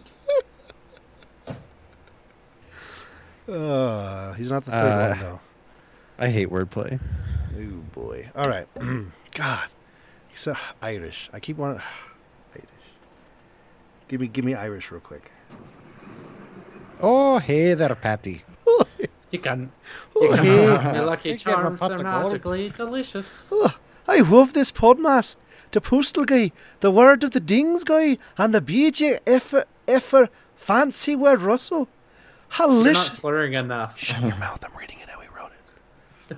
S2: Uh, he's not the third
S1: Uh.
S2: one, though.
S1: I hate wordplay.
S2: Oh, boy. All right. God. He's uh, Irish. I keep wanting. Irish. Give me, give me Irish real quick.
S1: Oh, hey there, Patty.
S3: you can. You
S2: Oh,
S3: can
S2: hey.
S3: have your lucky
S1: You get my
S3: charms.
S1: pot
S3: They're
S1: of gold.
S3: magically delicious.
S2: Oh, I love this podmas. The postal guy, the word of the dings guy, and the BJ effer, effer fancy word Russell.
S3: You're not
S2: Halish.
S3: slurring enough.
S2: Shut your mouth. I'm reading it how he wrote it.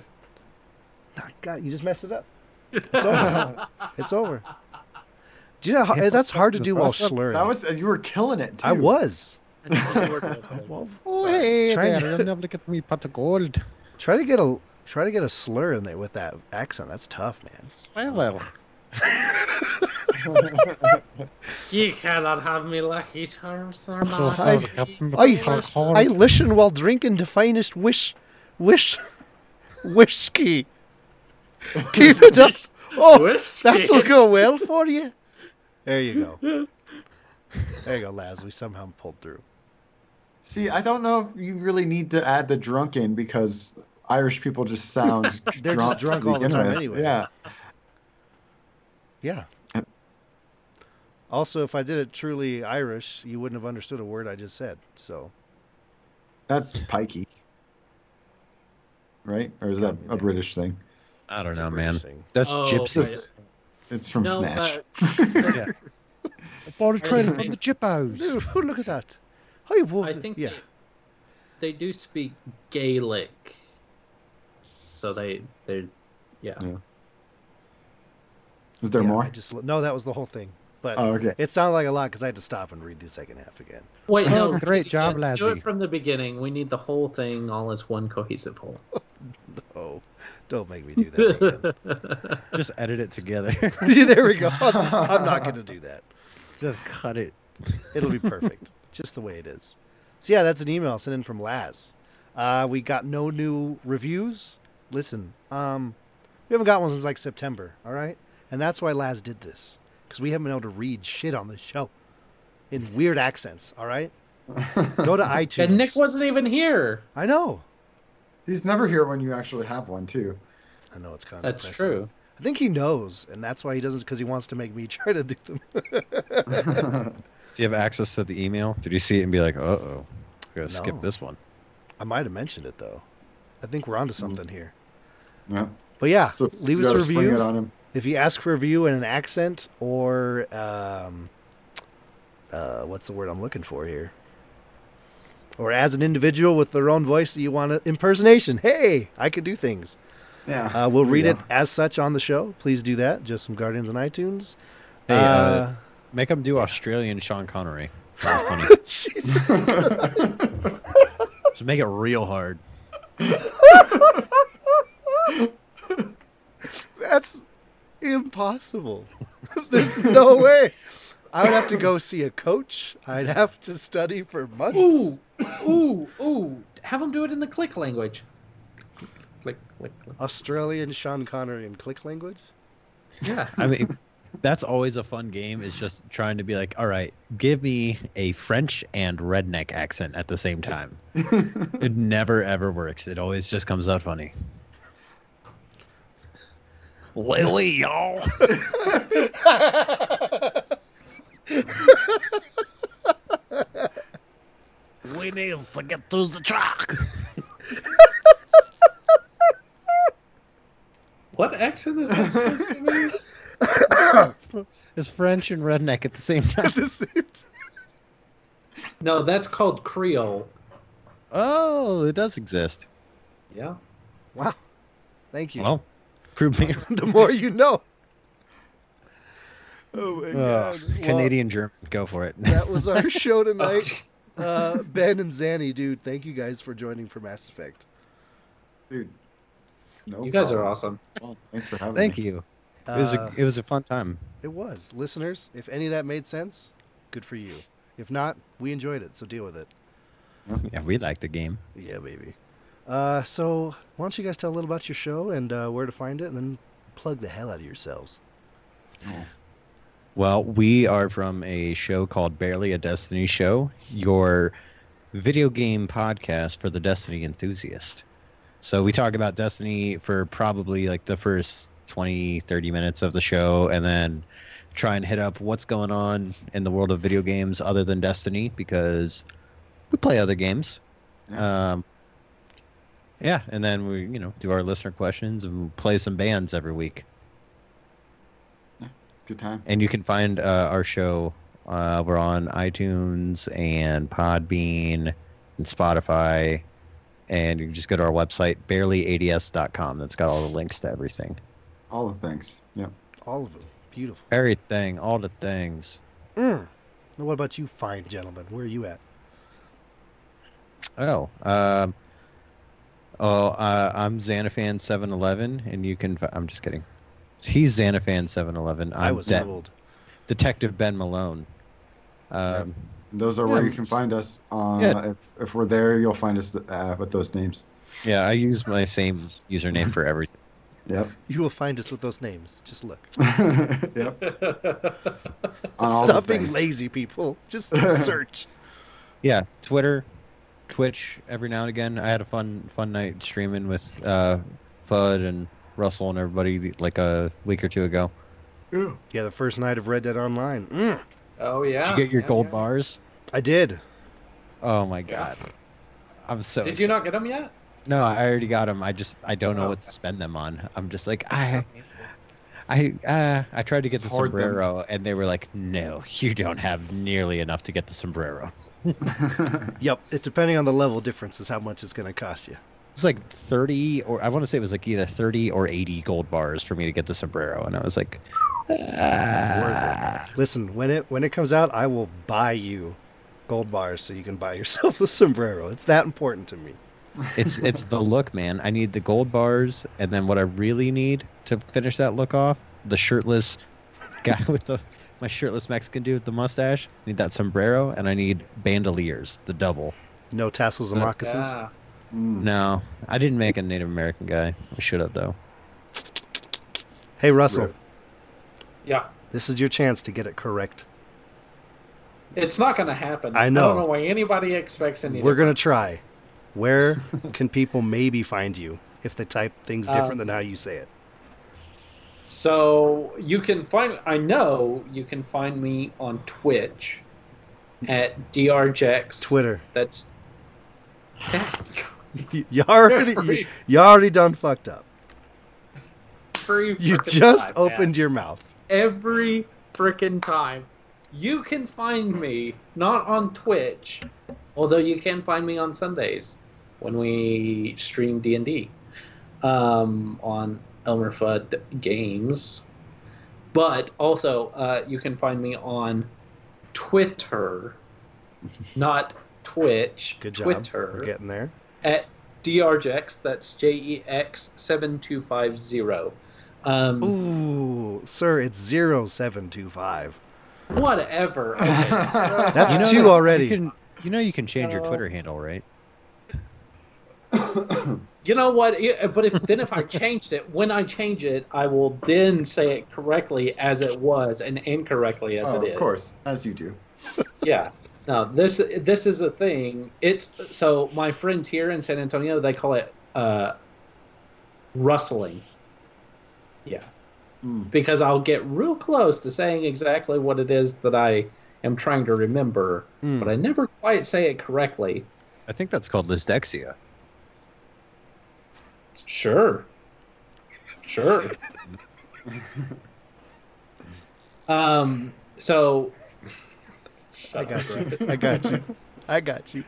S2: Nah, God, you just messed it up. It's over. it's over. Do you know how, eh, that's hard to do while
S4: Russell,
S2: slurring?
S4: That was you were killing it. Too.
S2: I was. Well,
S1: Oh, hey
S2: Uh, Trying
S1: there,
S2: to-
S1: now look at me pot of gold.
S2: try to get a try to get a slur in there with that accent. That's tough, man.
S1: Smiler.
S3: You cannot have me lucky terms, sir.
S2: I- I listen while drinking the finest wish wish whiskey. Keep it up. Oh, that'll go well for you. There you go. There you go, Laz. We somehow pulled through.
S4: See, I don't know if you really need to add the drunk in because Irish people just sound
S2: They're
S4: drunk
S2: just drunk
S4: to
S2: all the
S4: begin
S2: time
S4: with.
S2: anyway.
S4: Yeah.
S2: Yeah.
S4: Yep.
S2: Also, if I did it truly Irish, you wouldn't have understood a word I just said. So
S4: That's pikey. Right? Or is that
S2: Got me
S4: a
S2: there.
S4: British thing?
S1: I don't
S2: it's a
S1: know, man.
S2: British thing.
S1: That's
S3: Oh,
S1: gypsies.
S4: Just- It's from
S3: No,
S4: Snatch.
S1: I bought a trailer from
S3: Right.
S1: the gyppos.
S2: Dude, look at that. Hi, Wolf.
S3: I think
S2: yeah.
S3: they, they do speak Gaelic, so they they yeah.
S4: Is there
S2: yeah, I
S4: more?
S2: just lo- no, that was the whole thing. But
S4: Oh, okay.
S2: it sounded like a lot because I had to stop and read the second half again.
S3: Wait,
S1: Oh,
S3: no,
S1: great job,
S3: yeah, Do
S1: Lassie.
S3: it from the beginning. We need the whole thing all as one cohesive whole.
S2: Oh, don't make me do that
S1: Just edit it together.
S2: again. there we go. I'll just- I'm not going to do that.
S1: Just cut it.
S2: It'll be perfect, just the way it is. So yeah, that's an email sent in from Laz. Uh, we got no new reviews. Listen, um, we haven't got one since like September. All right, and that's why Laz did this because we haven't been able to read shit on the show in weird accents. All right,
S4: Oh,
S2: go to iTunes.
S3: And Nick wasn't even here.
S2: I know.
S4: He's never here when you actually have one, too.
S2: I know it's kind of
S3: That's
S2: depressing.
S3: true.
S2: I think he knows, and that's why he doesn't because he wants to make me try to do them.
S1: Do you have access to the email? Did you see it and be like, uh oh, gotta
S2: No.
S1: skip this one?
S2: I might have mentioned it though. I think we're onto something here.
S4: Yeah.
S2: Mm-hmm. But yeah,
S4: So
S2: leave
S4: you
S2: us a
S4: gotta spring
S2: review.
S4: it on him.
S2: if you ask for a review in an accent or um, uh, what's the word I'm looking for here, or as an individual with their own voice that you want to impersonation, hey, I could do things.
S4: Yeah.
S2: Uh, we'll
S4: There
S2: read
S4: you
S2: it as such on the show. Please do that. Just some Guardians on iTunes.
S1: Hey, uh,
S2: Uh,
S1: Make him do Australian Sean Connery. That'd be funny.
S2: Jesus.
S1: Just make it real hard.
S2: That's impossible. There's no way. I would have to go see a coach. I'd have to study for months.
S3: Ooh, ooh, ooh! Have them do it in the click language. Click, click, click.
S2: Australian Sean Connery in click language.
S3: Yeah.
S1: I mean, that's always a fun game. Is just trying to be like, all right, give me a French and redneck accent at the same time. it never ever works. It always just comes out funny. Lily, y'all. we need to get to the truck.
S3: What accent is that supposed to be?
S1: It's French and redneck at the same time.
S2: The suit.
S3: No, that's called Creole.
S1: Oh, it does exist.
S3: Yeah.
S2: Wow. Thank you.
S1: Well, prove me.
S2: the more you know. Oh my
S1: Ugh,
S2: god. Well,
S1: Canadian German. Go for it.
S2: that was our show tonight. Uh, ben and Zanny, dude, thank you guys for joining for Mass Effect.
S4: Dude. No
S3: You guys are
S4: problem.
S3: awesome.
S4: Well, thanks for having
S1: Thank
S4: me.
S1: you. It was,
S2: Uh,
S1: a, it was a fun time.
S2: It was. Listeners, if any of that made sense, good for you. If not, we enjoyed it, so deal with it.
S1: Yeah, we liked the game.
S2: Yeah, baby. Uh, so, why don't you guys tell a little about your show and uh, where to find it, and then plug the hell out of yourselves.
S1: Well, we are from a show called Barely a Destiny Show, your video game podcast for the Destiny enthusiast. So we talk about Destiny for probably like the first 20, 30 minutes of the show, and then try and hit up what's going on in the world of video games other than Destiny because we play other games. Um, yeah, and then we, you know, do our listener questions and play some bands every week.
S4: Good time.
S1: And you can find uh, our show. Uh, we're on iTunes and Podbean and Spotify. And you can just go to our website, barelyads.com. That's got all the links to everything.
S4: All the things. Yeah.
S2: All of them. Beautiful.
S1: Everything, all the things.
S2: Mm. Now, what about you, fine gentlemen? Where are you at?
S1: Oh, um, oh, uh, I'm Xanafan seven eleven, and you can. fi- I'm just kidding. He's Xanafan seven eleven.
S2: I was fooled.
S1: Detective Ben Malone. Um,
S4: Those are where you can find us. Um,
S1: Yeah.
S4: if, if we're there, you'll find us uh, with those names.
S1: yeah, I use my same username for everything.
S4: Yep.
S2: You will find us with those names. Just look.
S4: yep. On all the
S2: Stop being
S4: things.
S2: lazy, people. Just search.
S1: Yeah, Twitter, Twitch. Every now and again, I had a fun fun night streaming with uh, Fudd and Russell and everybody like a week or two ago.
S2: Yeah, the first night of Red Dead Online. Mm,
S3: oh yeah.
S1: Did you get your
S3: yeah,
S1: gold
S3: yeah.
S1: bars?
S2: I did.
S1: Oh my
S3: Yeah.
S1: god, I'm so.
S3: Did you not get them yet?
S1: No, I already got them. I just I don't know
S3: Oh.
S1: what to spend them on. I'm just like I I uh, I tried to get the
S4: Just hoard them.
S1: sombrero, and they were like, "No, you don't have nearly enough to get the sombrero."
S2: Yep. It depending on the level difference is how much it's going to cost you.
S1: It's like thirty, or I want to say it was like either thirty or eighty gold bars for me to get the sombrero, and I was like, "Ah."
S2: Listen, when it when it comes out, I will buy you gold bars so you can buy yourself the sombrero. It's that important to me.
S1: "It's it's the look, man. I need the gold bars, and then what I really need to finish that look off, the shirtless guy with the." My shirtless Mexican dude with the mustache. Need that sombrero, and I need bandoliers, the double.
S2: No tassels and
S1: Uh,
S2: moccasins.
S3: Yeah.
S4: Mm.
S1: No, I didn't make a Native American guy. I should have though.
S2: Hey Russell,
S4: Rip.
S3: yeah.
S2: this is your chance to get it correct.
S3: It's not going to happen.
S2: I
S3: I
S2: know.
S3: don't know why anybody expects any.
S2: We're gonna try. Where can people maybe find you if they type things different
S3: Um,
S2: than how you say it?
S3: So you can find. I know you can find me on Twitch at drjex.
S2: Twitter.
S3: That's. That,
S2: You already you, you already done fucked up.
S3: free
S2: You
S3: frickin'
S2: just
S3: time, man.
S2: opened your mouth.
S3: every freaking time. You can find me not on Twitch, although you can find me on Sundays when we stream D and D um, on Elmer Fudd Games. But also, uh, you can find me on Twitter, not Twitch.
S2: Good job.
S3: Twitter
S2: We're getting there.
S3: at drjex. That's J E X seven two five zero. Um,
S2: Ooh, sir, it's 0725.
S3: Whatever. Okay.
S2: That's
S1: You know
S2: two
S1: that-
S2: already.
S1: You, can, you know you can change your
S3: Oh.
S1: Twitter handle, right?
S3: you know what? Yeah, But if then if I changed it, when I change it, I will then say it correctly as it was and incorrectly as
S4: oh,
S3: it is.
S4: of course, as you do.
S3: Yeah. No, this this is a thing. It's so my friends here in San Antonio they call it uh, rustling. Yeah.
S4: Mm.
S3: Because I'll get real close to saying exactly what it is that I am trying to remember,
S2: Hmm.
S3: but I never quite say it correctly.
S1: I think that's called Lysdexia.
S3: Sure. Sure. um. So
S2: I got you. I got you. I got you.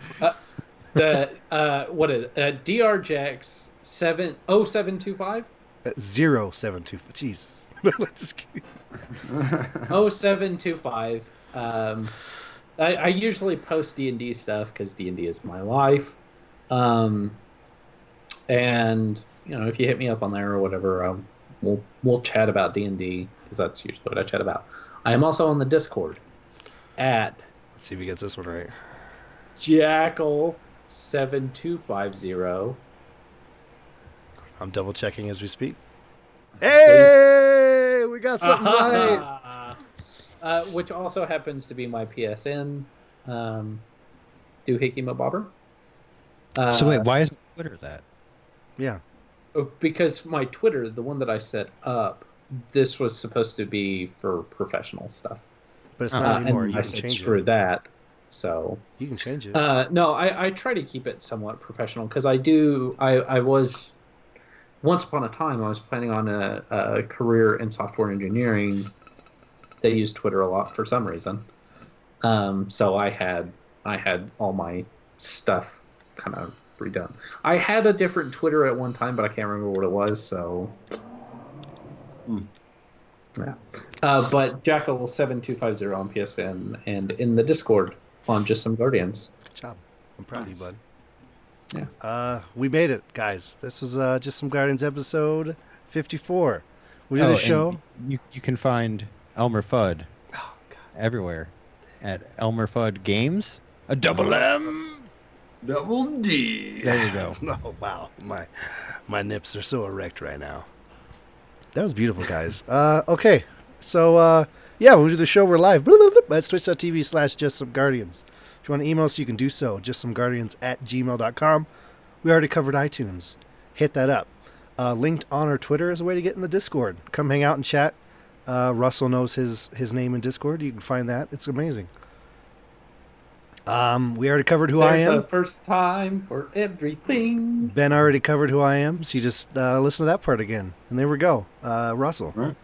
S3: the uh, what is it? uh, DRJX seven oh seven two five
S2: Uh, 0725. Jesus. Let's keep-
S3: oh seven two five. Um, I, I usually post D and D stuff because D and D is my life. Um, and you know, if you hit me up on there or whatever, um, we'll we'll chat about D and D because that's usually what I chat about. I am also on the Discord at
S2: Let's see if he gets this one right.
S3: Jackal seven two five zero.
S2: I'm double checking as we speak. Hey, we got something right.
S3: Uh, which also happens to be my PSN. Um, Doohickey Mabobber. Uh,
S1: so wait, why is Twitter that?
S2: Yeah.
S3: Oh, because my Twitter, the one that I set up, this was supposed to be for professional stuff,
S2: But it's
S1: Uh,
S2: not
S3: Uh,
S2: anymore.
S3: and
S2: You
S3: I
S2: can
S3: said
S2: change
S3: screw
S2: it.
S3: that. So
S2: You can change it.
S3: Uh, no, I, I try to keep it somewhat professional because I do. I, I was once upon a time I was planning on a, a career in software engineering. They use Twitter a lot for some reason, um, so I had I had all my stuff kind of redone. I had a different Twitter at one time, but I can't remember what it was. So.
S4: Hmm.
S3: Yeah, uh, but Jackal seven two five zero on PSN and in the Discord on just some Guardians.
S2: Good job. I'm proud of
S4: Nice.
S2: you, bud.
S3: Yeah.
S2: Uh, we made it, guys. This was uh, just some Guardians episode 54. We do
S1: Oh,
S2: the
S1: and
S2: show.
S1: You you can find Elmer Fudd
S2: Oh, God.
S1: everywhere at Elmer Fudd Games. A double
S4: Um,
S1: M.
S4: Double D.
S1: There you go.
S2: Oh wow, my my nips are so erect right now. That was beautiful, guys. uh, okay, so uh, yeah, when we do the show, we're live. That's twitch.tv slash just some guardians. If you want to email us, you can do so. Just some guardians at gmail.com. We already covered iTunes. Hit that up. Uh, linked on our Twitter is a way to get in the Discord. Come hang out and chat. Uh, Russell knows his his name in Discord. You can find that. It's amazing. Um, we already covered who I
S3: There's
S2: am.
S3: a first time for everything.
S2: Ben already covered who I am, so you just uh, listen to that part again. And there we go. Uh, Russell.
S4: Right.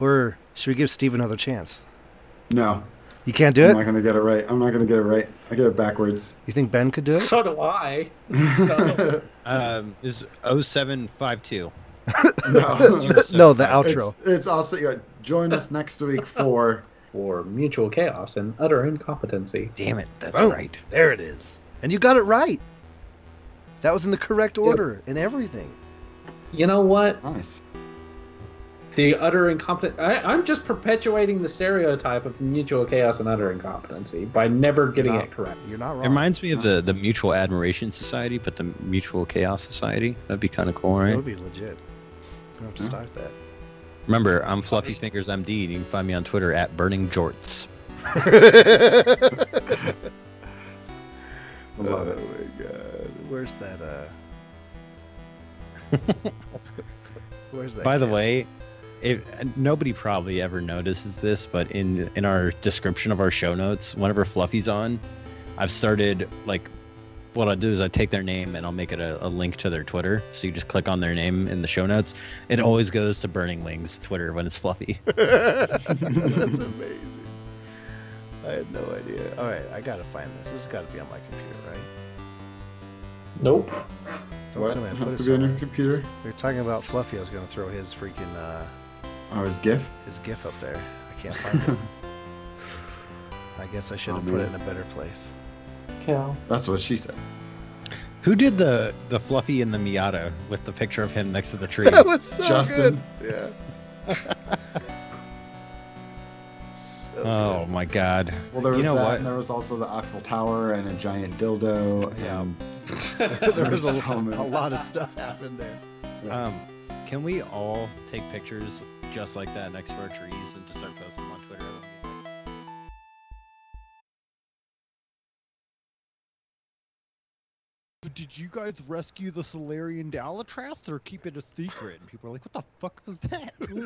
S2: Or should we give Steve another chance?
S4: No,
S2: You can't do
S1: Oh
S4: I'm
S2: it?
S4: not gonna get it right. I'm not gonna get it right. I get it backwards.
S2: You think Ben could do it?
S3: So do I. So-
S1: Um, is 0752.
S4: no.
S2: No, the outro.
S4: It's, it's also yeah, join us next week for
S3: For mutual chaos and utter incompetency.
S1: Damn it, that's
S2: Boom.
S1: right.
S2: There it is. And you got it right. That was in the correct order and everything.
S3: You know what?
S4: nice.
S3: The utter incompetent. I, I'm just perpetuating the stereotype of mutual chaos and utter incompetency by never getting
S2: No.
S3: it correct.
S2: You're not
S1: It
S2: wrong.
S1: reminds me of the, the Mutual Admiration Society, but the Mutual Chaos Society. That'd be kind of cool,
S2: That
S1: right?
S2: would be legit. I have to
S4: Yeah.
S2: start that.
S1: Remember, I'm Fluffy Fingers MD, and you can find me on Twitter at Burning Jorts.
S4: I love it.
S2: my god. Where's that uh Where's that
S1: By the
S2: cat?
S1: way, if nobody probably ever notices this, but in in our description of our show notes, whenever Fluffy's on, I've started like what I do is I take their name and I'll make it a, a link to their Twitter. So you just click on their name in the show notes. It always goes to Burning Wings Twitter when it's Fluffy.
S2: That's amazing. I had no idea. All right, I gotta find this. This has got to be on my computer, right?
S3: Nope.
S2: Don't
S4: what?
S2: tell me I put
S4: Has
S2: this
S4: to be on your
S2: on.
S4: computer?
S2: We were talking about Fluffy. I was gonna throw his freaking uh,
S4: Oh, his GIF?
S2: his GIF up there. I can't find it. I guess I should have
S4: Oh,
S2: put it in
S4: man.
S2: a better place.
S3: Cal.
S4: That's what she said.
S1: Who did the the Fluffy in the Miata with the picture of him next to the tree?
S2: That was so
S4: Justin.
S2: good. Yeah. so
S1: oh my god.
S4: Well, there was
S1: you know
S4: that,
S1: what?
S4: and there was also the Eiffel Tower and a giant dildo.
S2: Yeah.
S4: and-
S2: good. there was a,
S4: So many.
S2: a lot of stuff happened there.
S1: Um, can we all take pictures just like that next to our trees and just start posting them on Twitter? Did you guys rescue the Solarian Albatross or keep it a secret? And people are like, "What the fuck was that?"